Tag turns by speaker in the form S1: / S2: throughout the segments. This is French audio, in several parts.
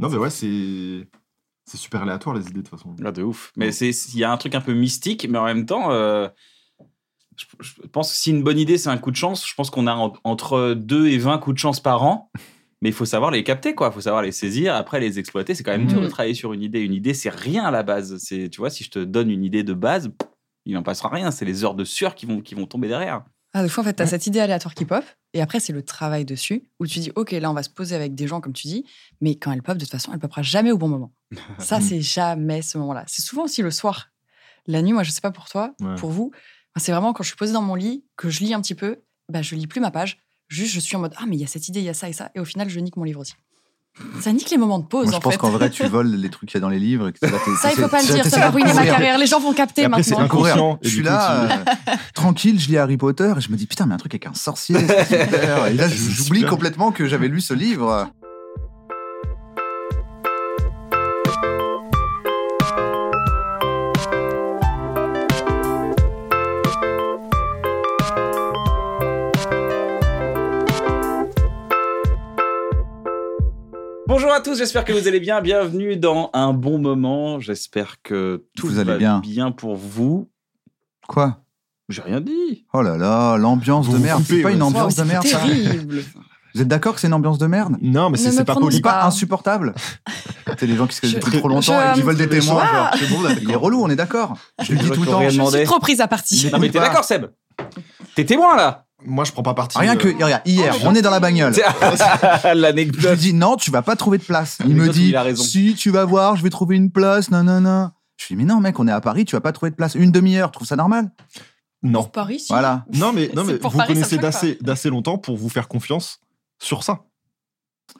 S1: Non, mais ouais, c'est. C'est super aléatoire les idées de toute façon.
S2: Ah, de ouf. Mais c'est il y a un truc un peu mystique, mais en même temps, euh, je, je pense que si une bonne idée, c'est un coup de chance, je pense qu'on a en- entre 2 et 20 coups de chance par an. Mais il faut savoir les capter, quoi. Il faut savoir les saisir, après les exploiter. C'est quand
S3: Mm.
S2: même dur de
S4: Mhm.
S2: travailler sur une idée. Une idée, c'est rien à la base. C'est, tu vois, si je te donne une idée de base, pff, il n'en passera rien. C'est les heures de sueur qui vont, qui vont tomber derrière.
S4: Ah, des fois, en fait, t'as cette idée aléatoire qui pop, et après, c'est le travail dessus, où tu dis, OK, là, on va se poser avec des gens, comme tu dis, mais quand elle pop, de toute façon, elle popera jamais au bon moment. Ça, c'est jamais ce moment-là. C'est souvent aussi le soir. La nuit, moi, je sais pas pour toi,
S1: Ouais.
S4: pour vous, moi, c'est vraiment quand je suis posée dans mon lit, que je lis un petit peu, bah, je lis plus ma page, juste je suis en mode, ah, mais il y a cette idée, il y a ça et ça, et au final, je nique mon livre aussi. Ça nique les moments de pause,
S3: Moi, je
S4: en
S3: pense
S4: fait.
S3: qu'en vrai, tu voles les trucs qu'il y a dans les livres. et que là, t'es-
S4: Ça, il
S3: t'essaies-
S4: faut pas le dire, ça
S3: t'essaies
S4: va
S3: de
S4: ruiner ma
S3: courir.
S4: carrière. Les gens vont capter
S1: Et après, c'est
S4: maintenant.
S1: un
S3: courir.
S1: Inconscient, et
S3: Je suis
S1: du
S3: là, euh, tranquille, je lis Harry Potter et je me dis putain, mais un truc avec un sorcier. c'est super. Et là,
S1: C'est
S3: j'oublie
S1: super.
S3: complètement que j'avais lu ce livre.
S2: Bonjour à tous, j'espère que vous allez bien. Bienvenue dans un bon moment. J'espère que tout
S3: Vous allez
S2: va
S3: bien.
S2: bien pour vous.
S3: Quoi
S2: J'ai rien dit.
S3: Oh là là, l'ambiance
S1: Vous
S3: de
S1: vous
S3: merde.
S1: coupez,
S3: C'est pas
S1: ouais.
S3: une
S4: Waouh,
S3: ambiance
S4: c'est
S3: de merde. ça.
S4: terrible.
S3: Vous êtes d'accord que c'est une ambiance de merde
S1: Non, mais
S4: Ne
S1: c'est
S4: me
S1: c'est pas
S4: prononce
S1: poli.
S3: C'est pas
S4: pas.
S3: insupportable. c'est les gens qui se connaissent
S4: Ah. Je-
S3: depuis trop longtemps
S4: je-
S3: et qui veulent des
S1: Très
S3: témoins.
S4: méchant.
S3: genre, c'est bon, là, Il est relou, on est d'accord. Je lui dis
S2: gens
S3: tout le
S2: qui ont
S3: temps.
S2: rien
S4: Je
S2: Demandez.
S4: suis trop prise à partie.
S2: Non mais t'es
S3: pas.
S2: d'accord Seb T'es témoin là
S1: Moi, je prends pas parti.
S3: Rien
S1: euh,
S3: que regarde,
S4: Oh,
S3: hier, on est dans la bagnole.
S2: C'est-
S3: Je lui
S2: L'anecdote.
S3: dis non, tu vas pas trouver de place.
S2: Mais
S3: Il me
S2: toi,
S3: dit
S2: Bah, il a raison.
S3: si tu vas voir, je vais trouver une place. Non non non. Je lui dis mais non mec, on est à Paris, tu vas pas trouver de place. Une demi-heure, trouve ça normal
S1: Non.
S4: Pour Paris, si.
S3: Voilà.
S1: Non, mais, non,
S4: C'est
S1: mais
S4: pour
S1: vous
S4: Paris, ça me
S1: connaissez
S4: choque pas.
S1: d'assez d'assez longtemps pour vous faire confiance sur ça.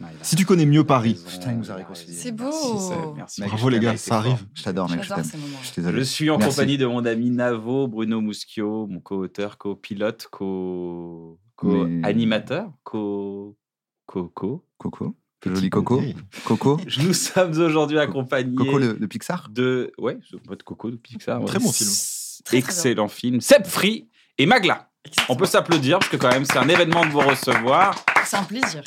S2: Ah,
S1: Si tu connais mieux Paris.
S3: Putain, il nous a réconciliés.
S4: C'est beau.
S2: Merci, Seb, merci.
S3: Mec,
S1: Bravo,
S3: je
S1: les
S3: t'aime,
S1: gars,
S3: mec, t'es
S1: ça
S3: fort.
S1: arrive.
S3: Je t'adore mec, je
S4: J'adore
S3: t'aime.
S4: ces moments.
S3: Je suis
S2: Je
S3: désolé.
S2: suis en
S3: Merci.
S2: compagnie de mon ami Navo, Bruno Muschio, mon co-auteur, co-pilote, co- co-animateur, co... co... co...
S3: Coco, le joli Coco,
S1: Hey.
S3: Coco,
S2: Nous sommes aujourd'hui accompagnés
S3: Coco le, le Pixar.
S2: de... Ouais, je pas de Coco, de Pixar. ouais.
S1: Très bon film.
S4: très bien.
S2: Excellent film. Seb Free et Magla. On peut s'applaudir parce que quand même c'est un événement de vous recevoir.
S4: C'est un plaisir.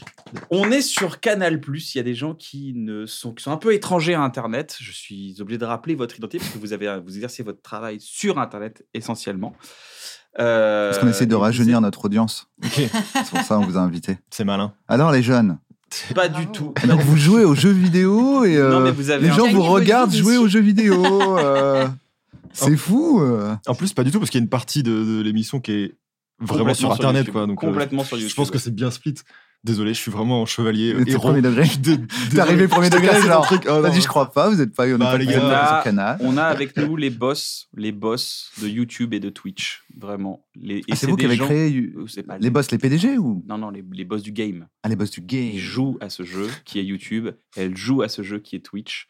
S2: On est sur Canal+, il y a des gens qui, ne sont, qui sont un peu étrangers à Internet. Je suis obligé de rappeler votre identité parce que vous, avez, vous exercez votre travail sur Internet essentiellement. Euh,
S3: Parce qu'on essaie de
S2: et vous
S3: rajeunir
S2: êtes
S3: notre audience.
S1: Ok,
S3: C'est pour ça on vous a invité.
S1: c'est malin.
S3: Alors les jeunes,
S2: Pas
S4: Bravo.
S2: du tout.
S3: alors vous jouez aux jeux vidéo et
S2: Non,
S3: euh,
S2: mais vous avez
S3: Ah les
S2: un- Oh.
S3: gens
S4: Quel
S3: vous
S4: niveau de
S3: regardent
S4: vie
S3: jouer
S4: dessus
S3: aux jeux vidéo. euh, C'est fou. euh.
S1: En plus, pas du tout, parce qu'il y a une partie de, de l'émission qui est vraiment
S2: Complètement
S1: sur Internet.
S2: YouTube.
S1: quoi, donc, euh,
S2: Complètement sur YouTube.
S1: je pense que c'est bien split. Désolé, je suis vraiment un chevalier
S3: T'es
S1: héros.
S3: premier degré.
S1: Je suis dé-
S3: T'es
S1: désolé.
S3: arrivé au premier
S1: Je te
S3: degré,
S1: casse ton
S3: genre.
S1: truc. Ah,
S3: Vas-y,
S1: non.
S3: je crois pas, vous êtes pas, on n'est
S1: Bah,
S3: pas
S1: les
S3: présentateur
S2: gars,
S3: sur Canal. Ah,
S2: On a avec nous les boss, les boss de YouTube et de Twitch. Vraiment. Les, et
S3: Ah, c'est vous
S2: des
S3: qui avez
S2: gens-
S3: créé euh,
S2: Euh, c'est pas
S3: les boss, les PDG ou
S2: Non, non, les, les boss du game.
S3: Ah, les boss du game.
S2: Elle joue à ce jeu qui est YouTube, elle joue à ce jeu qui est Twitch.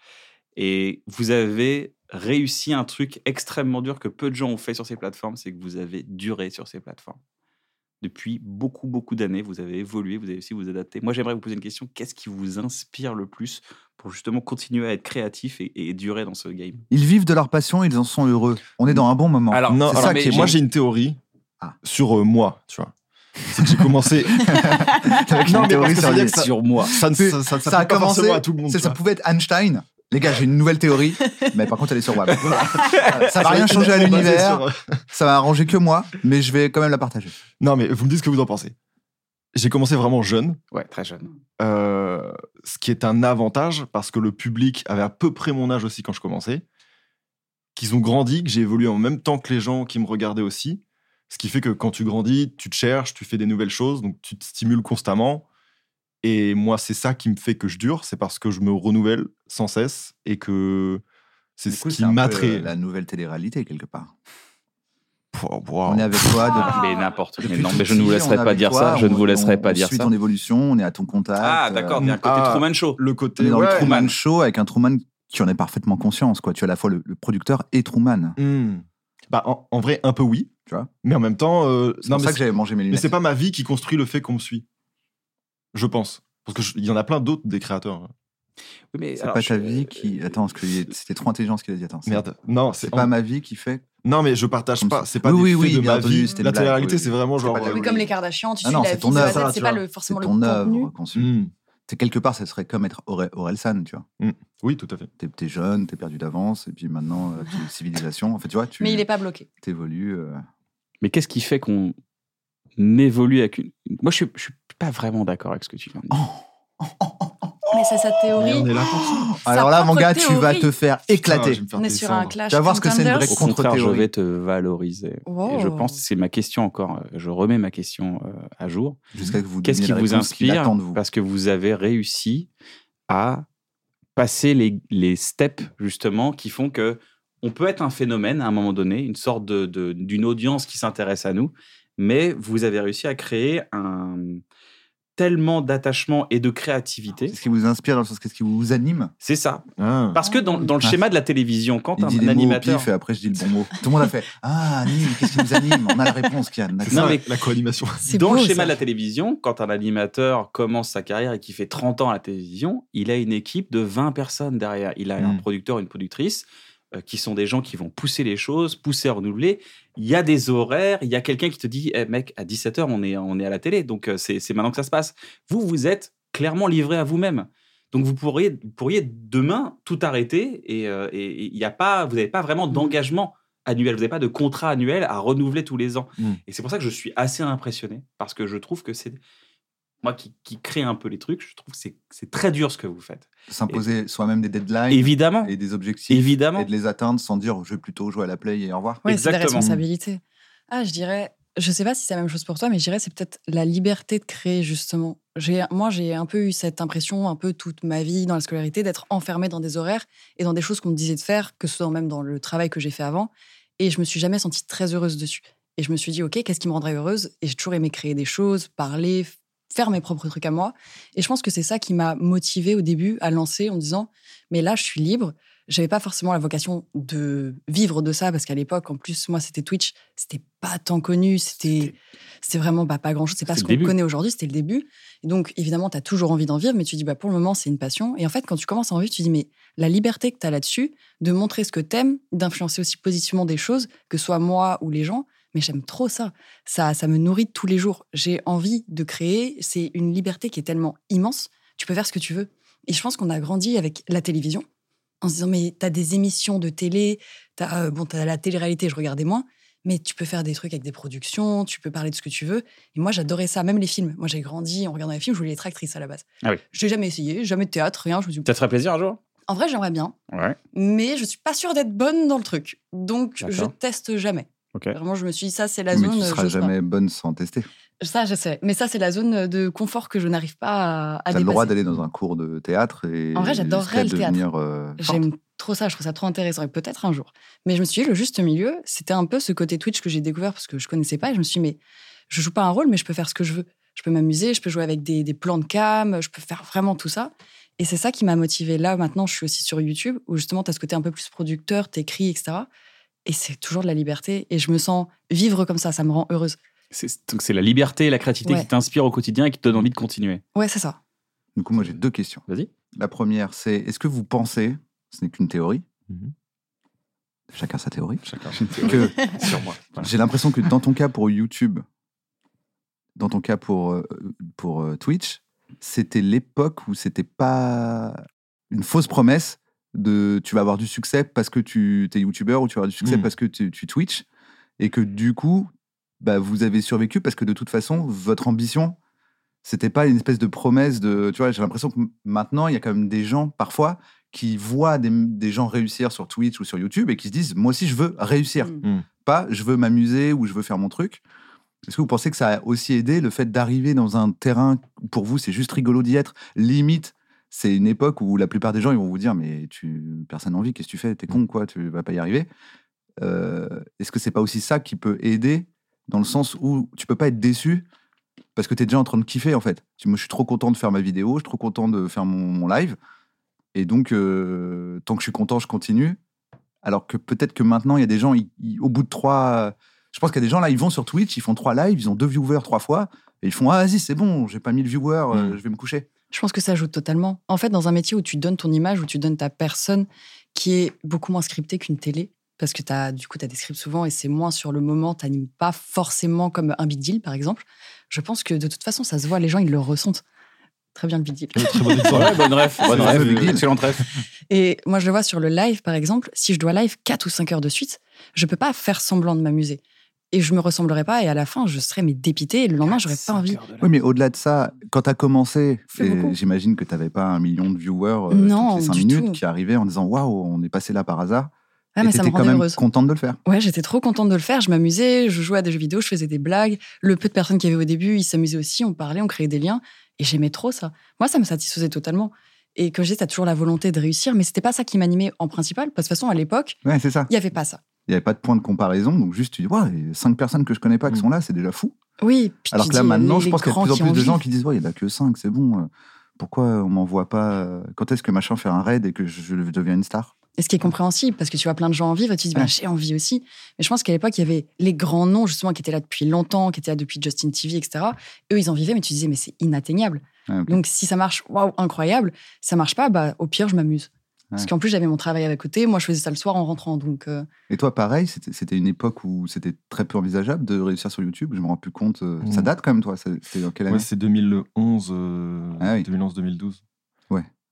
S2: Et vous avez réussi un truc extrêmement dur que peu de gens ont fait sur ces plateformes, c'est que vous avez duré sur ces plateformes. Depuis beaucoup, beaucoup d'années, vous avez évolué, vous avez aussi vous adapter. Moi, j'aimerais vous poser une question. Qu'est-ce qui vous inspire le plus pour justement continuer à être créatif et, et durer dans ce game
S3: Ils vivent de leur passion, ils en sont heureux. On est dans un bon moment.
S2: Alors,
S1: Non,
S3: c'est
S1: alors,
S3: ça
S2: mais
S3: qui est
S1: moi,
S3: bon.
S1: j'ai une théorie
S3: Ah.
S1: sur euh, moi, tu vois. C'est que j'ai commencé.
S3: Avec
S1: Non,
S3: une
S1: mais parce
S3: théorie
S1: que
S3: sur
S1: c'est-à-dire
S3: les-
S1: que ça-
S2: Sur moi.
S1: Ça ne
S3: C'est-
S1: ça, ça,
S3: ça a commencé.
S1: forcément à tout le monde.
S3: ça,
S1: tu
S3: ça
S1: vois.
S3: pouvait être Einstein. Les gars, j'ai une nouvelle théorie, mais par contre, elle est sur WAP. Voilà. ça va rien changer à
S1: Basé sur,
S3: l'univers,
S1: euh,
S3: ça va arranger que moi, mais je vais quand même la partager.
S1: Non, mais vous me dites ce que vous en pensez. J'ai commencé vraiment jeune,
S2: Ouais, très jeune.
S1: euh, ce qui est un avantage parce que le public avait à peu près mon âge aussi quand je commençais, qu'ils ont grandi, que j'ai évolué en même temps que les gens qui me regardaient aussi. Ce qui fait que quand tu grandis, tu te cherches, tu fais des nouvelles choses, donc tu te stimules constamment. Et moi, c'est ça qui me fait que je dure, c'est parce que je me renouvelle sans cesse et que c'est
S3: Du
S1: ce
S3: coup,
S1: qui
S3: un peu
S1: m'attrait.
S3: La nouvelle télé-réalité, quelque part.
S1: Pouah, pouah.
S3: On est avec toi Ah, depuis
S2: Ah. Mais n'importe quoi.
S3: Depuis
S2: Mais non,
S3: tout
S2: mais je ne vous
S3: petit, on
S2: laisserai
S3: est
S2: pas
S3: avec
S2: dire
S3: toi,
S2: ça. Je ne
S3: on-
S2: vous laisserai
S3: on-
S2: pas
S3: on
S2: dire
S3: suit
S2: ça.
S3: ton évolution, on est à ton contact.
S2: Ah,
S3: euh,
S2: d'accord.
S3: on
S2: Il y a un côté
S1: ah.
S2: Truman Show.
S1: Le
S3: est
S1: côté.
S3: dans
S1: ouais.
S3: le Truman
S2: Truman.
S3: Show avec un Truman qui en est parfaitement conscience. Quoi. Tu as à la fois le, le producteur et Truman.
S1: Hmm. Bah, en, en vrai, un peu oui.
S3: Tu vois.
S1: Mais en même temps. euh,
S3: C'est
S1: non,
S3: pour
S1: mais
S3: ça que j'avais mangé mes
S1: Mais
S3: lunettes.
S1: c'est pas ma vie qui construit le fait qu'on me suit. Je pense. Parce qu'il y en a plein d'autres des créateurs. hein.
S2: Oui, mais
S3: C'est
S2: alors,
S3: pas ta
S2: je- euh,
S3: vie qui. Attends, parce que c'était trop intelligent ce qu'il a dit. Attends, c'est-
S1: Merde. Non,
S3: C'est pas ma vie qui fait.
S1: Non, mais je partage
S3: Comme
S1: pas.
S3: ça.
S1: C'est pas
S3: Oui,
S1: des
S3: oui,
S1: faits
S3: oui,
S1: de
S3: bien
S1: ma
S3: entendu,
S1: vie.
S3: c'était une
S1: La
S3: blague,
S1: télé-réalité,
S3: oui.
S1: c'est vraiment
S3: C'est
S1: genre. euh,
S3: pas de la
S4: Oui, comme les Kardashians, tu
S3: Ah
S4: suis
S3: non,
S4: la
S3: c'est
S4: vie
S3: ton
S4: de A à Z,
S1: œuvre,
S4: c'est
S1: tu
S4: pas
S1: vois.
S4: le, forcément
S3: C'est
S4: le
S3: ton œuvre
S4: contenu.
S3: qu'on suit.
S1: Hmm.
S3: T'es quelque part, ça serait comme être Ore- Orelsan, tu vois.
S1: Oui, tout à fait.
S3: T'es t'es jeune, t'es perdu d'avance, et puis maintenant, euh, tu- civilisation. En fait, tu vois, tu
S4: Mais il est pas bloqué.
S3: t'évolues. euh,
S2: Mais qu'est-ce qui fait qu'on évolue avec une. Moi, je suis, je suis pas vraiment d'accord avec ce que tu viens de dire.
S4: Mais c'est sa
S1: Mais on
S4: théorie.
S1: est là pour ça.
S4: Sa
S3: Oh Alors là, mon
S4: propre
S3: gars, tu
S4: théorie.
S3: vas te faire
S1: Putain, je
S3: éclater.
S1: vais me faire
S4: On est sur
S1: descendre.
S4: un clash.
S3: Tu vas voir ce que c'est une vraie
S4: Contenders.
S2: Au
S3: contre
S2: contraire, je
S3: théorie.
S2: vais te valoriser. Et je
S4: Wow.
S2: pense que c'est ma question encore. euh, Je remets ma question euh, à jour.
S3: Jusqu'à que vous
S2: Qu'est-ce
S3: donniez
S2: qui
S3: la
S2: vous
S3: réponse qu'il
S2: inspire
S3: attend de vous.
S2: Parce que vous avez réussi à passer les, les steps, justement, qui font que on peut être un phénomène à un moment donné, une sorte de- de- d'une audience qui s'intéresse à nous, mais vous avez réussi à créer un tellement d'attachement et de créativité.
S3: Qu'est-ce qui vous inspire dans le sens Qu'est-ce qui vous anime
S2: C'est ça.
S1: Ah.
S2: Parce que dans, dans le
S3: Ah.
S2: schéma de la télévision, quand
S3: Il
S2: un,
S3: dit
S2: un
S3: des mots au
S2: animateur...
S3: pif et après je dis le bon mot. Tout le monde a fait Ah, anime, qu'est-ce qui vous anime On a la réponse, Kian.
S1: C'est
S3: d'accord.
S2: Non,
S1: ça,
S2: mais-
S1: la co-animation.
S4: C'est
S2: Dans
S4: beau,
S2: le schéma
S4: ça.
S2: de la télévision, quand un animateur commence sa carrière et qui fait 30 ans à la télévision, il a une équipe de 20 personnes derrière. Il a un
S4: Hmm.
S3: Mm.
S2: producteur, une productrice, euh, qui sont des gens qui vont pousser les choses, pousser à renouveler. Il y a des horaires, il y a quelqu'un qui te dit Eh, mec, à 17h, on est, on est à la télé, donc euh, c'est c'est maintenant que ça se passe. Vous, vous êtes clairement livré à vous-même. Donc vous pourriez, vous pourriez demain tout arrêter et, euh, et- et il y a pas, vous n'avez pas
S4: Hmm.
S2: vraiment d'engagement annuel, vous n'avez pas de contrat annuel à renouveler tous les ans.
S1: Mm.
S2: Et c'est pour ça que je suis assez impressionné parce que je trouve que c'est moi qui, qui crée un peu les trucs, je trouve que c'est- c'est très dur ce que vous faites.
S3: S'imposer soi-même des deadlines
S2: Évidemment,
S3: Ah, et des objectifs
S2: évidemment.
S3: et de les atteindre sans dire je vais plutôt jouer à la play et au revoir.
S4: Oui, c'est la
S2: Exactement.
S4: responsabilité. Ah, je dirais, je sais pas si c'est la même chose pour toi, mais je dirais c'est peut-être la liberté de créer justement. J'ai, moi, j'ai un peu eu cette impression, un peu toute ma vie dans la scolarité, d'être enfermée dans des horaires et dans des choses qu'on me disait de faire, que ce soit même dans le travail que j'ai fait avant. Et je me suis jamais sentie très heureuse dessus. Et je me suis dit, ok, qu'est-ce qui me rendrait heureuse Et j'ai toujours aimé créer des choses, parler, f- faire mes propres trucs à moi. Et je pense que c'est ça qui m'a motivée au début à lancer en me disant, mais là, je suis libre j'avais pas forcément la vocation de vivre de ça parce qu'à l'époque en plus moi c'était Twitch c'était pas tant connu c'était c'était vraiment bah, pas grand chose c'est pas
S2: C'était
S4: ce
S2: le
S4: qu'on
S2: début.
S4: connaît aujourd'hui c'était le début Et donc évidemment tu as toujours envie d'en vivre mais tu dis bah pour le moment c'est une passion et en fait quand tu commences à en vivre tu dis mais la liberté que tu as là-dessus de montrer ce que t'aimes d'influencer aussi positivement des choses que ce soit moi ou les gens mais j'aime trop ça. ça ça me nourrit tous les jours j'ai envie de créer c'est une liberté qui est tellement immense tu peux faire ce que tu veux et je pense qu'on a grandi avec la télévision en se disant mais t'as des émissions de télé, t'as euh, bon t'as la télé-réalité, je regardais moins, mais tu peux faire des trucs avec des productions, tu peux parler de ce que tu veux. Et moi j'adorais ça, même les films. Moi j'ai grandi en regardant les films, je voulais être actrice à la base.
S2: Ah oui.
S4: J'ai jamais essayé, jamais de théâtre, rien. Je me suis dit,
S2: te ferait plaisir un jour
S4: en vrai j'aimerais bien,
S2: Ouais.
S4: mais je suis pas sûre d'être bonne dans le truc, donc je
S2: D'accord.
S4: teste jamais.
S2: Ok.
S4: Vraiment je me suis dit ça c'est la
S3: Mais
S4: zone.
S3: tu
S4: euh,
S3: seras
S4: j'ose pas.
S3: jamais bonne sans tester.
S4: Ça je sais, mais ça c'est la zone euh, de confort que je n'arrive pas à, à
S3: T'as le droit
S4: dépasser.
S3: d'aller dans un cours de théâtre et
S4: En vrai, j'adorerais
S3: jusqu'à
S4: le théâtre.
S3: devenir, euh, forte.
S4: J'aime trop ça, je trouve ça trop intéressant et peut-être un jour. Mais je me suis dit, le juste milieu, c'était un peu ce côté Twitch que j'ai découvert parce que je connaissais pas et je me suis dit, mais je joue pas un rôle, mais je peux faire ce que je veux. Je peux m'amuser, je peux jouer avec des, des plans de cam, je peux faire vraiment tout ça. Et c'est ça qui m'a motivée. Là, maintenant, je suis aussi sur YouTube où justement, tu as ce côté un peu plus producteur, t'écris, etc. Et c'est toujours de la liberté. Et je me sens vivre comme ça, ça me rend heureuse.
S2: C'est donc c'est la liberté et la créativité
S4: Ouais.
S2: qui t'inspirent au quotidien et qui te donnent envie de continuer.
S4: Ouais, c'est ça.
S3: Du coup, moi, j'ai deux questions.
S2: Vas-y.
S3: La première, c'est est-ce que vous pensez, ce n'est qu'une théorie,
S1: Mhm.
S3: chacun sa théorie,
S1: Chacun.
S3: que
S2: Sur moi. Voilà.
S3: j'ai l'impression que dans ton cas pour YouTube, dans ton cas pour, euh, pour euh, Twitch, c'était l'époque où c'était pas une fausse promesse de tu vas avoir du succès parce que tu es youtubeur ou tu vas avoir du succès
S1: Mhm.
S3: parce que tu, tu Twitch et que du coup, bah, vous avez survécu parce que de toute façon, votre ambition, c'était pas une espèce de promesse de. Tu vois, j'ai l'impression que m- maintenant, il y a quand même des gens, parfois, qui voient des, des gens réussir sur Twitch ou sur YouTube et qui se disent Moi aussi, je veux réussir.
S4: Mm.
S1: Mm.
S3: Pas je veux m'amuser ou je veux faire mon truc. Est-ce que vous pensez que ça a aussi aidé le fait d'arriver dans un terrain où pour vous, c'est juste rigolo d'y être Limite, c'est une époque où la plupart des gens, ils vont vous dire Mais tu, personne n'en vit, qu'est-ce que tu fais T'es con, quoi, tu vas pas y arriver. euh, est-ce que c'est pas aussi ça qui peut aider dans le sens où tu peux pas être déçu parce que tu es déjà en train de kiffer en fait. Tu, moi, je suis trop content de faire ma vidéo, je suis trop content de faire mon, mon live. Et donc, euh, tant que je suis content, je continue. Alors que peut-être que maintenant, il y a des gens, ils- ils- au bout de trois. Je pense qu'il y a des gens là, ils vont sur Twitch, ils font trois lives, ils ont deux viewers trois fois, et ils font Ah, vas-y, c'est bon, j'ai pas mis le viewer, euh, je vais me coucher.
S4: Je pense que ça joue totalement. En fait, dans un métier où tu donnes ton image, où tu donnes ta personne, qui est beaucoup moins scriptée qu'une télé, parce que as, du coup, tu as des scripts souvent et c'est moins sur le moment, t'animes pas forcément comme un big deal, par exemple. Je pense que de toute façon, ça se voit, les gens, ils le ressentent. Très bien le big deal.
S1: Très
S3: bah
S1: bonne histoire.
S5: Ouais, bonne ref.
S1: Bonne ref.
S5: Excellente ref.
S4: Et moi, je le vois sur le live, par exemple, si je dois live 4 ou 5 heures de suite, je peux pas faire semblant de m'amuser. Et je me ressemblerai pas, et à la fin, je serai mais dépité, et le lendemain, j'aurais pas envie.
S3: Oui, mais au-delà de ça, quand tu as commencé,
S4: C'est
S3: et
S4: beaucoup.
S3: j'imagine que tu n'avais pas un million de viewers euh,
S4: Non,
S3: toutes les cinq
S4: du
S3: minutes
S4: tout.
S3: qui arrivaient en disant Waouh, on est passé là par hasard.
S4: Ah,
S3: et
S4: mais
S3: tu
S4: ça me
S3: quand
S4: rendait
S3: même
S4: heureuse.
S3: contente de le faire.
S4: Ouais, j'étais trop contente de le faire. Je m'amusais, je jouais à des jeux vidéo, je faisais des blagues. Le peu de personnes qu'il y avait au début, ils s'amusaient aussi, on parlait, on créait des liens. Et j'aimais trop ça. Moi, ça me satisfaisait totalement. Et comme je disais, t'as toujours la volonté de réussir, mais c'était pas ça qui m'animait en principal. Parce que de toute façon, à l'époque,
S3: Ouais, c'est ça.
S4: il y avait pas ça.
S3: Il n'y avait pas de point de comparaison, donc juste tu dis Waouh, il y a cinq personnes que je connais pas qui
S5: Mm.
S3: sont là, c'est déjà fou.
S4: Oui, puis
S3: Alors
S4: tu
S3: que là,
S4: dis,
S3: maintenant,
S4: les-
S3: je
S4: les
S3: pense qu'il y a de plus
S4: grands
S3: en plus de
S4: ont
S3: gens
S4: envie.
S3: qui disent Ouais, il n'y en a que cinq, c'est bon. euh, Pourquoi on m'envoie pas euh, Quand est-ce que machin fait un raid et que je, je deviens une star
S4: Et ce qui est compréhensible, parce que tu vois plein de gens en vivre, et tu te dis, bah,
S3: Ouais.
S4: j'ai envie aussi. Mais je pense qu'à l'époque, il y avait les grands noms, justement, qui étaient là depuis longtemps, qui étaient là depuis Justin TV, etc. Eux, ils en vivaient, mais tu disais, mais c'est inatteignable.
S3: Ouais, ok.
S4: Donc, si ça marche, waouh, incroyable. Ça marche pas, bah, au pire, je m'amuse. Parce
S3: Ouais.
S4: qu'en plus, j'avais mon travail à côté. Moi, je faisais ça le soir en rentrant. Donc, euh,
S3: Et toi, pareil, c'était c'était une époque où c'était très peu envisageable de réussir sur YouTube. Je me rends plus compte. euh, Ça
S1: Mm.
S3: date quand même, toi. ça- C'était dans quelle année
S1: Ouais, c'est 2011, euh,
S3: Ah oui.
S1: 2011-2012.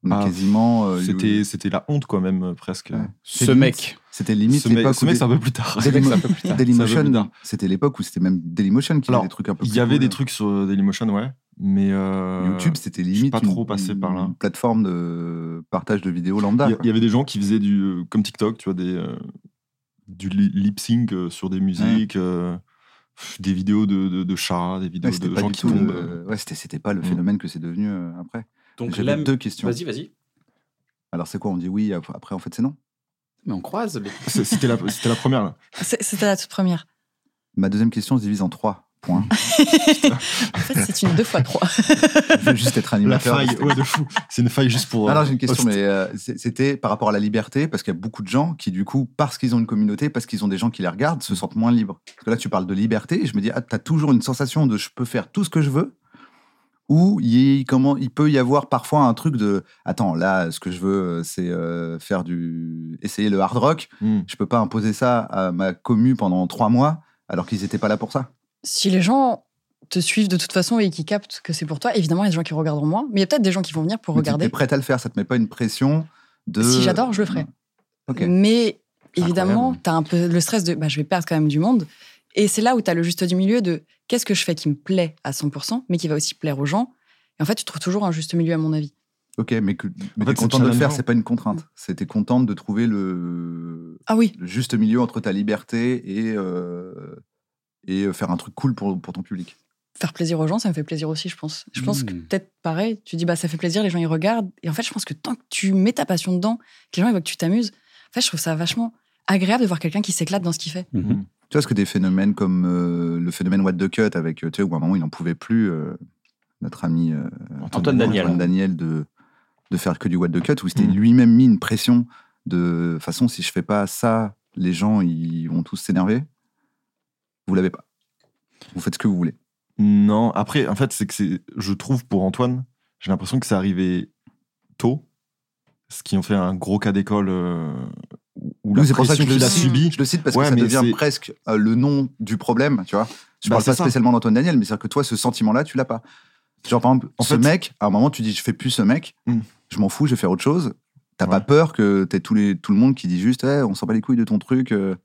S3: Donc,
S1: Ah,
S3: quasiment. euh,
S1: C'était c'était la honte quand même euh, presque.
S3: Ouais.
S5: Ce mec.
S3: C'était limite
S1: ce mec,
S3: l'époque
S1: ce
S3: où
S1: mec,
S3: des-
S1: c'est un peu plus tard.
S3: Dailymo-
S1: C'est un peu plus tard.
S3: Dailymotion, c'était l'époque où c'était même Dailymotion qui
S1: Alors,
S3: faisait des trucs un peu
S1: Il
S3: plus
S1: y avait
S3: cool. hein.
S1: des trucs sur euh, Dailymotion, ouais, mais euh,
S3: YouTube, c'était
S1: suis
S3: limite
S1: pas trop
S3: une-
S1: passé par là.
S3: une plateforme de partage de vidéos lambda.
S1: Il y-
S3: quoi.
S1: il y, avait des gens qui faisaient du euh, comme TikTok, tu vois, des, euh, du li- lip sync euh, sur des musiques, euh, pff, des vidéos de, de, de chats, des vidéos
S3: Ouais, c'était
S1: de
S3: pas
S1: gens
S3: du
S1: qui
S3: tout
S1: tombent.
S3: le- ouais, c'était, c'était pas le
S1: Mm.
S3: phénomène que c'est devenu euh, après.
S5: Donc
S3: J'avais
S5: là,
S3: deux questions.
S5: vas-y, vas-y.
S3: Alors c'est quoi On dit oui, ap- après en fait c'est non.
S5: Mais on croise. les-
S1: C'est- C'était la, c'était la première. Là.
S4: c'est- c'était la toute première.
S3: Ma deuxième question se divise en trois points.
S4: En fait, c'est une deux fois trois.
S3: Je veux juste être
S1: La
S3: animateur.
S1: faille, ouais, de fou. C'est une faille juste pour.
S3: Ah
S1: euh,
S3: non, j'ai une question,
S1: host.
S3: mais euh, c'est- c'était par rapport à la liberté, parce qu'il y a beaucoup de gens qui, du coup, parce qu'ils ont une communauté, parce qu'ils ont des gens qui les regardent, se sentent moins libres. Parce que là, tu parles de liberté, et je me dis, ah, t'as toujours une sensation de je peux faire tout ce que je veux, ou il, y- comment, il peut y avoir parfois un truc de, attends, là, ce que je veux, c'est euh, faire du. essayer le hard rock,
S1: Hmm.
S3: je peux pas imposer ça à ma commu pendant trois mois, alors qu'ils n'étaient pas là pour ça.
S4: si les gens te suivent de toute façon et qui captent que c'est pour toi, évidemment, il y a des gens qui regarderont moins. Mais il y a peut-être des gens qui vont venir pour
S3: Mais t'es
S4: regarder.
S3: t'es prête à le faire, ça te met pas une pression de. Ah.
S4: Si j'adore, je le ferai.
S3: Ok.
S4: Mais
S3: C'est
S4: évidemment,
S3: incroyable.
S4: tu as un peu le stress de bah, je vais perdre quand même du monde. Et c'est là où tu as le juste du milieu de qu'est-ce que je fais qui me plaît à 100%, mais qui va aussi plaire aux gens. Et en fait, tu trouves toujours un juste milieu, à mon avis.
S3: Ok, mais que
S1: fait,
S3: mais t'es
S1: c'est
S3: contente de le faire,
S1: challengeant.
S3: c'est pas une contrainte. C'était contente de trouver le,
S4: Ah oui,
S3: le juste milieu entre ta liberté et, euh, et faire un truc cool pour, pour ton public.
S4: faire plaisir aux gens, ça me fait plaisir aussi, je pense. Je pense que
S5: Mm.
S4: peut-être pareil, tu dis bah ça fait plaisir, les gens ils regardent. Et en fait, je pense que tant que tu mets ta passion dedans, que les gens ils voient que tu t'amuses, en fait, je trouve ça vachement agréable de voir quelqu'un qui s'éclate dans ce qu'il fait.
S3: Tu vois, ce que des phénomènes comme euh, le phénomène What the Cut, avec, euh, tu sais, où à un moment il n'en pouvait plus, euh, notre ami euh,
S5: Antoine Daniel. Mm.
S3: Antoine Daniel de, de faire que du What the Cut, où c'était
S1: Mhm.
S3: lui-même mis une pression de de façon, si je fais pas ça, les gens ils vont tous s'énerver. Vous l'avez pas. Vous faites ce que vous voulez.
S1: Non, après, en fait, c'est que c'est, je trouve pour Antoine, j'ai l'impression que c'est arrivé tôt, ce qui en fait un gros cas d'école euh, où- où la
S3: Oui, c'est pour ça que
S1: pression
S3: je le
S1: qu'il a
S3: cite.
S1: subie.
S3: Je le cite parce
S1: Ouais,
S3: que ça
S1: mais
S3: devient
S1: c'est-
S3: presque euh, le nom du problème, tu vois. Je
S1: Bah,
S3: parle
S1: c'est
S3: pas
S1: ça.
S3: spécialement d'Antoine Daniel, mais c'est-à-dire que toi, ce sentiment-là, tu l'as pas. Genre, par exemple,
S1: En
S3: ce
S1: fait-
S3: mec, à un moment, tu dis, je fais plus ce mec,
S1: Mm.
S3: je m'en fous, je vais faire autre chose. T'as pas
S1: Ouais.
S3: peur que t'aies tout, les, tout le monde qui dit juste, Eh, on s'en bat les couilles de ton truc. euh.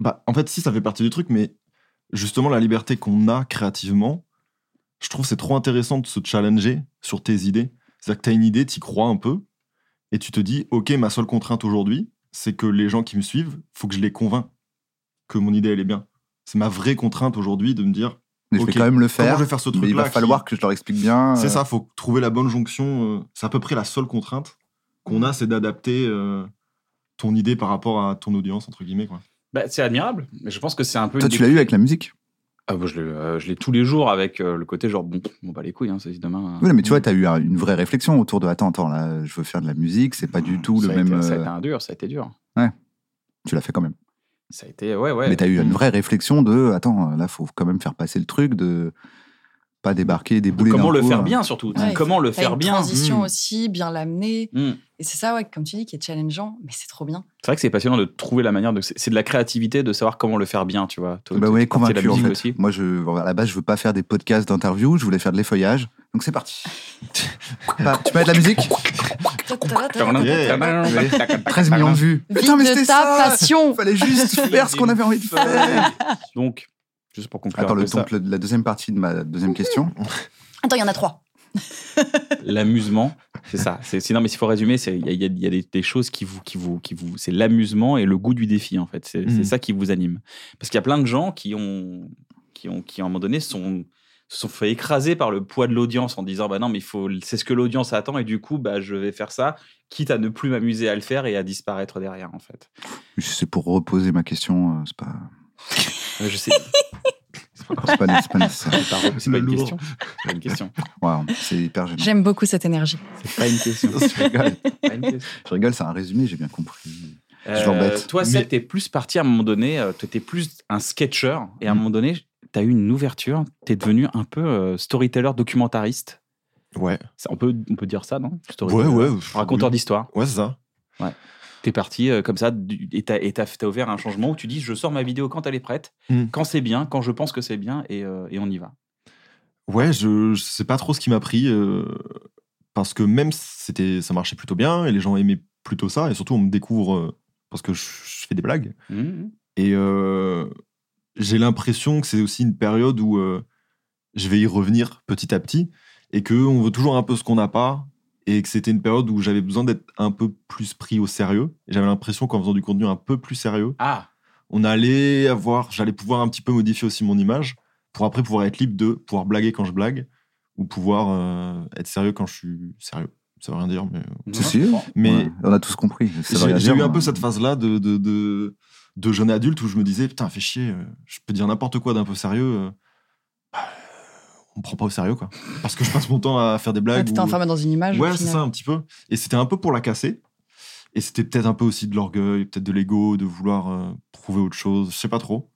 S1: Bah, en fait, si, ça fait partie du truc, mais justement, la liberté qu'on a créativement, je trouve que c'est trop intéressant de se challenger sur tes idées. C'est-à-dire que tu as une idée, tu crois un peu, et tu te dis, OK, ma seule contrainte aujourd'hui, c'est que les gens qui me suivent, faut que je les convainc que mon idée, elle est bien. C'est ma vraie contrainte aujourd'hui de me dire,
S3: Mais
S1: Ok.
S3: je vais quand même
S1: comment
S3: le faire.
S1: je vais faire ce truc-là
S3: mais il va
S1: qui-
S3: falloir que je leur explique bien.
S1: C'est
S3: euh,
S1: ça, faut trouver la bonne jonction. euh, C'est à peu près la seule contrainte qu'on a, c'est d'adapter euh, ton idée par rapport à ton audience, entre guillemets. Quoi.
S2: Bah, c'est admirable. Mais je pense que c'est un peu.
S3: Toi,
S2: une
S3: tu l'as eu avec la musique.
S2: Ah, bah, je l'ai euh, je l'ai tous les jours avec euh, le côté genre, bon, on bat les couilles, hein, ça c'est demain.
S3: Oui, mais
S1: Hmm.
S3: tu vois, tu as eu un- une vraie réflexion autour de attends, attends, là, je veux faire de la musique, c'est pas
S1: Hmm,
S3: du tout
S2: ça
S3: le
S2: a
S3: même.
S2: Été, ça a
S3: euh,
S1: hein.
S2: été un dur, ça a été dur.
S3: Tu l'as fait quand même.
S2: Ça a été, ouais, ouais.
S3: Mais tu as eu
S4: Mm.
S3: une vraie réflexion de attends, euh, là, faut quand même faire passer le truc de pas débarquer, des boulets.
S2: Comment
S3: d'un
S2: le
S3: coup,
S2: faire
S3: hein.
S2: bien surtout
S4: Ouais,
S2: Comment le
S4: T'as
S2: faire
S4: une
S2: bien
S4: transition
S2: Mm.
S4: aussi, bien l'amener.
S2: Mm.
S4: Et c'est ça, ouais, comme tu dis, qui est challengeant, mais c'est trop bien.
S2: C'est vrai que c'est passionnant de trouver la manière de. c'est- C'est de la créativité de savoir comment le faire bien, tu vois. Toi,
S3: Bah
S2: t'es-
S3: ouais,
S2: t'es parti de la
S3: convaincu en
S2: musique
S3: fait.
S2: aussi.
S3: Moi, je, à la base, je veux pas faire des podcasts d'interview, je voulais faire de l'effeuillage. Donc c'est parti. Bah, tu peux mettre la musique
S1: Yeah.
S3: 13 millions de vues.
S4: Vite
S3: Putain, mais
S4: de ta
S3: c'était ça
S4: passion
S3: Fallait juste faire ce qu'on avait envie de faire.
S2: Donc, juste pour conclure,
S3: Attends, le,
S2: un peu ça,
S3: donc, le- la deuxième partie de ma deuxième question.
S4: Attends, il y en a trois.
S2: l'amusement, c'est ça. C'est c'est- non, mais s'il faut résumer, c'est- il y a, il y a- il y a des, des choses qui vous, qui vous, qui vous, c'est l'amusement et le goût du défi en fait. C'est
S3: Hmm.
S2: c'est
S1: Mhm.
S2: ça qui vous anime. Parce qu'il y a plein de gens qui ont, qui ont, qui à un moment donné sont se sont fait écraser par le poids de l'audience en disant bah non mais il faut c'est ce que l'audience attend et du coup bah je vais faire ça quitte à ne plus m'amuser à le faire et à disparaître derrière en fait
S3: C'est pour reposer ma question, euh, c'est pas,
S2: Euh, je sais
S3: c'est pas, c'est pas nécessaire.
S2: C'est pas, c'est pas
S1: Le
S2: une
S1: lourd.
S2: question. C'est pas une question.
S3: Waouh, c'est hyper gênant.
S4: J'aime beaucoup cette énergie.
S2: C'est pas une question.
S3: Je rigole,
S2: C'est pas une question.
S3: je rigole, c'est un résumé, j'ai bien compris.
S2: Euh,
S3: l'embête.
S2: toi,
S1: Mais-
S2: Seb, t'es plus parti à un moment donné, euh, t'étais plus un sketcher, et à un
S3: Mm.
S2: moment donné, t'as eu une ouverture, t'es devenu un peu euh, storyteller documentariste.
S1: Ouais.
S2: Ça, on, peut, on peut dire ça, non
S1: Ouais,
S2: Storyteller.
S1: ouais.
S2: Raconteur d'histoire.
S1: Ouais, c'est ça.
S2: T'es parti euh, comme ça, du- et t'as et t'as- t'as ouvert un changement où tu dis je sors ma vidéo quand elle est prête,
S1: Mm.
S2: quand c'est bien, quand je pense que c'est bien, et, euh, et on y va.
S1: Ouais, je, je sais pas trop ce qui m'a pris. euh, parce que même c'était, ça marchait plutôt bien et les gens aimaient plutôt ça. Et surtout, on me découvre euh, parce que je, je fais des blagues.
S2: Mm.
S1: Et euh, j'ai l'impression que c'est aussi une période où euh, je vais y revenir petit à petit et qu'on veut toujours un peu ce qu'on n'a pas. Et que c'était une période où j'avais besoin d'être un peu plus pris au sérieux. J'avais l'impression qu'en faisant du contenu un peu plus sérieux,
S2: Ah,
S1: on allait avoir, j'allais pouvoir un petit peu modifier aussi mon image pour après pouvoir être libre de pouvoir blaguer quand je blague ou pouvoir euh, être sérieux quand je suis sérieux. Ça veut rien dire, mais.
S3: Si, si.
S1: Mais
S3: Ouais, on a tous compris.
S1: Oh.
S3: ça veut
S1: j'ai-
S3: rien
S1: j'ai eu
S3: dire,
S1: un peu
S3: hein.
S1: cette phase-là de, de, de, de jeune adulte où je me disais, putain, fais chier, euh, je peux dire n'importe quoi d'un peu sérieux. euh, bah, on me prend pas au sérieux, quoi. Parce que je passe mon temps à faire des
S4: Ouais,
S1: blagues.
S4: T'étais
S1: ou-
S4: enfermé dans une image. au
S1: Ouais, c'est
S4: final.
S1: ça, un petit peu. Et c'était un peu pour la casser. Et c'était peut-être un peu aussi de l'orgueil, peut-être de l'ego, de vouloir euh, prouver autre chose, je sais pas trop.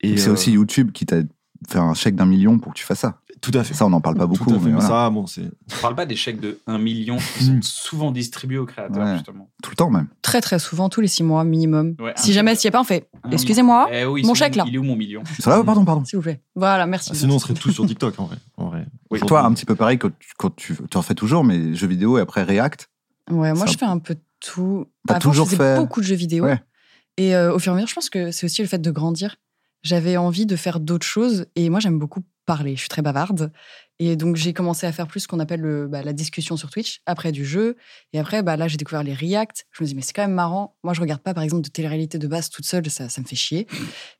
S1: Et
S3: Donc C'est
S1: euh,
S3: aussi YouTube qui t'a fait un chèque d'un million pour que tu fasses ça.
S1: Tout à fait.
S3: Ça, on n'en parle pas beaucoup.
S1: Tout à fait,
S3: mais
S1: mais
S3: voilà.
S1: ça, bon, c'est.
S2: on parle pas des chèques de 1 million qui sont
S1: Mm.
S2: souvent distribués aux créateurs,
S3: Ouais.
S2: justement.
S3: Tout le temps, même.
S4: Très, très souvent, tous les six mois minimum.
S2: Ouais,
S4: si
S2: un
S4: jamais
S2: chèque.
S4: s'il n'y a pas, on fait
S2: Un
S4: excusez-moi,
S2: Eh oui,
S4: Ah, Mon
S2: c'est où-
S4: chèque, là.
S2: Il est où mon million
S3: Ça va, pardon, pardon.
S4: s'il vous plaît. Voilà, merci.
S1: Ah, sinon, on serait tous sur TikTok, en vrai. En vrai.
S2: Oui.
S1: Aujourd'hui.
S3: Toi, un petit peu pareil quand tu, quand tu, tu en fais toujours, mais jeux vidéo et après React.
S4: Ouais, moi
S3: Ça-
S4: je fais un peu de tout. Bah,
S3: T'as
S4: Avant,
S3: toujours
S4: je faisais
S3: fait-
S4: beaucoup de jeux vidéo.
S3: Ouais.
S4: Et euh, au fur et à mesure, je pense que c'est aussi le fait de grandir. J'avais envie de faire d'autres choses et moi j'aime beaucoup parler. Je suis très bavarde. Et donc j'ai commencé à faire plus ce qu'on appelle le- bah, la discussion sur Twitch, après du jeu. Et après, bah, là j'ai découvert les reacts. Je me dis, mais c'est quand même marrant. Moi je regarde pas par exemple de télé-réalité de base toute seule, ça, ça me fait chier.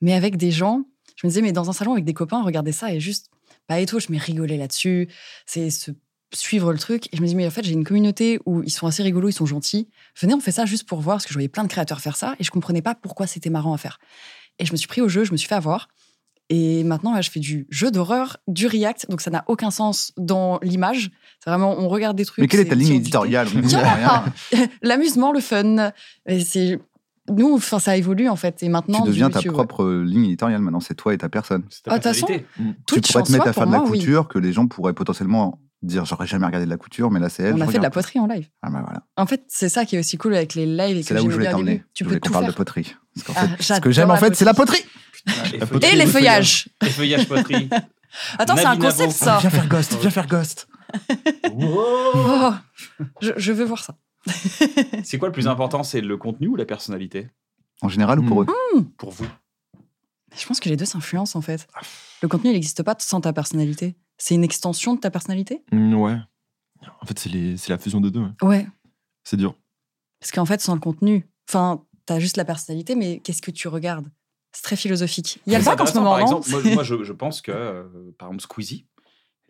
S4: Mais avec des gens, je me disais, mais dans un salon avec des copains, regarder ça et juste pas étouche, mais rigoler là-dessus. C'est se suivre le truc. Et je me dis, mais en fait, j'ai une communauté où ils sont assez rigolos, ils sont gentils. Venez, on fait ça juste pour voir, parce que je voyais plein de créateurs faire ça, et je comprenais pas pourquoi c'était marrant à faire. Et je me suis pris au jeu, je me suis fait avoir. Et maintenant, là, je fais du jeu d'horreur, du react, donc ça n'a aucun sens dans l'image. C'est vraiment, on regarde des trucs.
S3: Mais quelle est ta
S4: c'est-
S3: ligne
S4: c'est du-
S3: éditoriale On dit
S4: Tiens,
S3: rien.
S4: L'amusement, le fun. Et c'est. Nous, enfin, ça évolue en fait. Et maintenant,
S3: Tu
S4: du
S3: deviens ta
S4: YouTube, ouais.
S3: propre euh, ligne éditoriale maintenant, c'est toi et ta personne.
S2: C'est ta
S4: Ah, de toute façon,
S2: personnalité.
S4: Twitch,
S3: tu pourrais
S4: en
S3: te mettre
S4: soi,
S3: à faire
S4: pour
S3: de la
S4: moi, oui.
S3: couture que les gens pourraient potentiellement dire j'aurais jamais regardé de la couture, mais là c'est elle.
S4: On
S3: je
S4: a fait de la
S3: regarde.
S4: poterie en live.
S3: Ah bah voilà.
S4: En fait, c'est ça qui est aussi cool avec les lives et
S3: C'est
S4: que
S3: là où
S4: j'aimais
S3: je voulais
S4: bien au
S3: t'emmener.
S4: début.
S3: Je
S4: Tu
S3: voulais
S4: peux
S3: qu'on
S4: tout
S3: parle de
S4: faire.
S3: poterie. Parce qu'en
S4: Ah,
S3: fait, ce que
S4: j'adore
S3: j'aime en
S4: la
S3: fait, c'est la poterie.
S2: Ah, Les
S1: poterie.
S2: feuillages.
S4: Et les feuillages.
S2: Les feuillages poterie.
S4: Attends, c'est un
S2: Navina
S4: concept
S2: Bon.
S4: ça.
S3: Viens faire Ghost, viens faire Ghost.
S4: Oh, je, je veux voir ça.
S2: C'est quoi le plus important C'est le contenu ou la personnalité
S3: En général ou pour eux
S2: Pour vous
S4: Je pense que les deux s'influencent en fait. Le contenu, il n'existe pas sans ta personnalité. C'est une extension de ta personnalité
S1: Mm, ouais. En fait, c'est les- c'est la fusion des deux. ouais.
S4: Ouais.
S1: C'est dur.
S4: Parce qu'en fait, sans le contenu, enfin, t'as juste la personnalité, mais qu'est-ce que tu regardes C'est très philosophique. Il y a le
S2: C'est
S4: bac en ce
S2: intéressant,
S4: moment,
S2: Par
S4: non
S2: exemple, moi, je- moi, je, je pense que, euh, par exemple, Squeezie,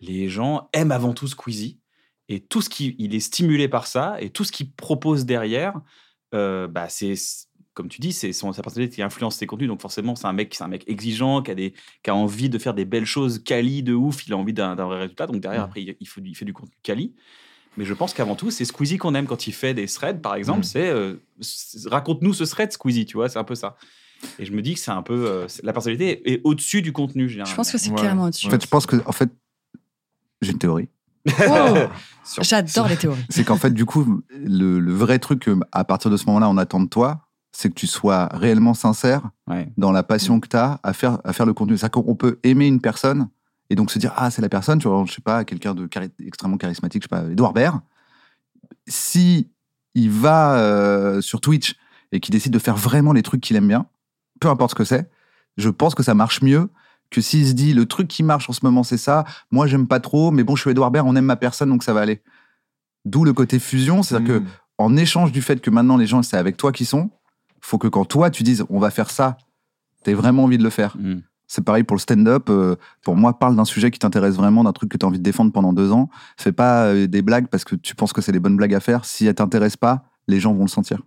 S2: les gens aiment avant tout Squeezie. Et tout ce qui. Il est stimulé par ça. Et tout ce qu'il propose derrière, euh, bah, c'est. comme tu dis, c'est son, sa personnalité qui influence ses contenus. Donc forcément, c'est un mec, c'est un mec exigeant, qui a, des, qui a envie de faire des belles choses quali de ouf. Il a envie d'un d'un vrai résultat. Donc derrière,
S3: Mhm.
S2: après, il, il faut, du- il fait du contenu quali. Mais je pense qu'avant tout, c'est Squeezie qu'on aime quand il fait des threads, par exemple.
S3: Mhm.
S2: C'est euh, s- raconte-nous ce thread, Squeezie, tu vois, c'est un peu ça. Et je me dis que c'est un peu euh, c'est- la personnalité est au-dessus du contenu généralement.
S4: Je pense que c'est
S1: Ouais.
S4: carrément au-dessus.
S3: En fait, je pense que, en fait, j'ai une théorie.
S4: Wow.
S2: Sur-
S4: Oh. J'adore les théories.
S3: C'est qu'en fait, du coup, le, le vrai truc que, à partir de ce moment-là, on attend de toi, c'est que tu sois réellement sincère
S2: Ouais.
S3: dans la passion que tu as à faire, à faire le contenu. C'est-à-dire qu'on peut aimer une personne et donc se dire Ah, c'est la personne, tu vois, je sais pas, quelqu'un de chari- extrêmement charismatique, je sais pas, Edouard Baird. Si il va euh, sur Twitch et qu'il décide de faire vraiment les trucs qu'il aime bien, peu importe ce que c'est, je pense que ça marche mieux que s'il se dit le truc qui marche en ce moment c'est ça, moi j'aime pas trop, mais bon je suis Edouard Baird, on aime ma personne donc ça va aller. D'où le côté fusion, c'est-à-dire que
S1: Mm.
S3: en échange du fait que maintenant les gens c'est avec toi qui sont, faut que quand toi tu dises on va faire ça, t'aies vraiment envie de le faire.
S2: Mhm.
S3: C'est pareil pour le stand-up. euh, pour moi, parle d'un sujet qui t'intéresse vraiment, d'un truc que t'as envie de défendre pendant deux ans. Fais pas euh, des blagues parce que tu penses que c'est les bonnes blagues à faire. Si elles t'intéressent pas, les gens vont le sentir.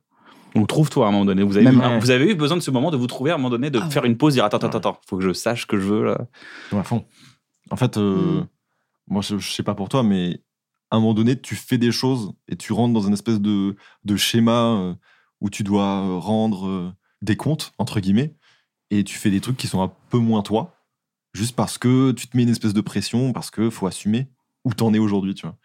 S2: On trouve-toi à un moment donné. Vous avez,
S3: Même-
S2: eu, vous avez eu besoin de ce moment de vous trouver à un moment donné, de
S4: Ah ouais.
S2: faire une pause, dire attends, attends, attends, faut que je sache ce que je veux là.
S1: Ouais, à fond. En fait, euh, moi, je, je sais pas pour toi, mais à un moment donné, tu fais des choses et tu rentres dans une espèce de, de schéma euh, où tu dois euh, rendre euh, des comptes, entre guillemets, et tu fais des trucs qui sont un peu moins toi, juste parce que tu te mets une espèce de pression, parce que faut assumer où t'en es aujourd'hui, tu vois.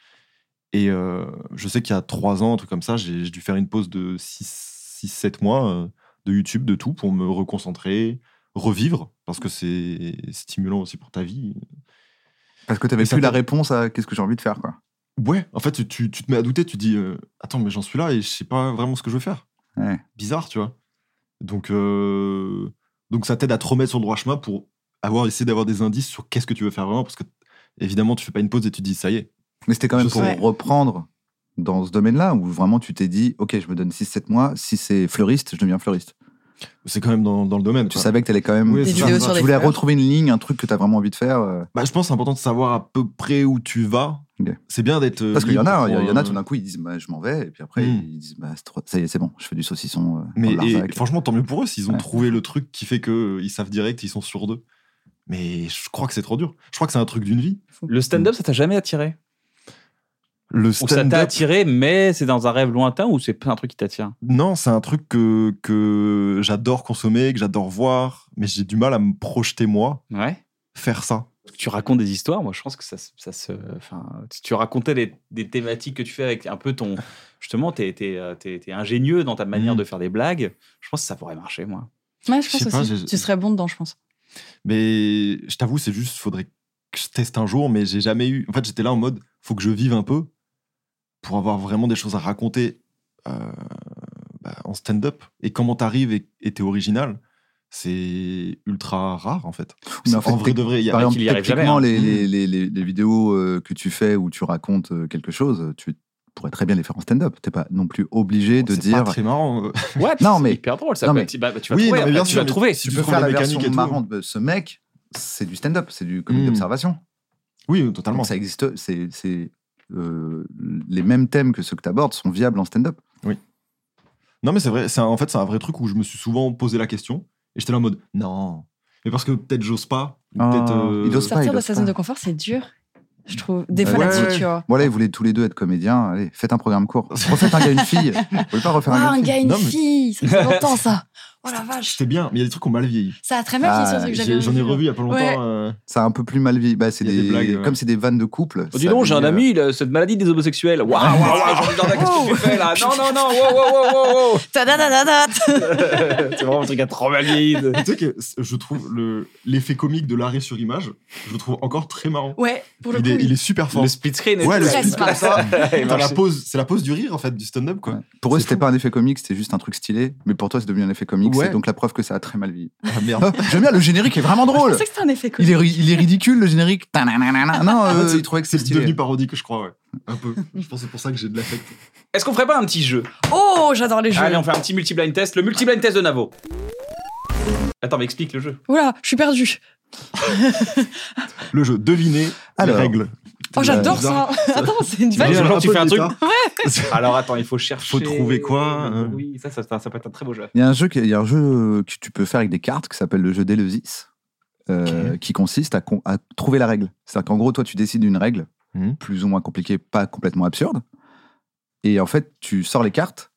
S1: Et euh, je sais qu'il y a trois ans, un truc comme ça, j'ai j'ai dû faire une pause de 6-7 mois euh, de YouTube, de tout, pour me reconcentrer, revivre, parce que c'est stimulant aussi pour ta vie.
S3: Parce que t'avais
S1: Et ça
S3: plus la
S1: te-
S3: réponse à qu'est-ce que j'ai envie de faire. Quoi.
S1: Ouais, en fait, tu, tu te mets à douter, tu te dis euh, Attends, mais j'en suis là et je sais pas vraiment ce que je veux faire.
S3: Ouais.
S1: Bizarre, tu vois. Donc, euh, donc ça t'aide à te remettre sur le droit chemin pour avoir essayé d'avoir des indices sur qu'est-ce que tu veux faire vraiment, parce que évidemment, tu fais pas une pause et tu te dis Ça y est.
S3: Mais c'était quand même
S1: Je
S3: pour
S1: sais.
S3: reprendre dans ce domaine-là où vraiment tu t'es dit ok, je me donne 6-7 mois. Si c'est fleuriste, je deviens fleuriste.
S1: C'est quand même dans, dans le domaine.
S3: Tu
S1: quoi.
S3: savais que t'allais quand même.
S1: Oui, Des c'est ça. vidéos
S4: sur
S3: tu
S4: les
S3: voulais
S4: fleurs.
S3: retrouver une ligne, un truc que t'as vraiment envie de faire. euh,
S1: Bah, je pense que c'est important de savoir à peu près où tu vas.
S3: Ok.
S1: C'est bien d'être. euh,
S3: Parce qu'il y en a, hein,
S1: libre
S3: il y,
S1: pour,
S3: en a
S1: euh,
S3: tout d'un coup, ils disent bah, je m'en vais, et puis après
S1: Hmm.
S3: ils disent bah, c'est trop- ça y est, c'est bon, je fais du saucisson. euh,
S1: Mais
S3: en Larzac.
S1: et franchement, tant mieux pour eux s'ils ont
S3: Ouais.
S1: trouvé le truc qui fait qu'ils savent direct, ils sont sûrs d'eux. Mais je crois que c'est trop dur. Je crois que c'est un truc d'une vie.
S2: Le stand-up, ça t'a jamais attiré
S1: Le
S2: Ou ça t'a
S1: stand-up,
S2: attiré, mais c'est dans un rêve lointain ou c'est pas un truc qui t'attire
S1: non, c'est un truc que, que j'adore consommer, que j'adore voir, mais j'ai du mal à me projeter, moi,
S2: Ouais.
S1: faire ça.
S2: Tu racontes des histoires, moi je pense que ça, se- ça se. Enfin, si tu racontais les- des thématiques que tu fais avec un peu ton. Justement, t'es t'es, euh, t'es- t'es ingénieux dans ta manière
S1: Mhm.
S2: de faire des blagues. Je pense que ça pourrait marcher, moi.
S4: Ouais, je
S1: Je
S4: pense
S1: sais pas,
S4: aussi.
S1: j'ai-
S4: Tu serais bon dedans, je pense.
S1: Mais je t'avoue, c'est juste, faudrait que je teste un jour, mais j'ai jamais eu. En fait, j'étais là en mode, faut que je vive un peu pour avoir vraiment des choses à raconter euh, bah, en stand-up. Et comment t'arrives et et t'es original, c'est ultra rare en fait.
S3: Mais en fait,
S1: en vrai
S3: tec-
S1: de vrai, il y a
S3: Par
S2: Pareil.
S1: rien
S3: exemple,
S2: qu'il y arrive jamais,
S3: techniquement,
S2: hein.
S3: les,
S1: Mm.
S3: les, les- les- les vidéos euh, que tu fais où tu racontes euh, quelque chose, tu pourrais très bien les faire en stand-up. T'es pas non plus obligé de
S1: C'est pas
S3: dire.
S1: très marrant. euh.
S2: What
S3: Non, mais-
S2: C'est hyper drôle, ça.
S3: non,
S2: peut
S3: mais-
S2: être- bah, bah, tu vas
S1: Oui,
S2: trouver.
S1: non, mais
S2: après,
S1: bien
S2: tu
S1: sûr,
S2: vas
S1: mais
S2: trouver.
S1: si
S3: Tu
S1: tu
S3: peux
S1: prends
S3: faire
S1: la
S3: la
S1: mécanique
S3: version
S1: et tout.
S3: marrante de ce mec, c'est du stand-up, c'est du comique
S1: Mm.
S3: d'observation.
S1: Oui, euh,
S3: Donc
S1: totalement.
S3: ça existe, c'est c'est, euh, les mêmes thèmes que ceux que tu abordes sont viables en stand-up.
S1: Non, mais c'est vrai. C'est un- en fait, c'est un vrai truc où je me suis souvent posé la question et j'étais là en mode non. Mais parce que peut-être j'ose pas. ou
S3: Ah,
S1: peut-être. euh,
S3: il ose pas.
S4: Sortir de
S3: doivent
S4: sa zone de confort, c'est dur, je trouve. Des fois
S3: Ouais,
S4: là-dessus,
S1: ouais.
S4: tu vois.
S3: Voilà, ils voulaient tous les deux être comédiens. Allez, faites un programme court. Refaites un gars et une fille. Vous voulez pas refaire
S4: Waouh,
S3: un
S4: un
S3: gars
S4: gars,
S3: et une fille
S4: une
S1: Non, mais-
S4: fille, ça fait longtemps ça. Oh la vache.
S1: C'était bien, mais il y a des trucs qui ont mal vieilli.
S4: Ça a très mal
S3: Ah,
S4: fini sur ce que j'avais
S1: J'ai- J'en ai
S4: là.
S1: revu il y a pas longtemps.
S4: Ouais.
S1: euh,
S3: Ça a un peu plus mal vie. Bah, c'est
S1: Il y a
S3: des,
S1: des blagues, ouais.
S3: comme c'est des vannes de couple.
S2: Oh,
S3: ça
S2: dis donc, j'ai un
S3: met, euh,
S2: ami, il a cette maladie des homosexuels. Waouh, waouh, waouh, Jean-Luc Jardin, qu'est-ce que tu fais là Non, non, non, waouh, waouh, waouh, waouh, waouh.
S4: Ta-da-da-da-da.
S2: C'est vraiment un truc à trop mal vieilli.
S1: Tu sais que c- je trouve le- l'effet comique de l'arrêt sur image, je le trouve encore très marrant.
S4: Ouais, pour le
S1: Il
S4: coup.
S1: est,
S4: oui.
S1: il est super fort.
S2: Le split screen. et
S1: Ouais,
S2: tout,
S1: le
S2: là,
S4: Très
S1: split
S4: smart.
S1: comme ça.
S2: il
S1: t'as la
S2: marchait.
S1: pause- C'est la pause du rire en fait du stand-up quoi.
S3: ouais. Pour eux,
S1: C'est
S3: c'était
S1: fou.
S3: pas un effet comique, c'était juste un truc stylé. Mais pour toi, c'est devenu un effet comique.
S1: Ouais.
S3: C'est donc la preuve que ça a très mal vie.
S1: Ah, merde.
S3: J'aime bien, le générique est vraiment
S4: Je
S3: drôle.
S4: pensais que c'était un effet cool.
S3: Il est, ri- il est ridicule, le générique. Tananana. Non,
S1: En fait,
S3: eux,
S1: c'est-
S3: ils trouvaient que c'est
S1: C'est devenu
S3: stylé.
S1: parodique je crois ouais. Un peu. Je pense que c'est pour ça que j'ai de l'affect.
S2: Est-ce qu'on ferait pas un petit jeu
S4: Oh, j'adore les jeux.
S2: Allez, on fait un petit multi-blind test. Le multi-blind test de Navo. Attends, mais explique le jeu.
S4: Oh, Oula, je suis perdue.
S1: Le jeu deviner les
S3: Alors.
S1: règles.
S4: Oh, j'adore
S1: Bah,
S4: ça.
S1: bizarre.
S4: Attends, c'est une vache.
S2: Imagine,
S1: J'ai
S2: genre, tu
S1: peu
S2: fais un
S1: de
S2: truc.
S1: retard.
S2: Alors attends, il faut chercher.
S1: Faut trouver quoi, hein.
S2: Oui, ça, ça, ça, ça peut être un très beau jeu.
S3: Il y a un jeu, qui- il y a un jeu que tu peux faire avec des cartes qui s'appelle le jeu d'Eleusis, euh, qui consiste à, con- à trouver la règle. C'est-à-dire qu'en gros, toi, tu décides une règle
S1: Mhm.
S3: plus ou moins compliquée, pas complètement absurde, et en fait, tu sors les cartes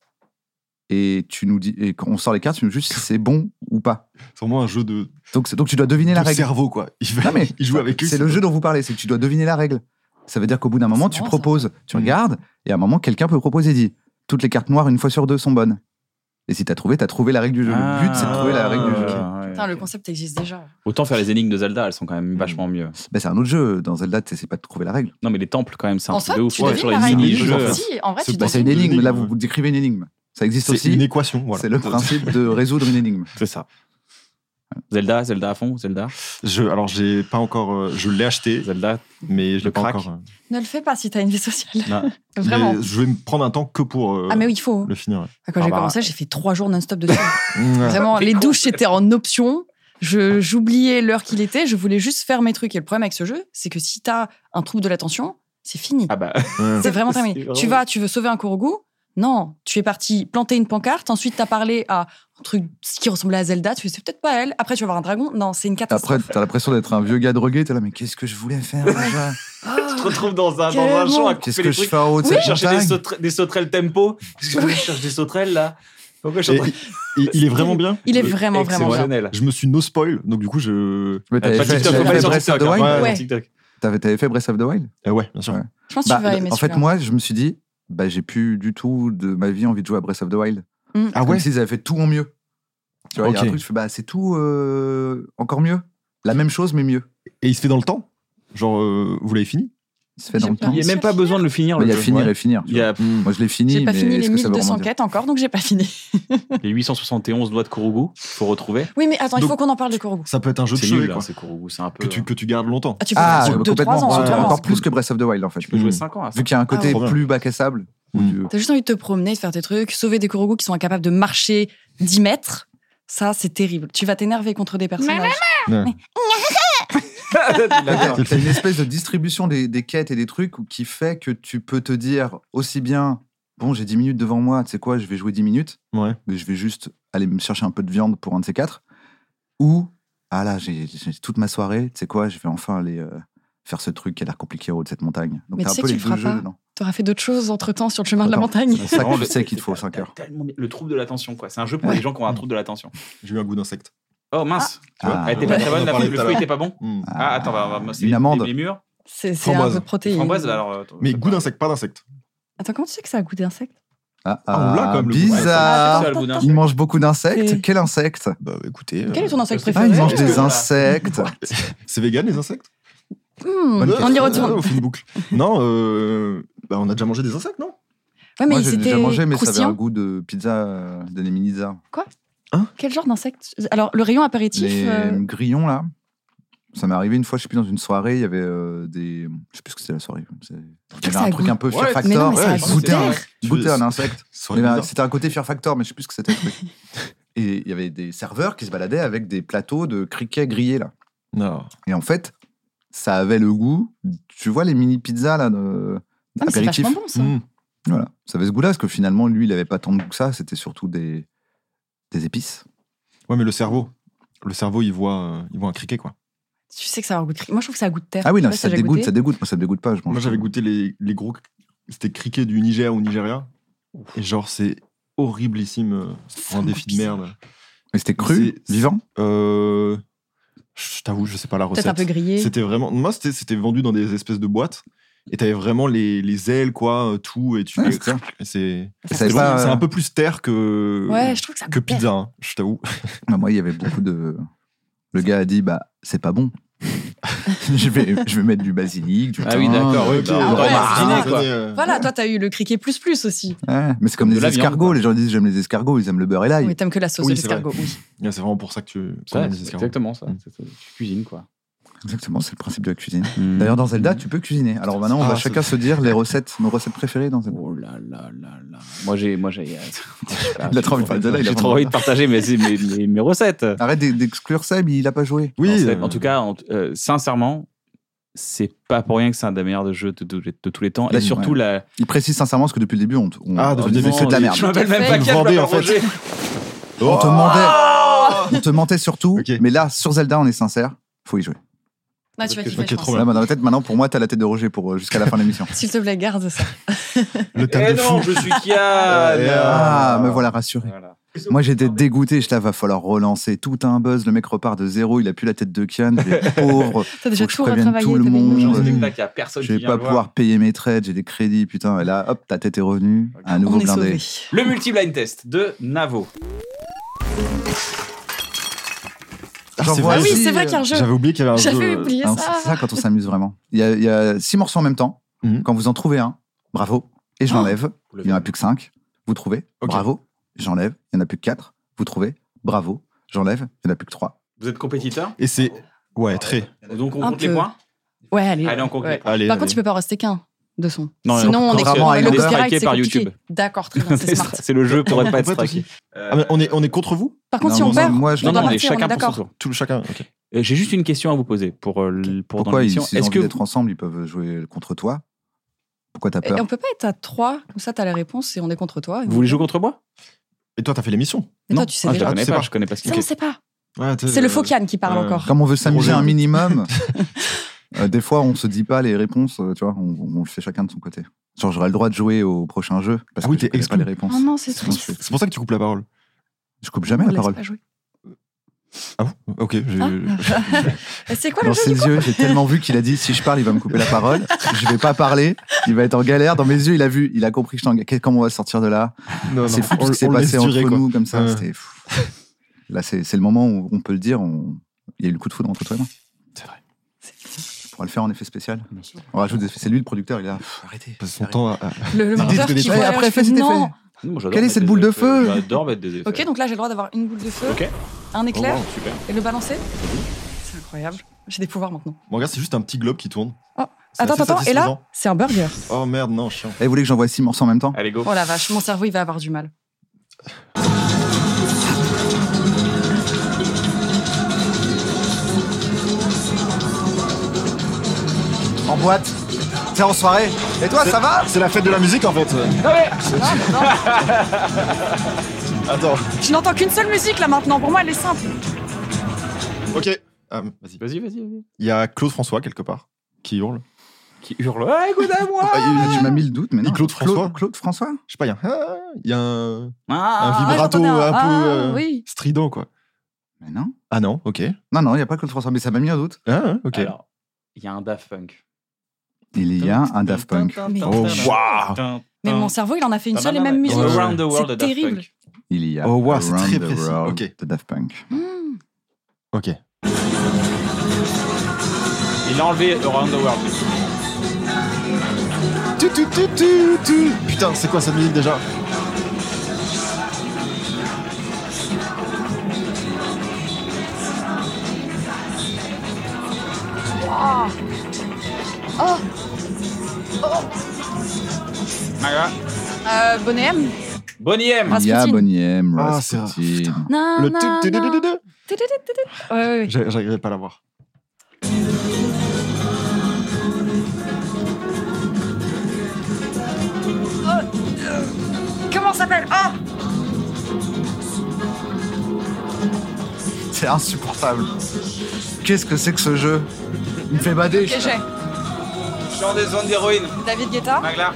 S3: et tu nous dis, et quand on sort les cartes, tu nous dis juste si c'est bon ou pas.
S1: C'est vraiment un jeu de,
S3: Donc, c'est- donc tu dois deviner
S1: de
S3: la règle.
S1: cerveau, quoi. Il, fait-
S3: Non, mais
S1: il joue avec eux.
S3: C'est le jeu dont vous parlez, c'est que tu dois deviner la règle. Ça veut dire qu'au bout d'un moment,
S4: C'est
S3: tu
S4: marrant, ça.
S3: proposes, tu
S2: Mm.
S1: Mhm.
S3: regardes, et à un moment, quelqu'un peut proposer, dit toutes les cartes noires, une fois sur deux, sont bonnes. Et si t'as trouvé, t'as trouvé la règle du jeu. le but, c'est de trouver la règle du jeu.
S5: Ah, ouais,
S4: Putain, le
S5: ok.
S4: concept Hmm. existe déjà.
S5: Autant faire les énigmes de Zelda, elles sont quand même vachement mieux.
S3: Bah, c'est un autre jeu. Dans Zelda, tu pas de trouver la
S1: Bah,
S3: règle.
S5: Non, mais les temples, quand même, c'est un
S4: En
S5: truc
S4: soi,
S5: de ouf.
S4: tu
S5: Ouais,
S4: devines
S5: sur
S4: la
S5: les
S4: règle.
S5: mini-jeux. euh,
S4: Si, en vrai,
S1: C'est
S4: tu
S1: pas-
S4: devines.
S3: Bah, c'est une énigme. Là, vous,
S1: ouais.
S3: vous décrivez une énigme. Ça existe
S1: C'est
S3: aussi.
S1: une équation, voilà.
S3: C'est le principe de résoudre une énigme.
S5: C'est ça. Zelda, Zelda à fond, Zelda.
S1: Je- alors, j'ai pas encore. euh, je l'ai acheté,
S5: Zelda.
S1: mais je
S5: Le
S1: l'ai pas
S5: crack.
S1: encore. euh,
S4: Ne le fais pas si t'as une vie sociale.
S5: Non.
S4: Vraiment.
S1: mais je vais me prendre un temps que pour euh,
S4: Ah, mais oui, il faut.
S1: le finir.
S4: Quand
S5: Ah
S4: j'ai
S5: bah.
S4: commencé, j'ai fait trois jours non-stop de film.
S3: Ah.
S1: Ouais.
S4: Vraiment,
S2: Des
S4: les
S2: cons.
S4: douches c'était en option. Je j'oubliais l'heure qu'il était. Je voulais juste faire mes trucs. Et le problème avec ce jeu, c'est que si t'as un trouble de l'attention, c'est fini.
S5: Ah bah,
S4: c'est vraiment
S5: c'est
S4: terminé.
S5: vraiment-
S4: Tu vas, tu veux sauver un Korogu Non, tu es parti planter une pancarte. Ensuite, t'as parlé à un truc qui ressemblait à Zelda. Tu fais c'est peut-être pas elle. Après, tu vas voir un dragon. Non, c'est une
S3: Après,
S4: catastrophe.
S3: t'as l'impression d'être un vieux gars drogué. T'es là, mais qu'est-ce que je voulais faire déjà
S2: Tu
S4: Ah.
S2: te retrouves dans un, dans
S4: Quel
S2: un champ à
S4: bon.
S2: couper
S3: Qu'est-ce que
S2: les
S3: je
S2: trucs.
S3: fais en haut de
S2: Tu vas
S3: cette
S2: chercher des,
S3: montagne
S2: sautre- des sauterelles tempo. Qu'est-ce que vous
S4: Oui.
S2: cherchez des sauterelles là Pourquoi je
S1: Et-
S2: suis en train-
S1: Et il est vraiment bien. Euh,
S4: Il est vraiment vraiment bien.
S2: Exceptionnel.
S1: Je me suis no spoil, donc du coup, je.
S3: Mais
S2: Euh,
S3: t'avais
S2: Pas
S3: fait,
S2: TikTok,
S3: t'avais
S2: faut pas aller
S3: fait
S2: sur
S3: Breath of
S2: TikTok.
S3: the
S2: hein,
S3: Wild
S2: pas
S4: Ouais.
S2: TikTok.
S3: T'avais- T'avais fait Breath of the Wild
S1: Eh ouais, bien sûr.
S3: Ouais.
S4: Je pense que
S3: Bah,
S4: tu vas aimer.
S3: En fait,
S4: celui-là.
S3: moi, je me suis dit, bah, j'ai plus du tout de ma vie envie de jouer à Breath of the Wild.
S4: Mm.
S1: Ah
S3: Comme
S1: ouais
S3: s'ils avaient fait tout en mieux. Tu vois, il y a
S1: Ok.
S3: un truc, je fais, bah, c'est tout euh, encore mieux. La même chose, mais mieux.
S1: Et il se fait dans le temps Genre, euh, vous l'avez fini
S3: Il se fait dans
S4: J'ai
S3: le
S4: pas-
S3: temps.
S5: Il n'y a même pas besoin de le finir.
S3: Bah, Il y
S5: le
S3: a
S5: jeu.
S3: finir
S5: Ouais.
S3: et finir. tu
S5: Il y a
S3: vois. Moi, je l'ai fini,
S4: j'ai
S3: mais
S4: pas fini les
S3: est-ce que ça veut
S4: 1200
S3: vraiment dire
S4: quêtes encore, donc j'ai pas fini.
S5: les 871 doigts de Korogu qu'il faut retrouver.
S4: Oui, mais attends, il
S1: Donc-
S4: faut qu'on en parle de Korogu.
S1: Ça peut être un jeu de
S5: C'est
S1: chevet,
S5: nul, hein,
S1: quoi.
S5: c'est Korogu, c'est un peu.
S2: euh,
S1: Que tu,
S5: hein.
S1: que tu gardes longtemps.
S4: Ah, tu peux
S3: Ah,
S4: faire
S3: ouais,
S4: 2-3
S3: complètement.
S4: ans.
S1: ouais,
S4: vraiment.
S3: Encore plus que Breath of the Wild, en fait.
S5: Tu peux jouer
S1: Mm.
S5: 5 ans à ça.
S3: Vu qu'il y a un côté
S4: Ah
S1: ouais.
S3: plus bac à sable. où
S1: Mm.
S3: tu-
S4: T'as juste envie de te promener, de faire tes trucs, sauver des Korogu qui sont incapables de marcher 10 mètres. Ça, c'est terrible. Tu vas t'énerver contre des personnages.
S3: T'as t'as une espèce de distribution des, des quêtes et des trucs qui fait que tu peux te dire aussi bien bon, j'ai 10 minutes devant moi, tu sais quoi, je vais jouer 10 minutes,
S1: Ouais.
S3: mais je vais juste aller me chercher un peu de viande pour un de ces quatre. Ou, ah là, j'ai j'ai toute ma soirée, tu sais quoi, je vais enfin aller euh, faire ce truc qui a l'air compliqué au haut de cette montagne. Donc
S4: Mais tu
S3: t'as un
S4: sais
S3: peu
S4: que
S3: les
S4: tu
S3: deux
S4: le feras
S3: jeux
S4: pas.
S3: dedans.
S4: T'auras fait d'autres choses entre temps sur le chemin de la
S3: Attends.
S4: montagne.
S3: C'est ça
S5: Vraiment,
S3: que je
S5: le-
S3: sais qu'il te faut
S5: t'as-
S3: 5
S5: t'as
S3: heures.
S5: tellement bien- Le trouble de l'attention, quoi. C'est un jeu pour les gens qui ont un trouble de l'attention.
S1: J'ai eu un goût d'insecte.
S5: Oh mince
S3: Ah.
S5: tu vois,
S3: Ah.
S5: Elle était pas
S1: Ouais.
S5: très bonne,
S1: On en
S5: la
S1: parlait
S5: fruit- le
S1: tout à
S5: fruit
S1: l'heure.
S5: était pas bon.
S1: Mm.
S5: Ah, attends, on va- on va c'est
S3: Une
S5: les-
S3: amende.
S5: Les murs.
S4: C'est c'est un
S1: Framboise.
S4: peu protéiné.
S5: Framboise, alors. euh, attends,
S1: Mais
S5: t'as
S1: goût
S5: pas-
S1: d'insecte, pas d'insecte.
S4: Attends, comment tu sais que ça a goût d'insecte
S3: Ah,
S1: Ah, on l'a
S3: ah,
S1: quand même, le goût.
S3: bizarre
S5: Ouais, c'est ça, le goût d'insecte.
S3: Il mange beaucoup d'insectes.
S4: Et-
S3: Quel insecte
S1: Bah écoutez,
S4: Quel est ton insecte
S5: je sais
S3: Ah,
S4: préféré
S3: il mange
S5: Est-ce que-
S3: des insectes.
S1: c'est vegan les insectes
S4: Hmm,
S3: Bonne
S4: On y
S3: question.
S4: retourne.
S1: Ah, on fait une boucle. non, euh, bah on a déjà mangé des insectes, non
S4: Ouais, mais
S3: Moi, j'ai
S4: c'était
S3: déjà mangé, mais ça avait
S4: croustillant.
S3: un goût de pizza euh, de Neminiza.
S4: Quel genre d'insecte Alors, le rayon apéritif.
S3: Les
S4: euh,
S3: grillons, là, ça m'est arrivé une fois, je sais plus, dans une soirée, il y avait euh, des. Je sais plus ce que c'était la soirée. c'est- Il y
S4: ça a
S3: avait un truc
S4: goût-
S3: un peu Fear
S1: Ouais,
S3: Factor.
S4: Mais non, mais
S1: ouais,
S4: ça a
S1: je
S4: goût
S1: goûtais un-
S4: d'air.
S1: Tu
S3: Goûter
S1: veux-
S3: un insecte.
S1: Ça
S3: Mais
S1: aurait
S3: là,
S1: bizarre.
S3: C'était un côté Fear Factor, mais je sais plus ce que c'était. le truc. Et il y avait des serveurs qui se baladaient avec des plateaux de criquets grillés, là.
S1: Non.
S3: Et en fait, ça avait le goût. Tu vois les mini pizzas, là, de.
S4: Ah, mais c'est
S3: apéritifs. Hmm.
S4: vachement bon, ça.
S1: Mm.
S3: Voilà. Ça avait ce goût-là, parce que finalement, lui, il avait pas tant de goût que ça. C'était surtout des, des épices.
S1: Ouais, mais le cerveau. Le cerveau, il voit, euh, il voit un criquet, quoi.
S4: Tu sais que ça a un goût de cri- Moi, je trouve que ça a un goût de terre.
S3: Ah oui,
S4: Je sais
S3: non,
S4: pas si
S3: ça
S4: t'as déjà
S3: dégoûte,
S4: goûté.
S3: ça dégoûte. Moi, ça me dégoûte pas. Je mange.
S1: Moi, j'avais goûté les, les gros. C'était criquet du Niger ou Nigeria. Et genre, c'est horriblissime. euh, C'est pour un défi de merde.
S3: Mais c'était cru,
S1: C'est-
S3: vivant.
S1: Euh, je t'avoue, je sais pas la recette.
S4: Peut-être un peu grillé.
S1: C'était vraiment. Moi, c'était c'était vendu dans des espèces de boîtes. Et t'avais vraiment les, les ailes, quoi, euh, tout. Et tu.
S3: Ouais,
S1: et
S3: c'est ça.
S1: c'est
S3: Ça
S1: c'est
S3: avait
S1: vraiment-
S3: pas,
S1: c'est
S3: euh,
S5: hein.
S1: un peu plus terre que.
S4: Ouais, je trouve que ça a
S1: que
S4: goût de terre.
S1: pizza, hein, je t'avoue.
S3: Ah, moi, il y avait beaucoup de. Le gars a dit, bah, c'est pas bon. je, vais, je vais mettre du basilic, du
S5: Ah oui,
S3: thym,
S5: d'accord,
S3: du-
S5: oui, bah,
S4: ouais,
S3: bah,
S4: c'est
S3: bah,
S4: génial. Voilà, toi, t'as eu le criquet plus plus aussi.
S3: ouais. hein. Mais c'est
S5: Comme
S3: comme
S5: de
S3: les
S5: la viande,
S3: escargots.
S5: quoi.
S3: les gens disent, j'aime les escargots, ils aiment le beurre et l'ail.
S4: Mais t'aimes que la sauce
S1: Oui,
S4: de
S1: c'est vrai.
S4: l'escargot, oui.
S1: Ouais, C'est vraiment pour ça que tu. qu'on
S5: Ouais,
S1: aime les
S5: c'est
S1: escargots.
S5: exactement ça.
S1: Mm.
S5: C'est- c'est- Tu cuisines, quoi.
S3: Exactement, c'est le principe de la cuisine. D'ailleurs, dans Zelda, tu peux cuisiner. Alors maintenant, on
S1: Mm. Ah,
S3: va
S1: ça-
S3: chacun se dire les recettes, nos recettes préférées dans Zelda.
S5: Oh là là là là. Moi, j'ai. Moi, j'ai. euh,
S3: Il a trop envie de parler de Ah Zelda, il a
S5: J'ai
S3: vraiment
S5: trop envie de partager mes, mes, mes- mes recettes.
S3: Arrête d'e- d'exclure Seb, il a pas joué.
S1: Oui,
S5: Non, c'est-
S1: euh,
S5: En tout cas, en t- euh, sincèrement,
S2: c'est pas pour rien que c'est un des meilleurs jeux de, de- de- de tous les temps.
S3: Ouais,
S2: Et surtout, la...
S3: Il précise sincèrement parce que depuis le début, on, t- on-
S5: Oh
S1: Ah, depuis le
S3: on
S1: début,
S3: dit c'est de la
S1: on dit-
S3: merde.
S2: je m'appelle
S4: Tout à
S2: même
S4: fait.
S2: pas Kat, je
S3: Vendée,
S2: m'appelle
S3: en fait.
S2: Roger.
S1: oh,
S3: On te mentait, on te mentait surtout,
S1: Ok.
S3: mais là, sur Zelda, on est sincère, faut y jouer.
S4: Ah, tu vas
S1: Ok,
S4: kiffer,
S1: ok,
S4: je pense.
S1: trop Ouais. bien.
S3: Là, dans la tête, maintenant, pour moi, t'as la tête de Roger pour euh, jusqu'à la fin de l'émission.
S4: S'il te plaît, garde ça.
S1: Le thème
S2: Eh
S1: de fou.
S2: non, je suis Kian
S1: Ouais,
S3: Ah,
S1: Ah.
S3: me voilà rassuré.
S2: Voilà.
S3: Moi, j'étais dégoûté. Je là, va falloir relancer tout un buzz. Le mec repart de zéro. Il a plus la tête de Kian. Il est pauvre.
S4: T'as déjà
S3: Faut que je
S4: tout
S3: prévienne
S4: retravaillé.
S3: tout le
S4: t'avais une
S3: monde.
S4: urgence.
S2: Genre,
S3: Mmh.
S2: spectacle, il y a personne
S3: Je
S2: qui
S3: vais
S2: vient
S3: pas
S2: le voir.
S3: pouvoir payer mes trades. J'ai des crédits, putain. Et là, hop, ta tête est revenue. Un nouveau
S4: On est
S3: blindé.
S4: sauvés.
S2: Le multi-blind test de Navo.
S1: Ah,
S3: J'en
S1: c'est
S3: vois
S1: vrai,
S4: Ah oui,
S3: aussi,
S4: c'est vrai
S3: euh,
S4: qu'il y a un jeu.
S1: J'avais oublié qu'il y avait un jeu.
S4: J'avais
S1: euh,
S4: oublié
S3: Ah,
S4: ça.
S3: C'est ça quand on s'amuse vraiment. Il y, a, il y a six morceaux en même temps.
S1: Mhm.
S3: Quand vous en trouvez un, bravo. Et
S4: Oh.
S3: je l'enlève. Il n'y en a plus que cinq. Vous trouvez.
S1: Ok.
S3: Bravo. J'enlève. Il n'y en a plus que quatre. Vous trouvez. Bravo. J'enlève. Il n'y en a plus que trois.
S2: Vous êtes compétiteur
S1: Et c'est. Ouais, très.
S2: Donc on
S4: Un
S2: compte les
S4: peu.
S2: points
S4: Ouais, allez.
S2: Allez, on conclut.
S4: ouais.
S1: Allez.
S4: Par contre,
S1: allez.
S4: tu peux pas rester qu'un de son.
S2: Non,
S4: Sinon, on est
S3: contrairement à
S4: le
S3: Amber,
S4: copyright,
S2: striké
S4: c'est
S2: par
S4: compliqué.
S2: YouTube.
S4: D'accord, très bien, c'est smart.
S2: C'est le jeu pour ne pas être
S1: On peut être
S2: striké.
S1: Ah, mais on, est, on est contre vous
S4: Par contre,
S3: Non,
S4: si on
S3: moi,
S4: perd,
S3: moi, je-
S4: on
S2: Non,
S4: doit
S2: non, on est
S4: partir, on est
S2: chacun pour son
S4: d'accord.
S2: tour.
S1: Tout chacun. ok.
S2: Euh, J'ai juste une question à vous poser pour, euh, l- pour dans
S3: Pourquoi ils,
S2: l'émission.
S3: s'ils ont
S2: Est-ce que
S3: envie
S2: vous-
S3: d'être ensemble, ils peuvent jouer contre toi Pourquoi t'as
S4: Et
S3: peur
S4: on peut pas être à 3, comme ça t'as la réponse et on est contre toi. Et
S2: vous voulez jouer contre moi
S1: Et toi, t'as fait l'émission.
S4: Mais
S2: Non.
S4: toi, tu sais
S1: Ah,
S2: Je la
S4: déjà.
S1: d'accord.
S2: connais
S1: c'est
S2: pas,
S1: pas.
S2: je connais pas ce
S4: Ça,
S2: qu'il
S4: on sait pas.
S1: Ouais,
S4: C'est le Focan qui parle
S1: euh,
S4: encore.
S3: Comme on veut s'amuser
S1: Roger.
S3: un minimum, euh, des fois on se dit pas les réponses, euh, tu vois, on, on le fait chacun de son côté. Genre j'aurai le droit de jouer au prochain jeu parce
S1: Ah oui,
S3: que je
S1: t'es
S3: connais pas
S1: exclu.
S3: les réponses.
S4: Oh non, c'est
S3: C'est
S4: trop
S3: bon, je-
S1: C'est pour ça que tu coupes la parole.
S3: Je coupe jamais
S4: On
S3: la
S4: laisse
S3: parole.
S4: pas jouer.
S1: Ah bon Ok. j'ai-
S4: Ah. Et C'est quoi le
S3: Dans
S4: jeu
S3: ses yeux, j'ai tellement vu qu'il a dit si je parle, il va me couper la parole. Je vais pas parler. Il va être en galère. Dans mes yeux, il a vu. Il a compris que je t'en. Qu'est- Comment on va sortir de là
S1: Non,
S3: C'est
S1: non,
S3: fou
S1: on-
S3: ce qui s'est
S1: on le laisse
S3: passé entre
S1: durer, quoi.
S3: nous comme ça.
S1: Ouais.
S3: c'était fou. Là, c'est c'est le moment où on peut le dire. on- Il y a eu le coup de foudre entre toi et moi.
S1: C'est vrai.
S3: On pourra le faire en effet spécial. On rajoute des effets. C'est lui le producteur. Il a. Arrêtez.
S1: Passe son temps à. à-
S4: Le, le
S1: Dites
S4: menteur
S1: que
S4: qui
S1: des-
S4: voit
S3: Ouais,
S4: alors
S3: après,
S4: que je fais
S3: c'était
S4: non.
S2: Non, moi, j'adore
S3: Quelle est
S2: mettre
S3: cette
S2: des
S3: boule de
S2: effets.
S3: feu
S2: J'adore mettre des effets.
S4: Ok, donc là j'ai le droit d'avoir une boule de feu,
S2: Ok.
S4: un
S2: Oh,
S4: éclair
S2: wow, super.
S4: et le balancer. C'est incroyable. J'ai des pouvoirs maintenant.
S1: Bon, regarde, c'est juste un petit globe qui tourne.
S4: Oh.
S1: C'est
S4: Attends,
S1: assez
S4: attends, et là
S1: satisfaisant.
S4: c'est un burger.
S1: Oh merde, non, chiant.
S3: Eh, vous voulez que j'envoie six morceaux en même temps
S2: Allez, go.
S4: Oh la vache, mon cerveau il va avoir du mal.
S3: En boîte. C'est en soirée. Et toi, ça va
S1: C'est la fête de la musique en fait. Attends,
S4: Je n'entends qu'une seule musique là maintenant, pour moi elle est simple.
S1: ok. Ah, vas-y.
S2: Vas-y, vas-y, vas-y.
S1: Il y a Claude François quelque part qui hurle.
S2: Qui hurle. Ah, écoute à moi
S1: Ah, il- il-
S3: Tu m'as mis le doute, mais
S1: Et
S3: non.
S1: Claude François
S3: Claude, Claude François
S1: Je sais pas, il y a un. ah, Il y a un,
S2: Ah,
S1: un vibrato
S4: j'entendais
S1: un,
S4: un
S1: peu
S4: ah,
S1: euh,
S4: oui.
S1: strident quoi.
S3: Mais non.
S1: Ah non, ok.
S3: Non, non, il n'y a pas Claude François, mais ça m'a mis un doute.
S1: Ah, ok.
S2: Alors, il y a un Daft Punk.
S3: Il y a un Daft Punk.
S1: Oh, waouh
S4: Mais mon cerveau il en a fait une seule et
S2: hein,
S4: même musique.
S1: Ouais.
S2: Around the World de
S4: C'est
S2: Daft
S4: terrible.
S2: Punk.
S3: Il y a
S1: Oh, wow, c'est
S3: Around
S1: très
S3: the
S1: précis.
S3: World
S1: Ok.
S3: de Daft Punk.
S4: Mmh.
S1: Ok.
S2: Il a enlevé Around the World.
S1: Tu, tu, tu, tu, tu. Putain, c'est quoi cette musique déjà
S2: Ah,
S4: Euh, Bonnet M.
S2: Bonnie M.
S3: Il y a
S4: Rasputin.
S3: Bonnie M,
S1: Ah, c'est vrai.
S3: Rasputin.
S4: Na,
S1: Le
S4: na,
S1: tu, tu, tu,
S4: na.
S1: tu, tu, tu.
S4: Tu, tu, tu, tu, tu. Ouais, ouais, ouais.
S1: J'a- J'arrivais pas à la voir.
S4: Comment ça s'appelle Ah
S3: C'est insupportable. Qu'est-ce que c'est que ce jeu Il me fait bader.
S4: Ok, j'ai.
S2: Chant des zones d'héroïne.
S4: David Guetta.
S2: Magla.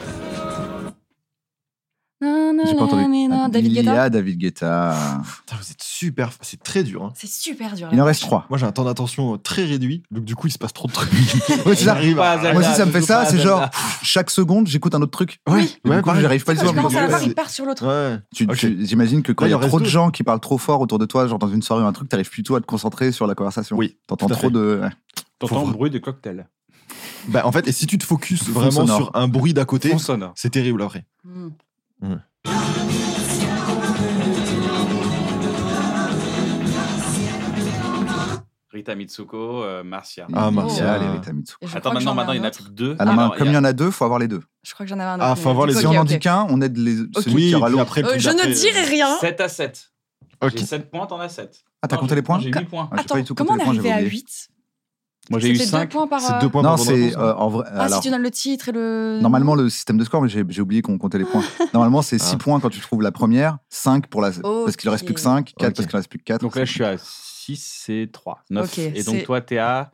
S4: Na, na,
S3: J'ai pas
S4: na,
S3: entendu. Ah,
S4: na, na. David
S3: Il y
S4: Guetta.
S3: a David Guetta.
S1: Putain, vous êtes super. C'est très dur. Hein.
S4: C'est super dur.
S3: Il
S4: là.
S3: en reste trois.
S1: Moi j'ai un temps d'attention euh, très réduit, donc du coup il se passe trop de trucs.
S3: Ouais, c'est ça.
S1: J'arrive à-
S2: Pas Zelda,
S3: Moi aussi, ça me
S2: je
S3: fait
S2: joue
S3: ça.
S2: pas à
S3: C'est
S2: Zelda.
S3: genre, pff, chaque seconde, j'écoute un autre truc.
S1: Oui,
S3: Et du coup, j'arrive pas du tout
S4: Quand
S3: à
S4: je
S3: me
S4: commence à l'avoir,
S3: concentrer.
S4: il part sur l'autre.
S1: Ouais.
S3: Tu-
S1: Ok.
S3: tu- J'imagine que quand
S1: Là,
S3: il
S1: il
S3: y a
S1: en reste
S3: trop de
S1: deux.
S3: gens qui parlent trop fort autour de toi, genre dans une soirée ou un truc, t'arrives plutôt à te concentrer sur la conversation.
S1: Oui,
S3: T'entends
S1: tout à
S3: trop
S1: fait.
S3: de. ouais.
S2: T'entends
S1: Faut-
S2: le bruit de cocktail.
S1: Bah en fait, et si tu te focuses
S3: Fond
S1: vraiment
S3: sonore.
S1: sur un bruit d'à côté,
S2: Fond sonore.
S1: c'est terrible après.
S4: Mmh.
S2: Rita Mitsuko, euh, Marcia.
S1: Ah,
S3: Martial
S1: Martial.
S3: et Rita Mitsu.
S4: Et je crois
S2: Attends,
S4: que
S2: maintenant,
S4: j'en ai
S2: maintenant,
S4: un
S2: il y en a
S4: autre.
S2: plus que deux.
S3: À la main,
S2: Alors,
S3: Ah, comme il y en a deux, faut avoir les deux.
S4: Je crois que j'en avais un autre.
S1: Ah,
S4: mais
S1: faut avoir
S4: ok,
S1: les-
S3: Si
S4: ok,
S3: on en
S4: ok.
S3: dit qu'un, on aide les, celui
S1: Oui,
S3: qui aura
S1: puis
S3: l'autre.
S1: après le
S4: Euh,
S1: truc
S4: je ne
S1: d'après,
S4: dirai
S1: euh,
S4: rien.
S2: 7 à 7.
S1: Ok.
S2: J'ai 7 points, t'en as 7.
S3: Ah, t'as compté les points
S2: J'ai 8 points.
S3: Ah, j'ai pas
S4: Attends,
S3: du tout compté
S4: comment on
S3: les
S4: est arrivé
S3: points, j'avais
S4: à
S3: oublié.
S4: 8
S5: Moi, j'ai eu
S4: C'était deux
S5: 5.
S4: points par.
S1: C'est
S4: euh,
S1: deux points
S3: Non,
S1: par bonne réponse,
S3: c'est
S1: non
S3: euh, en vrai.
S4: Ah,
S3: alors,
S4: si tu donnes le titre et le.
S3: Normalement, le système de score, mais j'ai j'ai oublié qu'on comptait les points. Normalement, c'est 6
S1: Ah.
S3: points quand tu trouves la première, 5 pour la. Parce qu'il ne reste
S4: Ok.
S3: plus que 5, 4
S1: Ok.
S3: parce qu'il ne reste plus que 4.
S5: Donc là, je suis à 6 et 3. 9.
S4: Ok,
S5: et
S4: c'est-
S5: donc toi, t'es à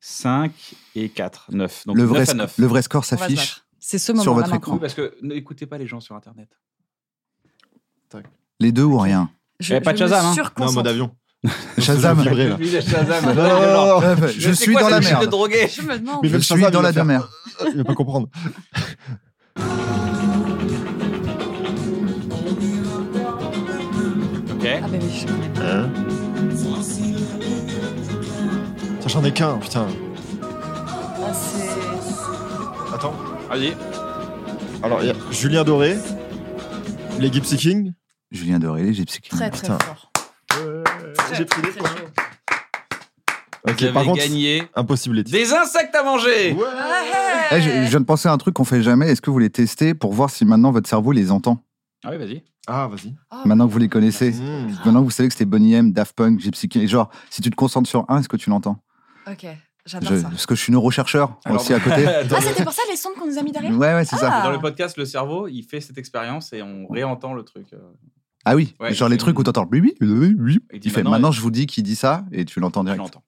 S5: 5 et 4. 9. Donc
S3: le,
S5: 9
S3: vrai,
S5: à 9.
S3: le vrai
S4: on
S3: score
S4: va se
S3: s'affiche.
S4: battre. C'est ce
S3: sur
S4: moment
S3: votre
S4: là
S3: écran.
S4: maintenant.
S2: Oui, parce que n'écoutez pas les gens sur Internet.
S3: Les deux ou rien.
S4: Je,
S5: Eh, pas de
S4: je me
S5: Shazam, hein.
S1: Non, en
S4: surconcentre.
S1: mode avion.
S3: Shazam.
S1: Je vibrais, là.
S2: Je dis à Shazam,
S3: Non,
S2: Shazam, genre,
S3: non, non, Euh, je
S2: mais c'est
S3: suis
S2: quoi
S3: dans
S2: ce
S3: la
S2: truc de
S3: merde.
S2: drogué
S4: Je me demande.
S1: Mais
S3: Je
S1: même
S3: suis
S1: Shazam,
S3: dans
S1: il va
S3: la
S1: faire-
S3: demeure.
S1: Il va pas comprendre.
S2: Ok.
S4: Ah, bah oui, je connais.
S1: Hein Tiens, j'en ai qu'un, putain.
S4: Ah, c'est-
S1: Attends.
S2: Vas-y.
S1: Alors, il y a Julien Doré, les Gypsy King.
S3: Julien Doré, les Gypsy Kings.
S4: Très, très
S1: Putain.
S4: fort.
S1: J'ai pris les
S4: Très
S1: points.
S4: chaud.
S1: Ok,
S2: Vous avez
S1: par contre,
S2: gagné
S1: impossible les titres.
S2: des insectes à manger.
S4: Ouais.
S3: Eh, je, je viens de penser à un truc qu'on fait jamais. Est-ce que vous les testez pour voir si maintenant votre cerveau les entend
S5: Ah oui, vas-y.
S1: Ah, vas-y.
S4: Ah,
S3: Maintenant que vous les connaissez
S1: Mmh.
S3: Maintenant que vous savez que c'était Bonnie M, Daft Punk, Gypsy King. Et genre, si tu te concentres sur un, est-ce que tu l'entends
S4: Ok,
S3: Je-
S4: j'adore ça.
S3: Parce que je suis neurochercheur
S2: Alors-
S3: aussi à côté.
S4: Ah, c'était pour ça les sons qu'on nous a mis derrière
S3: Ouais, ouais, c'est ça.
S4: Ah.
S2: Dans le podcast, le cerveau, il fait cette expérience et on réentend le truc. euh,
S3: Ah oui,
S2: Ouais,
S3: genre
S2: il
S3: les
S2: fait-
S3: trucs où t'entends oui, oui, oui, oui.
S2: Il dit
S3: Il fait
S2: maintenant,
S3: maintenant
S2: ouais.
S3: je vous dis qui dit ça et tu l'entends
S2: Je
S3: direct.
S2: l'entends.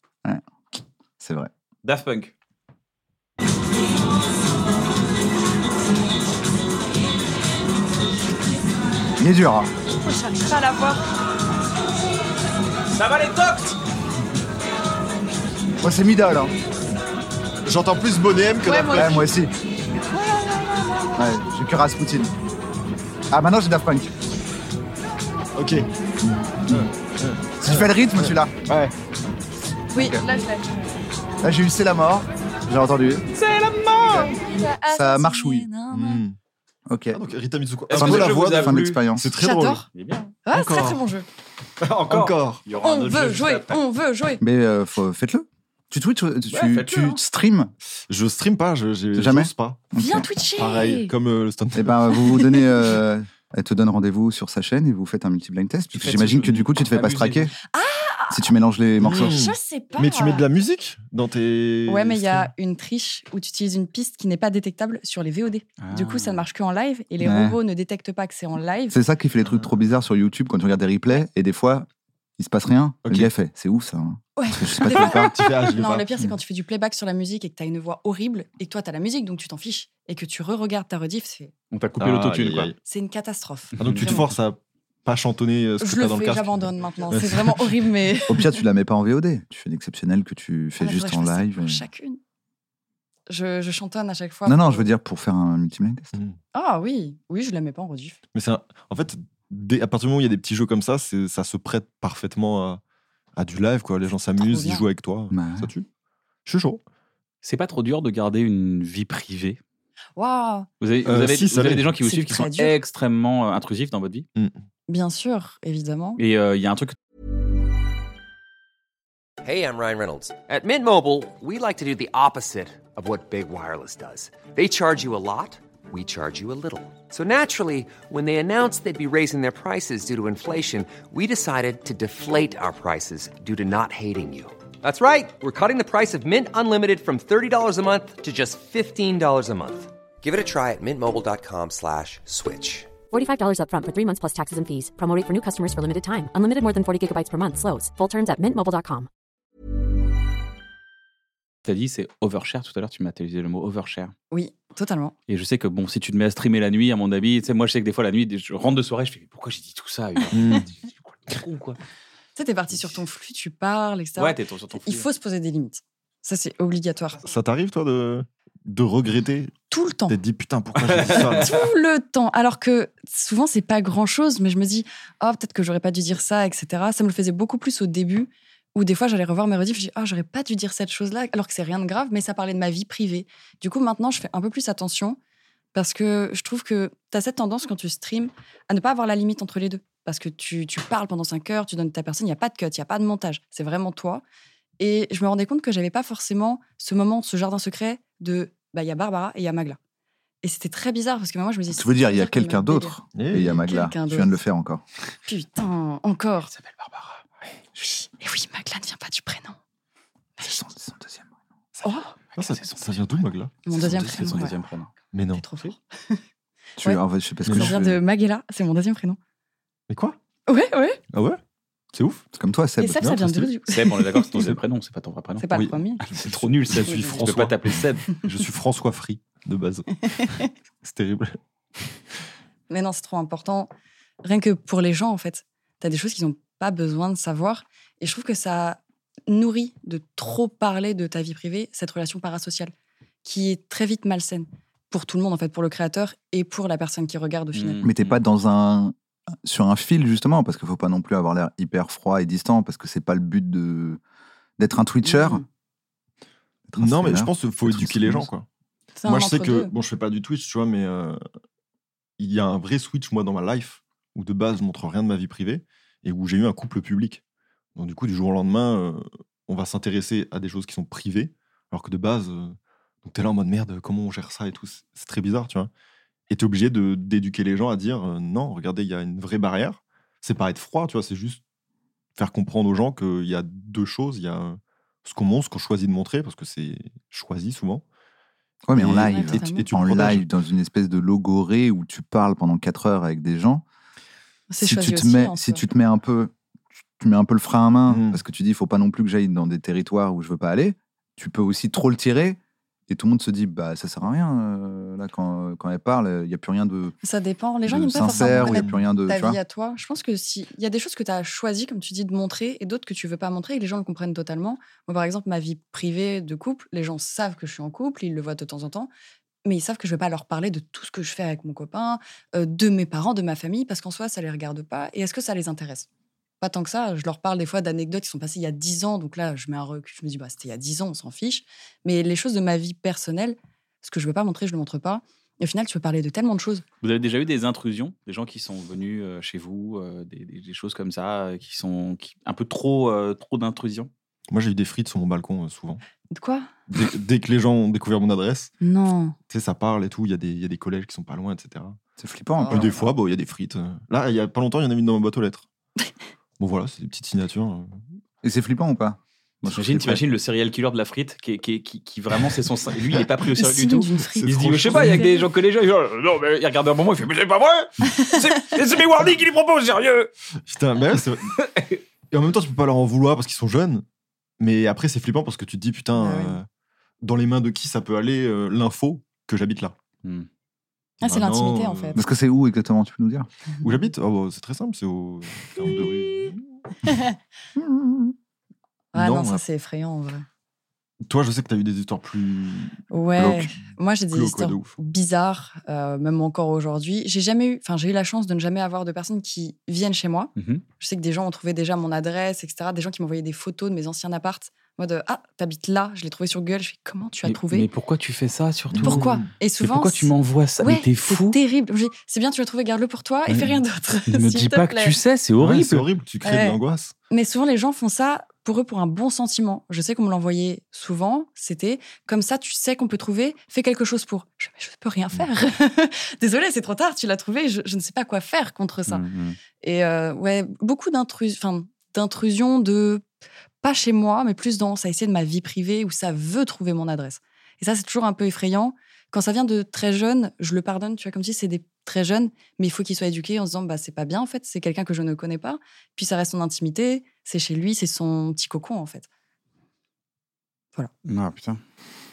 S3: C'est vrai.
S2: Daft Punk.
S3: Il est dur. hein.
S4: J'arrive pas à la voir.
S2: Ça va les tocs
S3: Moi c'est Mida alors.
S1: J'entends plus Bonnet M que
S4: Ouais,
S1: Daft
S4: moi
S3: Ouais,
S4: aussi.
S3: moi aussi. Ouais, j'ai que Rasputin. Ah maintenant j'ai Daft Punk.
S1: Punk. Ok.
S3: Si tu fais le rythme, tu l'as. Ouais.
S4: Oui, là je l'ai.
S3: Là j'ai eu C'est la mort. J'ai entendu. Ça marche, oui.
S4: hein,
S3: Mm.
S1: Mmh.
S3: Ok.
S1: Ah, donc, Rita Mizuko.
S2: Est-ce
S1: Un
S3: que
S1: peu
S3: je
S1: la
S2: vous
S1: voix de
S2: avoue-
S3: Fin
S2: plu.
S3: de l'expérience.
S1: Hein, C'est très drôle.
S4: J'adore.
S2: Il est bien.
S4: Ah, c'est
S1: Encore.
S4: très très bon jeu.
S2: Encore.
S1: Encore.
S2: Il y aura un
S4: On
S2: autre jeu
S4: veut
S2: juste
S4: jouer,
S2: après.
S4: on veut jouer.
S3: Mais euh, faut- faites-le. Tu tweets, tu, tu-
S2: faites-le,
S3: tu
S2: hein.
S3: stream.
S1: Je stream pas, je j'ai-
S3: Jamais.
S1: j'ose pas.
S4: Viens twitcher.
S1: Pareil, comme euh, le stand
S3: Et ben vous vous donnez. euh, elle te donne rendez-vous sur sa chaîne et vous faites un multi-blind test.
S2: Faites ce
S3: J'imagine
S2: jeu.
S3: que du coup tu te fais pas
S2: Amusez-vous.
S3: straquer. Ah Si tu mélanges les morceaux.
S1: Mmh.
S4: Je sais pas.
S1: Mais tu mets de la musique dans tes.
S4: Ouais, mais il y a une triche où tu utilises une piste qui n'est pas détectable sur les VOD. Du coup,
S1: Ah.
S4: ça ne marche que en live et les
S3: Ouais.
S4: robots ne détectent pas que c'est en live.
S3: C'est ça qui fait les trucs trop bizarres sur YouTube quand tu regardes des replays et des fois il se passe rien.
S1: Ok.
S3: Le gars fait, c'est ouf ça. hein.
S4: Ouais.
S3: Je sais pas
S4: Des
S3: de quoi il
S4: fois-
S3: parle.
S1: Tu fais, ah, je l'ai
S4: Non,
S1: pas.
S4: le pire, c'est quand tu fais du playback sur la musique et que tu as une voix horrible et que toi, tu as la musique, donc tu t'en fiches. Et que tu re-regardes ta rediff, c'est-
S5: On t'a coupé
S1: Ah,
S5: l'autotune,
S1: aïe,
S5: quoi.
S1: aïe.
S4: c'est une catastrophe.
S1: Ah, donc tu te
S4: Vraiment.
S1: forces à pas chantonner euh, ce que
S4: Je
S1: t'as
S4: le
S1: dans le
S4: fais,
S1: casque.
S4: j'abandonne maintenant.
S1: Ouais.
S4: C'est vraiment horrible, mais.
S3: Au pire, tu la mets pas en VOD. Tu fais une exceptionnelle que tu fais
S4: Ah,
S3: juste
S4: faudrait
S3: en
S4: que je fasse ça
S3: live.
S4: pour
S3: et-
S4: Chacune. Je, je chantonne à chaque fois.
S3: Non, non,
S4: pour-
S3: je veux dire pour faire un multiplayer test.
S4: Ah oui, oui, je la mets pas en rediff.
S1: Hmm. Mais c'est un- en fait, dès- à partir du moment où il y a des petits jeux comme ça, c'est- ça se prête parfaitement à, à du live. quoi. Les gens s'amusent, ils
S4: bien.
S1: jouent avec toi.
S3: Ouais.
S1: Ça tue. Je suis chaud.
S5: C'est pas trop dur de garder une vie privée.
S4: Waouh,
S5: Vous avez, vous
S1: Euh,
S5: avez-
S1: si, ça
S5: vous avez
S1: l'est.
S5: des gens qui vous
S4: C'est
S5: suivent qui
S4: très
S5: sont
S4: dur.
S5: extrêmement euh, intrusifs dans votre vie.
S4: bien sûr, évidemment.
S5: Et euh, il y a un truc
S6: Hey, I'm Ryan Reynolds. At Mint Mobile, we like to do the opposite of what Big Wireless does. They charge you a lot, we charge you a little. So naturally, when they announced they'd be raising their prices due to inflation, we decided to deflate our prices due to not hating you. That's right. We're cutting the price of Mint Unlimited from $30 a month to just $15 a month. Give it a try at mintmobile.com slash switch.
S7: $45 upfront for three months plus taxes and fees. Promo rate for new customers for limited time. Unlimited more than 40 gigabytes per month. Slows. Full terms at mintmobile.com.
S5: T'as dit, c'est overshare. Tout à l'heure, tu m'as utilisé le mot overshare.
S4: Oui, totalement.
S5: Et je sais que, bon, si tu te mets à streamer la nuit, à mon avis, tu sais, moi, je sais que des fois, la nuit, je rentre de soirée, je fais, mais pourquoi j'ai dit tout ça Hubert
S2: Hmm.
S5: C'est quoi le con, quoi
S4: Tu sais, t'es parti sur ton flux, tu parles, etc.
S5: Ouais, t'es sur ton
S4: Il
S5: fil.
S4: faut se poser des limites. Ça, c'est obligatoire.
S1: Ça t'arrive, toi, de, de regretter
S4: Tout le temps.
S1: T'as dit putain, pourquoi j'ai dit ça
S4: Tout le temps. Alors que souvent, c'est pas grand chose, mais je me dis, oh, peut-être que j'aurais pas dû dire ça, etc. Ça me le faisait beaucoup plus au début, où des fois, j'allais revoir mes rediffs, je dis, ah, j'aurais pas dû dire cette chose-là, alors que c'est rien de grave, mais ça parlait de ma vie privée. Du coup, maintenant, je fais un peu plus attention, parce que je trouve que tu as cette tendance, quand tu streams, à ne pas avoir la limite entre les deux. Parce que tu, tu parles pendant 5 heures, tu donnes ta personne, il n'y a pas de cut, il n'y a pas de montage. C'est vraiment toi. Et je me rendais compte que j'avais pas forcément ce moment, ce jardin secret de, bah, il y a Barbara et il y a Magla. Et c'était très bizarre parce que moi, je me disais.
S3: Tu veux dire, il y a
S4: c'est bizarre
S3: quelqu'un
S4: comme délire.
S3: d'autre.
S1: Eh,
S3: Et il y a Magla.
S4: Quelqu'un
S3: Tu
S4: d'autre.
S3: viens de le faire encore.
S4: Putain, encore.
S5: s'appelle Barbara.
S4: Et oui, Magla ne vient pas du prénom.
S3: C'est son, c'est son deuxième.
S4: Oh,
S1: Ah, ça,
S5: c'est son
S1: ça vient d'où, Magla
S4: mon
S5: C'est son
S4: deuxième
S5: deux- C'est
S4: prénom.
S5: son
S4: ouais.
S5: deuxième prénom.
S1: Mais non.
S4: T'es trop fort.
S3: Tu,
S4: Ouais.
S3: en fait, je sais pas ce que
S4: Ça
S3: je
S4: vient de Magella, c'est mon deuxième prénom.
S1: Mais quoi
S4: Ouais, ouais.
S1: Ah ouais C'est ouf.
S3: C'est comme toi, Seb.
S4: Et Seb,
S1: non,
S4: ça vient
S1: c'est
S4: de du
S5: Seb, on est d'accord, c'est ton deuxième prénom, c'est pas ton vrai prénom.
S4: C'est pas
S1: Oui.
S4: le premier.
S1: Ah, C'est trop nul, ça. Je suis
S4: Tu peux
S5: Tu peux
S1: François.
S5: pas t'appeler Seb.
S1: Je suis François Free, de base. c'est terrible.
S4: Mais non, c'est trop important. Rien que pour les gens, en fait, tu as des choses qu'ils n'ont pas besoin de savoir. Et je trouve que ça nourrit de trop parler de ta vie privée, cette relation parasociale, qui est très vite malsaine pour tout le monde, en fait, pour le créateur et pour la personne qui regarde au final.
S5: Mm.
S3: Mais t'es pas dans un sur un fil justement parce qu'il faut pas non plus avoir l'air hyper froid et distant parce que c'est pas le but de d'être un twitcher.
S4: Mm.
S3: d'être un
S1: Non, mais
S3: streamer.
S1: je pense qu'il faut
S3: Être
S1: éduquer les gens,
S3: streameuse.
S1: quoi.
S4: C'est un
S1: Moi, je sais que.
S4: entre-deux.
S1: Bon, je fais pas du Twitch, tu vois, mais euh, il y a un vrai switch, moi, dans ma life, où de base, je montre rien de ma vie privée et où j'ai eu un couple public. Donc, du coup, du jour au lendemain, euh, on va s'intéresser à des choses qui sont privées, alors que de base, euh, donc t'es là en mode merde, comment on gère ça et tout. C'est c'est très bizarre, tu vois. Et t'es obligé de- d'éduquer les gens à dire euh, non, regardez, il y a une vraie barrière. C'est pas être froid, tu vois, c'est juste faire comprendre aux gens qu'il y a deux choses. Il y a ce qu'on montre, ce qu'on choisit de montrer, parce que c'est choisi souvent.
S3: Ouais, mais en
S1: Et-
S3: live,
S1: et tu- et tu
S3: en
S1: le protèges.
S3: live dans une espèce de logorée où tu parles pendant 4 heures avec des gens.
S4: C'est
S3: Si
S4: choisi
S3: tu te
S4: aussi hein,
S3: mets,
S4: entre-
S3: si tu te mets un peu, tu- tu mets un peu le frein à main
S1: Mm.
S3: parce que tu dis, faut pas non plus que j'aille dans des territoires où je veux pas aller. Tu peux aussi trop le tirer. Et tout le monde se dit, bah ça sert à rien euh, là quand, quand elle parle, il y a plus rien de,
S4: Ça dépend. Les gens
S3: de
S4: n'aiment pas
S3: sincère,
S4: forcément
S3: ou il y a
S4: connaître
S3: plus rien de, tu
S4: ta
S3: vois.
S4: vie à toi. Je pense que si il y a des choses que tu as choisies, comme tu dis, de montrer et d'autres que tu veux pas montrer et que les gens le comprennent totalement. Moi, par exemple, ma vie privée de couple, les gens savent que je suis en couple, ils le voient de temps en temps, mais ils savent que je vais pas leur parler de tout ce que je fais avec mon copain, euh, de mes parents, de ma famille, parce qu'en soi, ça les regarde pas. Et est-ce que ça les intéresse Pas tant que ça. Je leur parle des fois d'anecdotes qui sont passées il y a 10 ans, donc là, je mets un recul, je me dis, bah, c'était il y a 10 ans, on s'en fiche. Mais les choses de ma vie personnelle, ce que je veux pas montrer, je le montre pas. Et au final, tu peux parler de tellement de choses.
S5: Vous avez déjà eu des intrusions, des gens qui sont venus euh, chez vous, euh, des, des- des choses comme ça, euh, qui sont qui- un peu trop, euh, trop d'intrusions.
S1: Moi, j'ai eu des frites sur mon balcon euh, souvent.
S4: De quoi
S1: Dès, dès que les gens ont découvert mon adresse,
S4: Non.
S1: tu sais, ça parle et tout. Il y, a des- il y a des collèges qui sont pas loin, etc.
S3: C'est flippant. un peu.
S1: Puis des fois, bon, il y a des frites. euh. Là, il y a pas longtemps, il y en a une dans ma boîte aux lettres. Bon, voilà, c'est des petites signatures. euh.
S3: Et c'est flippant ou pas Moi, je trouve
S5: T'imagines
S3: que c'est
S5: t'imagines le serial killer de la frite qui, qui, qui- qui vraiment, c'est son. Lui, il n'est pas pris au
S4: Il
S5: sérieux
S4: se
S5: du
S4: met
S5: tout.
S4: d'une frite.
S5: Il se dit, mais je sais pas, il y a que des gens que les gens. ils disent, non, mais il regarde un moment, il fait, mais c'est pas vrai C'est c'est mes warnings qu'il lui propose, sérieux
S1: Putain, mais ouais, c'est vrai. Et en même temps, tu peux pas leur en vouloir parce qu'ils sont jeunes. Mais après, c'est flippant parce que tu te dis, putain,
S4: Ah ouais.
S1: euh, dans les mains de qui ça peut aller euh, l'info que j'habite là
S5: Hmm.
S4: Ah, c'est
S1: Bah non,
S4: l'intimité, en
S1: euh,
S4: fait.
S3: Parce que c'est où exactement Tu peux nous dire
S1: Où j'habite Oh, bah, C'est très simple, c'est au 42 rue.
S4: Ah non,
S1: non, ouais.
S4: ça c'est effrayant en vrai.
S1: Toi, je sais que t'as eu des histoires plus.
S4: Ouais,
S1: Glauque.
S4: moi j'ai des
S1: Glauque, ouais,
S4: histoires
S1: de ouf.
S4: bizarres, euh, même encore aujourd'hui. J'ai jamais eu, enfin j'ai eu la chance de ne jamais avoir de personnes qui viennent chez moi.
S5: Mhm.
S4: Je sais que des gens ont trouvé déjà mon adresse, etc. Des gens qui m'envoyaient des photos de mes anciens appartes. Moi de ah t'habites là, je l'ai trouvé sur Google. Je fais comment tu as
S5: mais,
S4: trouvé
S5: mais pourquoi tu fais ça surtout
S4: Pourquoi
S5: Mais
S4: Et souvent
S5: Pourquoi tu
S4: c'est-
S5: m'envoies ça
S4: Ouais,
S5: Mais t'es
S4: c'est
S5: fou
S4: terrible. Je dis, C'est bien, tu l'as trouvé, garde-le pour toi et
S5: Mais
S4: fais rien d'autre.
S5: Ne me
S4: s'il
S5: dis
S4: te
S5: pas
S4: plaît.
S5: que tu sais, c'est
S1: Ouais,
S5: horrible
S1: c'est horrible, tu crées
S4: Ouais.
S1: de l'angoisse.
S4: Mais souvent, les gens font ça pour eux, pour un bon sentiment. Je sais qu'on me l'envoyait souvent. C'était comme ça, tu sais qu'on peut trouver, fais quelque chose pour. Je, mais je peux rien faire. Désolée, c'est trop tard, tu l'as trouvé, je, je ne sais pas quoi faire contre ça.
S5: Mhm.
S4: Et euh, ouais, beaucoup d'intrus- enfin, d'intrusions de. Pas chez moi, mais plus dans ça essaie de ma vie privée où ça veut trouver mon adresse. Et ça, c'est toujours un peu effrayant. Quand ça vient de très jeunes, je le pardonne, tu vois, comme si c'est des très jeunes, mais il faut qu'ils soient éduqués en se disant, bah, c'est pas bien en fait, c'est quelqu'un que je ne connais pas. Puis ça reste son intimité, c'est chez lui, c'est son petit cocon en fait.
S5: Ah, putain.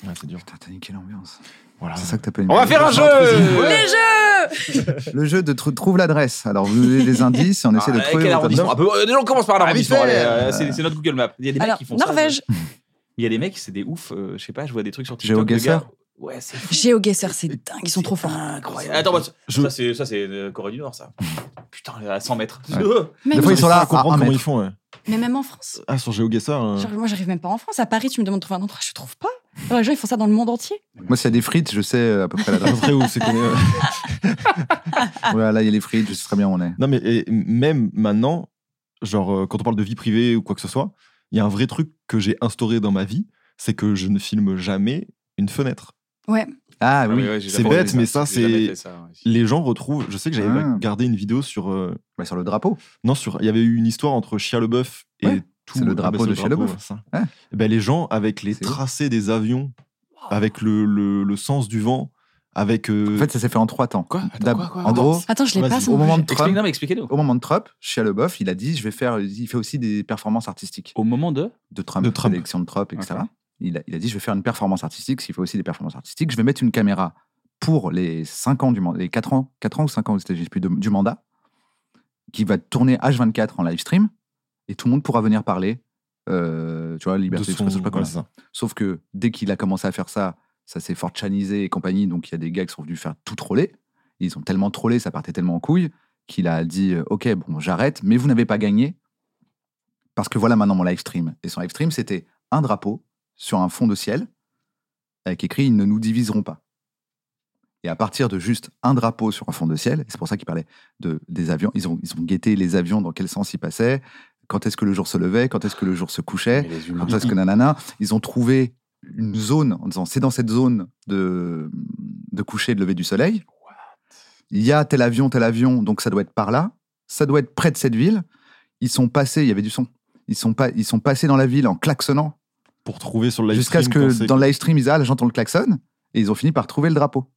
S1: Ouais, c'est dur.
S3: Putain, t'as niqué l'ambiance.
S1: Voilà.
S3: C'est ça que t'appelles une
S5: Ah, On va faire un jeu
S4: Les jeux
S3: Le jeu de tr- trouve l'adresse. Alors, vous donnez des indices et on essaie de
S5: Ah,
S3: trouver.
S5: quel
S3: votre
S5: arrondissement
S3: adresse.
S5: Ah, bah, euh, Les gens commencent par l'arrondissement.
S3: vite
S5: allez,
S3: fait.
S5: euh, C'est c'est notre Google Map. Il y a des mecs
S4: Alors,
S5: qui font ça, euh,
S4: Norvège,
S5: Il y a des mecs, c'est des oufs. euh, je sais pas, je vois des trucs sur TikTok. de
S3: GeoGuessr.
S5: gars- Ouais, c'est fou.
S4: GeoGuessr, c'est dingue, ils sont trop forts.
S5: Incroyable. Attends, bah, ça, c'est, ça, c'est euh, Corée du Nord, ça. Putain, à 100 mètres. Euh,
S3: Ouais.
S4: Mais,
S3: Des fois, ils sont là à
S1: comprendre
S3: un
S1: comment ils
S3: mètre.
S1: font. ouais.
S4: mais même en France.
S1: Ah, sur GeoGuessr. euh,
S4: Genre, moi, j'arrive même pas en France. À Paris, tu me demandes de trouver un endroit, je trouve pas. Alors, les gens, ils font ça dans le monde entier.
S3: Moi, s'il y a des frites, je sais euh, à peu près
S1: à peu
S3: l'adresse.
S1: près où c'est qu'on est, euh.
S3: voilà, là, il y a les frites, je sais très bien où on est.
S1: Non, mais et même maintenant, genre, euh, quand on parle de vie privée ou quoi que ce soit, il y a un vrai truc que j'ai instauré dans ma vie, c'est que je ne filme jamais une fenêtre.
S3: Ah oui,
S1: c'est bête, mais ça, c'est-
S5: Les...
S1: Les gens retrouvent. Je sais que j'avais
S3: Ah.
S1: gardé une vidéo sur. euh,
S3: Bah, sur le drapeau.
S1: Non, sur. Il y avait eu une histoire entre Chia Leboeuf et
S3: Ouais. C'est le drapeau de chez Leboeuf. Ouais.
S1: Ben, les gens, avec les
S3: C'est ouf.
S1: tracés des avions, avec le, le- le sens du vent, avec. euh,
S3: En fait, ça s'est fait en trois temps.
S5: Quoi Attends,
S3: D'ab-
S5: quoi, quoi,
S3: en
S5: quoi
S3: gros,
S4: Attends, je l'ai
S1: Vas-y,
S4: pas.
S1: au
S4: son
S3: moment
S4: projet.
S3: de-
S5: Explique-
S3: Trump.
S5: non, mais expliquez-nous.
S3: au moment de Trump, Shia LaBeouf, il a dit, je vais faire, il fait aussi des performances artistiques
S5: Au moment de.
S3: de Trump,
S1: De Trump.
S3: l'élection de Trump, etc.
S5: Ok.
S3: Il, a, il a dit, je vais faire une performance artistique, s'il fait aussi des performances artistiques, je vais mettre une caméra pour les 5 ans du mandat, les 4 ans, 4 ans ou 5 ans aux États-Unis, je sais plus, de- du mandat, qui va tourner H24 en live stream, et tout le monde pourra venir parler, euh, tu vois,
S1: de
S3: liberté
S1: son-
S3: d'expression, je sais pas quoi.
S1: ouais, c'est ça.
S3: Sauf que dès qu'il a commencé à faire ça, ça s'est fort chanisé et compagnie, donc il y a des gars qui sont venus faire tout troller. Ils ont tellement trollé, ça partait tellement en couille, qu'il a dit euh, Ok, bon, j'arrête, mais vous n'avez pas gagné, parce que voilà maintenant mon live stream. Et son live stream, c'était un drapeau sur un fond de ciel, avec écrit Ils ne nous diviseront pas. Et à partir de juste un drapeau sur un fond de ciel, et c'est pour ça qu'il parlait de, des avions, ils ont, ils ont guetté les avions, dans quel sens ils passaient, quand est-ce que le jour se levait, quand est-ce que le jour se couchait.
S5: Mais les
S3: Comme ça, parce que nanana, ils ont trouvé une zone en disant c'est dans cette zone de, de coucher et de lever du soleil. Il y a tel avion, tel avion, donc ça doit être par là. Ça doit être près de cette ville. Ils sont passés, il y avait du son. Ils sont, pas, ils sont passés dans la ville en klaxonnant
S1: Pour trouver sur le live
S3: jusqu'à ce
S1: stream quand
S3: que
S1: c'est-
S3: dans le live stream, ils disaient, ah, j'entends le klaxon. Et ils ont fini par trouver le drapeau.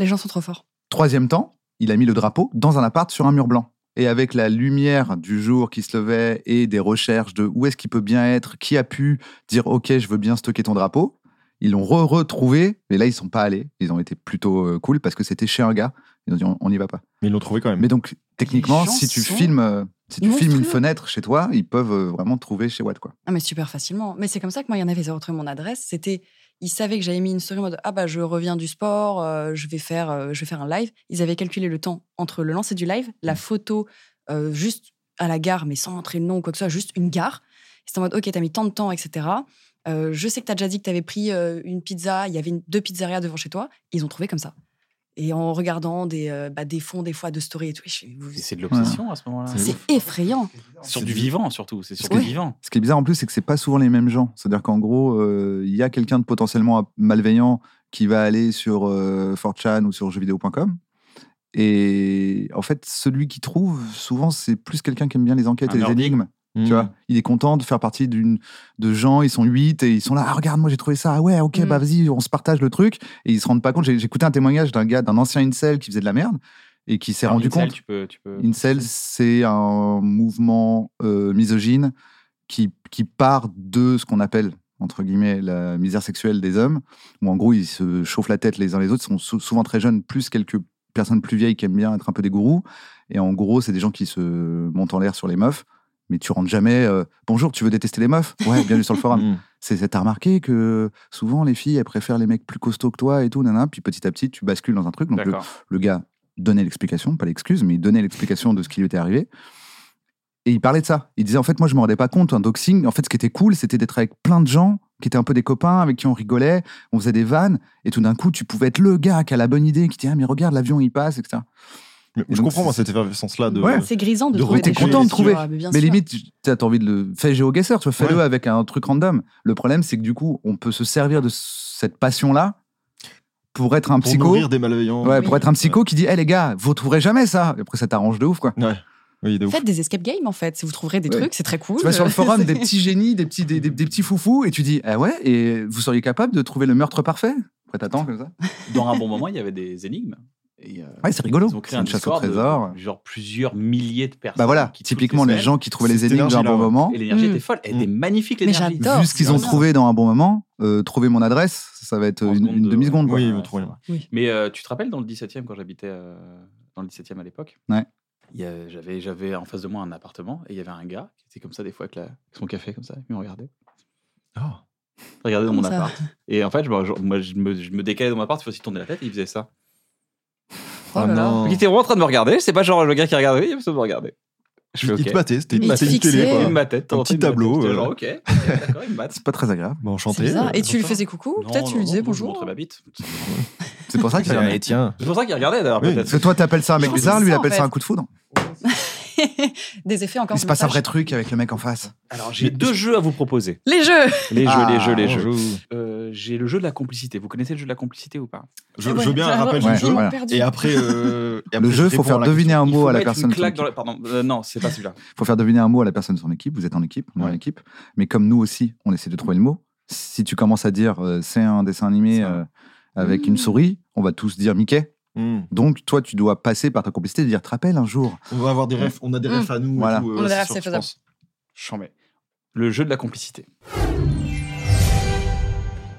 S4: Les gens sont trop forts.
S3: Troisième temps, il a mis le drapeau dans un appart sur un mur blanc. Et avec la lumière du jour qui se levait et des recherches de où est-ce qu'il peut bien être, qui a pu dire OK, je veux bien stocker ton drapeau, ils l'ont re- retrouvé. Mais là, ils sont pas allés. Ils ont été plutôt euh, cool parce que c'était chez un gars. Ils ont dit on on n'y va pas.
S1: Mais ils l'ont trouvé quand même.
S3: Mais donc techniquement,
S4: gens
S3: si tu
S4: sont
S3: filmes, euh, si tu filmes une
S4: monstrueux.
S3: fenêtre chez toi, ils peuvent euh, vraiment te trouver chez Watt quoi.
S4: Ah, mais super facilement. Mais c'est comme ça que moi, il y en avait, ils avaient retrouvé mon adresse. C'était, ils savaient que j'avais mis une story en mode Ah, bah, je reviens du sport, euh, je, vais faire, euh, je vais faire un live. Ils avaient calculé le temps entre le lancer du live,
S1: Mmh.
S4: la photo euh, juste à la gare, mais sans montrer le nom ou quoi que ce soit, juste une gare. C'était en mode Ok, t'as mis tant de temps, etc. Euh, je sais que t'as déjà dit que t'avais pris euh, une pizza, il y avait une- deux pizzerias devant chez toi. Ils ont trouvé comme ça. Et en regardant des, euh, bah, des fonds, des fois, de story et tout, je fais, Vous-
S5: Mais C'est de l'obsession à ce moment-là.
S4: c'est effrayant.
S5: Sur du vivant, surtout. C'est sur
S4: Ouais.
S5: du vivant.
S3: Ce qui est bizarre en plus, c'est que c'est pas souvent les mêmes gens. C'est-à-dire qu'en gros, euh, il y a quelqu'un de potentiellement malveillant qui va aller sur euh, 4chan ou sur jeuxvideo.com. Et en fait, celui qui trouve, souvent, c'est plus quelqu'un qui aime bien les enquêtes
S5: Un
S3: et les
S5: nerdier.
S3: énigmes.
S1: Mmh.
S3: Tu vois, il est content de faire partie d'une de gens. Ils sont huit et ils sont là. Ah, regarde, moi j'ai trouvé ça. Ah ouais, ok,
S4: Mm.
S5: Mmh.
S3: bah vas-y, on se partage le truc. Et ils se rendent pas compte. J'ai j'ai écouté un témoignage d'un gars, d'un ancien incel qui faisait de la merde et qui s'est
S5: Alors,
S3: rendu
S5: Incel,
S3: compte.
S5: tu peux, tu peux...
S3: Incel, c'est un mouvement euh, misogyne qui, qui part de ce qu'on appelle, entre guillemets, la misère sexuelle des hommes, où en gros, ils se chauffent la tête les uns les autres, ils sont sou- souvent très jeunes, plus quelques personnes plus vieilles qui aiment bien être un peu des gourous. Et en gros, c'est des gens qui se montent en l'air sur les meufs, mais tu rentres jamais. euh, Bonjour, tu veux détester les meufs Ouais, bienvenue sur le forum.
S1: Mmh.
S3: C'est t'as remarqué que souvent les filles elles préfèrent les mecs plus costauds que toi et tout, nanana. Puis petit à petit tu bascules dans un truc. Donc le,
S5: D'accord.
S3: le gars donnait l'explication, pas l'excuse, mais il donnait l'explication de ce qui lui était arrivé. Et il parlait de ça. Il disait, en fait, moi, je me rendais pas compte. Un doxing, en fait, ce qui était cool, c'était d'être avec plein de gens qui étaient un peu des copains, avec qui on rigolait, on faisait des vannes. Et tout d'un coup, tu pouvais être le gars qui a la bonne idée, qui dit, ah, mais regarde, l'avion, il passe, etc.
S1: Mais
S3: Et
S1: je
S3: donc,
S1: comprends, moi,
S3: c'est-
S1: cette effervescence-là de.
S3: Ouais.
S4: C'est grisant de
S1: De
S4: trouver.
S1: re- t'es
S4: des
S1: content
S4: choses
S1: de
S4: qui-
S3: trouver.
S4: Ah, bien
S3: Mais
S4: sûr.
S3: limite, tu- t'as t'as envie de le. Fais GeoGuessr, tu vois, fais-le
S1: Ouais.
S3: avec un truc random. Le problème, c'est que du coup, on peut se servir de cette passion-là pour être un
S1: Pour
S3: psycho.
S1: nourrir des malveillants.
S3: Ouais,
S4: Oui.
S3: pour être un psycho qui dit, hé les gars, vous trouverez jamais ça. Et après, ça t'arrange de ouf, quoi.
S1: Ouais. Oui, de ouf.
S4: Faites des escape games en fait, si vous trouverez des
S3: Ouais.
S4: trucs, c'est très cool.
S3: Tu vas sur le forum
S4: C'est-
S3: des petits génies, des petits, des, des- des petits foufous, et tu dis Ah ouais, et vous seriez capable de trouver le meurtre parfait Après, t'attends comme ça.
S5: Dans un bon moment, il y avait des énigmes. Et, euh,
S3: Ouais, c'est rigolo.
S5: Ils ont créé
S3: C'est
S5: un
S3: une chasse au
S5: Discord de-
S3: trésor.
S5: de genre plusieurs milliers de personnes.
S3: Bah voilà,
S5: qui, toutes
S3: typiquement les
S5: semaines,
S3: gens qui trouvaient les
S1: Cette
S3: énigmes d'un
S1: énergie-là,
S3: bon
S1: ouais.
S3: moment,
S5: Et l'énergie
S4: Mm.
S5: était folle. Elle était magnifique
S4: Mais
S5: l'énergie.
S4: j'adore.
S3: vu ce qu'ils ont
S4: énorme.
S3: trouvé dans un bon moment, euh, trouver mon adresse, ça va être
S5: En
S3: une,
S5: seconde
S3: une
S5: de-
S3: demi-seconde. quoi.
S1: Oui,
S5: Ouais,
S1: ils vont
S5: ouais,
S1: trouver.
S5: ça va.
S4: Oui.
S5: Mais euh, tu te rappelles dans le 17e, quand j'habitais euh, dans le 17e à l'époque
S3: Ouais.
S5: il y a- J'avais j'avais en face de moi un appartement et il y avait un gars qui était comme ça des fois avec, la- avec son café comme ça, il me regardait. Il regardait dans
S4: Comment
S5: mon
S4: ça
S5: appart. Et en fait, je, me- je- moi, je, me, je me décalais dans mon appart, il faisait tourner la tête et il faisait ça.
S4: Oh là là.
S5: Donc, il était vraiment en train de me regarder, c'est pas genre le gars qui regardait, oui, il me regardait. Je fais
S1: Il
S5: ok.
S1: te battait, c'était
S4: Il te
S1: c'était une télé.
S4: fixait.
S1: quoi.
S5: Il me battait. de temps en
S1: petit
S5: temps, il me
S1: tableau,
S5: battait. J'étais
S1: euh.
S5: Genre, ok, ok, d'accord, il me bat.
S3: C'est pas très agréable.
S1: Bah,
S4: C'est
S1: enchanté.
S4: bizarre. Et tu lui
S1: euh,
S4: faisais coucou
S5: Non,
S4: Peut-être tu lui
S5: non,
S4: disais
S5: non, Je
S4: bonjour
S5: montrais ma bite.
S3: C'est pour ça que
S1: tiens, mais tiens.
S5: C'est pour ça qu'il regardait d'ailleurs,
S1: Oui.
S5: peut-être.
S3: Parce que toi, t'appelles ça un mec
S4: Je pense que
S3: bizarre,
S4: c'est
S3: lui, il
S4: ça, en
S3: appelle
S4: fait.
S3: ça un coup de foudre.
S4: des effets encore
S3: Il se
S4: plus
S3: passe un
S4: sages.
S3: vrai truc avec le mec en face.
S2: Alors, j'ai deux jeux à vous proposer.
S4: Les jeux
S2: Les jeux,
S3: Ah,
S2: les jeux, les jeux.
S3: bonjour.
S2: oh, Euh, j'ai le jeu de la complicité. Vous connaissez le jeu de la complicité ou pas
S1: Je,
S4: Ouais,
S1: je veux bien
S4: ça,
S1: un rappel du
S3: ouais,
S1: jeu.
S3: voilà.
S4: perdu.
S1: Et après, euh, et après,
S3: Le
S1: je
S3: jeu, faut
S1: réponds à
S3: faire
S1: la
S3: deviner
S1: question.
S3: un
S2: Il
S3: mot
S2: faut
S3: à la
S2: mettre
S3: personne.
S2: Une
S3: de son
S2: claque
S3: équipe.
S2: dans la... Pardon, euh, non, c'est pas celui-là.
S3: faut faire deviner un mot à la personne de son équipe. Vous êtes en équipe, on est en
S1: Ouais.
S3: équipe. Mais comme nous aussi, on essaie de trouver le mot. Si tu commences à dire euh, c'est un dessin animé
S2: C'est un-
S3: euh, avec
S4: Mmh.
S3: une souris, on va tous dire Mickey.
S1: Hmm.
S3: Donc toi, tu dois passer par ta complicité et dire te rappelles un jour.
S1: On va avoir des refs, on a des refs à nous. et
S3: Voilà.
S1: tout, euh,
S4: On a des
S1: c'est
S4: refs,
S1: sûr,
S4: c'est
S1: je
S4: faisable.
S1: pense.
S2: Chambé. Le jeu de la complicité.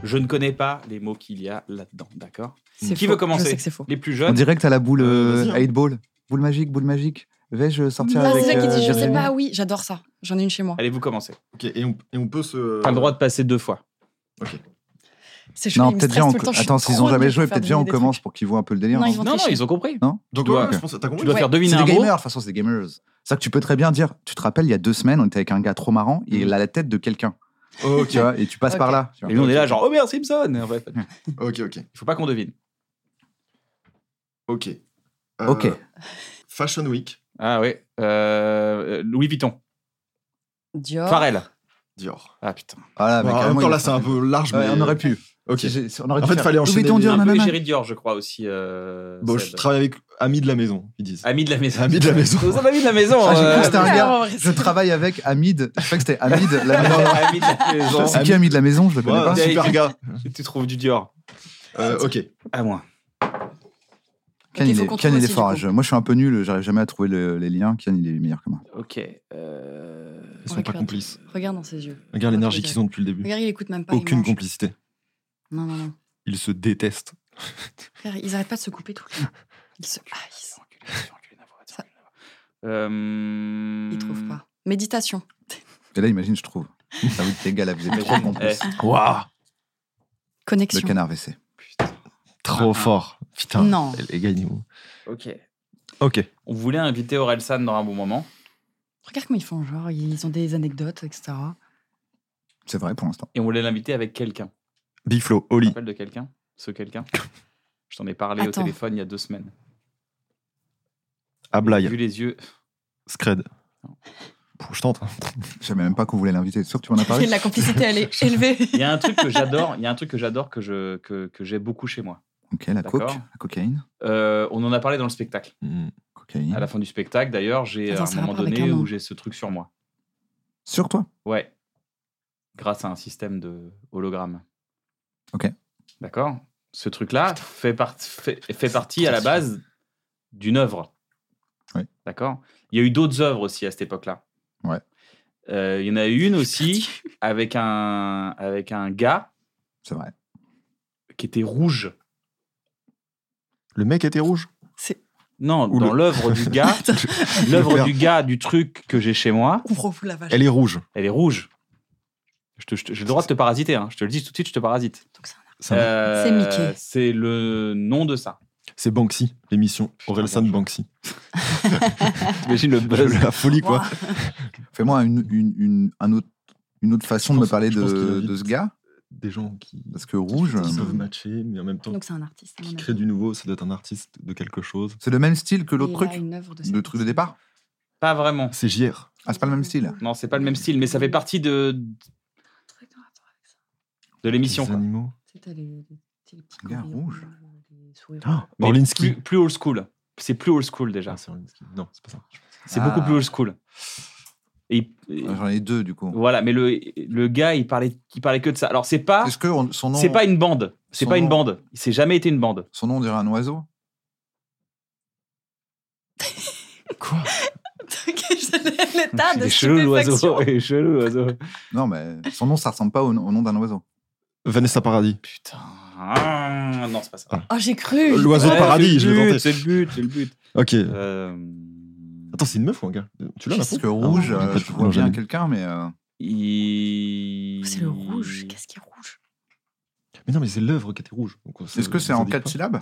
S2: Je ne connais pas les mots qu'il y a là-dedans, d'accord
S4: C'est
S2: Qui
S4: faux.
S2: veut commencer
S4: Je sais que c'est faux.
S2: Les plus
S3: En
S2: jeunes,
S3: direct à la boule
S1: Euh,
S3: euh,
S1: vas-y, hein.
S3: à 8 ball. Boule magique, boule magique. Vais-je sortir
S4: Ah,
S3: avec
S4: c'est ça qui
S3: euh,
S4: dit, je sais
S3: Jérémy
S4: pas, oui, j'adore ça. J'en ai une chez moi.
S2: allez-vous commencer.
S1: Ok, et on, et on peut se.
S2: Pas le droit de passer deux fois.
S4: C'est chaud,
S3: Non,
S4: il me
S3: peut-être
S4: stresse
S3: déjà. on-
S4: tout le temps, je suis
S3: Attends, s'ils
S4: trop
S3: ont jamais
S4: nulle
S3: joué,
S4: pour faire
S3: peut-être déjà on
S4: deviner des
S3: commence
S4: trucs.
S3: pour qu'ils voient un peu le délire.
S4: Non,
S3: non
S4: ils vont
S2: Non, non,
S4: tricher.
S2: ils ont compris.
S3: Non
S1: Donc,
S2: Tu dois-
S1: ouais, ouais, je pense. T'as compris
S2: Tu dois
S4: Ouais.
S2: faire deviner
S3: C'est
S2: un
S3: des
S2: mot.
S3: gamers, de toute façon, c'est des gamers. C'est-à-dire que tu peux très bien dire, tu te rappelles, il y a deux semaines, on était avec un gars trop marrant, et il a la tête de quelqu'un,
S1: Ok,
S3: tu vois, et tu passes
S4: Ok.
S3: par là. tu vois.
S2: Et nous, on est là, genre Homer Simpson. En fait,
S1: ok, ok.
S2: il faut pas qu'on devine.
S1: Ok. Euh,
S3: Ok.
S1: Fashion Week,
S2: Ah oui. Euh, Louis Vuitton.
S4: Dior.
S2: Farrell.
S1: Dior.
S2: Ah putain.
S3: Voilà, mais
S1: Bon, en
S3: carrément,
S1: même temps,
S3: il
S1: là,
S3: a-
S1: c'est un peu large,
S3: Ouais,
S1: mais.
S3: on aurait pu.
S1: Ok.
S3: J'ai- on aurait
S1: En
S3: dû
S1: fait,
S3: faire-
S1: fallait enchaîner
S3: Louis Vuitton,
S1: les-
S3: Dior,
S2: Un peu
S3: nanana.
S2: Chéri Dior, je crois aussi. euh,
S1: Bon,
S2: Seb.
S1: je travaille avec Amis de la maison, ils disent.
S2: Ami de la maison.
S1: Ami de la maison.
S2: Nos amis de la maison.
S3: Ah, j'ai cru
S2: euh,
S3: que c'était un
S4: ouais,
S3: gars.
S4: en vrai,
S3: Je travaille avec Hamid. Je crois que c'était Hamid, la maison.
S2: Ami de la maison.
S3: C'est qui Hamid, la maison Je le connais
S1: Ouais,
S3: pas.
S2: c'est-
S1: super gars.
S2: Tu trouves du Dior.
S1: Euh, ok.
S2: À moi.
S4: Ok,
S3: Ken,
S4: faut
S3: il
S4: qu'on
S3: est,
S4: trouve
S3: Ken, il est
S4: aussi, du
S3: fort.
S4: coup.
S3: à jeu. Moi, je suis un peu nul. J'arrive jamais à trouver le- les liens. Ken, il est meilleur que moi.
S2: Ok. euh,
S1: Ils sont
S4: Regarde.
S1: pas complices.
S4: Regarde dans ses yeux.
S1: Regarde l'énergie qu'ils ont depuis le début.
S4: Regarde, il écoute même pas. il
S1: Aucune
S4: mange.
S1: complicité.
S4: Non, non, non.
S1: Ils se détestent.
S4: Frère, ils arrêtent pas de se couper tout le temps. Ils se haïssent. Ça-
S2: Euh...
S4: Ils trouvent pas. Méditation.
S3: Et là, imagine, je trouve. Ah oui, les gars, là, vous êtes trop
S2: Imagine,
S3: complices.
S4: eh.
S1: Waouh
S3: Le
S4: Connexion.
S3: canard WC.
S1: Trop fort. Putain.
S4: Non.
S1: Les gars, ils nous-
S2: eh, Ok.
S1: Ok.
S2: On voulait inviter Orelsan dans un bon moment.
S4: Regarde comment ils font, genre, ils ont des anecdotes, etc.
S3: C'est vrai pour l'instant.
S2: Et on voulait l'inviter avec quelqu'un.
S1: Big Flow,
S2: Tu te
S1: Oli.
S2: rappelles de quelqu'un Ce quelqu'un Je t'en ai parlé
S4: Attends.
S2: au téléphone il y a deux semaines.
S1: Ablaye.
S2: Vu les yeux.
S1: Scred. Pouh, Je tente. hein.
S3: Je savais même pas qu'on voulait l'inviter. Sauf que tu m'en
S1: Ah
S3: as parlé.
S4: La complicité, elle est élevée.
S2: Il y a un truc que j'adore. Il y a un truc que j'adore que je que, que j'ai beaucoup chez moi.
S3: Ok, la coke,
S2: D'accord.
S3: la cocaïne.
S2: Euh, on en a parlé dans le spectacle.
S1: Hmm.
S3: Cocaïne.
S2: À la fin du spectacle, d'ailleurs, j'ai euh,
S4: Attends,
S2: à un
S4: ça a
S2: moment
S4: rapport avec
S2: donné
S4: un nom.
S2: où j'ai ce truc sur moi.
S3: Sur toi.
S2: Ouais. Grâce à un système de hologramme.
S3: Ok.
S2: D'accord Ce truc-là fait, par- fait, fait partie à la base d'une œuvre.
S3: Ouais.
S2: D'accord Il y a eu d'autres œuvres aussi à cette époque-là.
S3: Ouais.
S2: Euh, il y en a eu une aussi avec un, avec un gars
S3: C'est vrai.
S2: qui était rouge.
S1: Le mec était rouge.
S2: Non,
S1: Ou
S2: dans
S1: le-
S2: l'œuvre du gars, l'œuvre du gars du truc que j'ai chez moi,
S4: Ouvre vous la vache.
S1: Elle est rouge.
S2: elle est rouge. Je te- je te- J'ai le droit de te parasiter, hein. je te le dis tout de suite, je te parasite.
S4: Donc, c'est un arbre.
S1: Ça-
S2: Euh,
S4: C'est Mickey.
S2: C'est le nom de ça.
S1: C'est Banksy, l'émission. Orelsan
S2: bien joué.
S1: Banksy.
S2: T'imagines le buzz.
S1: La folie, quoi.
S4: Ouah.
S3: Fais-moi une, une, une, un autre, une autre façon
S1: Je
S3: de me
S1: pense-
S3: parler
S1: je pense qu'il
S3: de,
S1: invite-
S3: de ce gars.
S1: Des gens qui,
S3: Parce que rouge.
S1: qui
S3: euh,
S1: peuvent matcher, mais en même temps
S4: Donc c'est un artiste. à mon
S1: qui
S4: avis.
S1: crée du nouveau. Ça doit être un artiste de quelque chose.
S3: C'est le même style que
S4: Et
S3: l'autre
S4: il a
S3: truc.
S4: une œuvre de
S3: Le truc de départ.
S2: Pas vraiment.
S1: C'est JR.
S3: Ah, c'est pas le même style.
S2: Non, c'est pas le même style, mais ça fait partie de, de l'émission.
S1: Les
S2: quoi.
S1: animaux.
S4: C'était les, les petits
S3: Gars
S4: corbeaux,
S3: rouge.
S4: les souris.
S2: Oh,
S1: Hein
S2: Mais
S1: Orlinski.
S2: Plus, plus old school. C'est plus old school déjà.
S1: Ah, c'est Orlinski. Non, c'est pas ça.
S2: C'est
S3: Ah.
S2: beaucoup plus old school. Et- et-
S3: J'en ai deux, du coup.
S2: voilà, mais le, le gars, il parlait, il parlait que de ça. Alors, c'est
S1: Ah.
S2: pas,
S3: Est-ce que on- son nom.
S2: c'est pas une bande. C'est
S3: Son
S2: pas une
S3: nom.
S2: bande. C'est jamais été une bande.
S3: Son nom, on dirait un oiseau.
S1: Quoi
S4: L'état de
S2: C'est chelou l'oiseau.
S4: stupéfaction.
S2: Il est chelou l'oiseau.
S3: Non, mais son nom, ça ressemble pas au, au nom d'un oiseau.
S1: Vanessa Paradis.
S2: Putain. Ah, non, c'est pas ça.
S1: Ah.
S4: Oh, j'ai cru.
S1: L'oiseau
S2: Ouais,
S1: paradis,
S2: c'est
S1: je
S2: le
S1: l'ai
S2: but,
S1: tenté.
S2: C'est le but, c'est le but.
S1: Ok.
S2: Euh,
S1: Attends, c'est une meuf ou un gars Tu l'as la
S3: Parce
S1: peau
S3: que rouge,
S1: Ah,
S3: euh,
S1: pas de
S3: je
S1: problème,
S3: vois bien
S1: j'avais-
S3: quelqu'un, mais. euh,
S2: Il...
S4: Oh, C'est le rouge. Qu'est-ce qui est rouge
S1: Mais non, mais c'est l'œuvre qui était rouge. donc ça-
S3: Est-ce que c'est
S1: ça
S3: en
S1: dit pas.
S3: quatre syllabes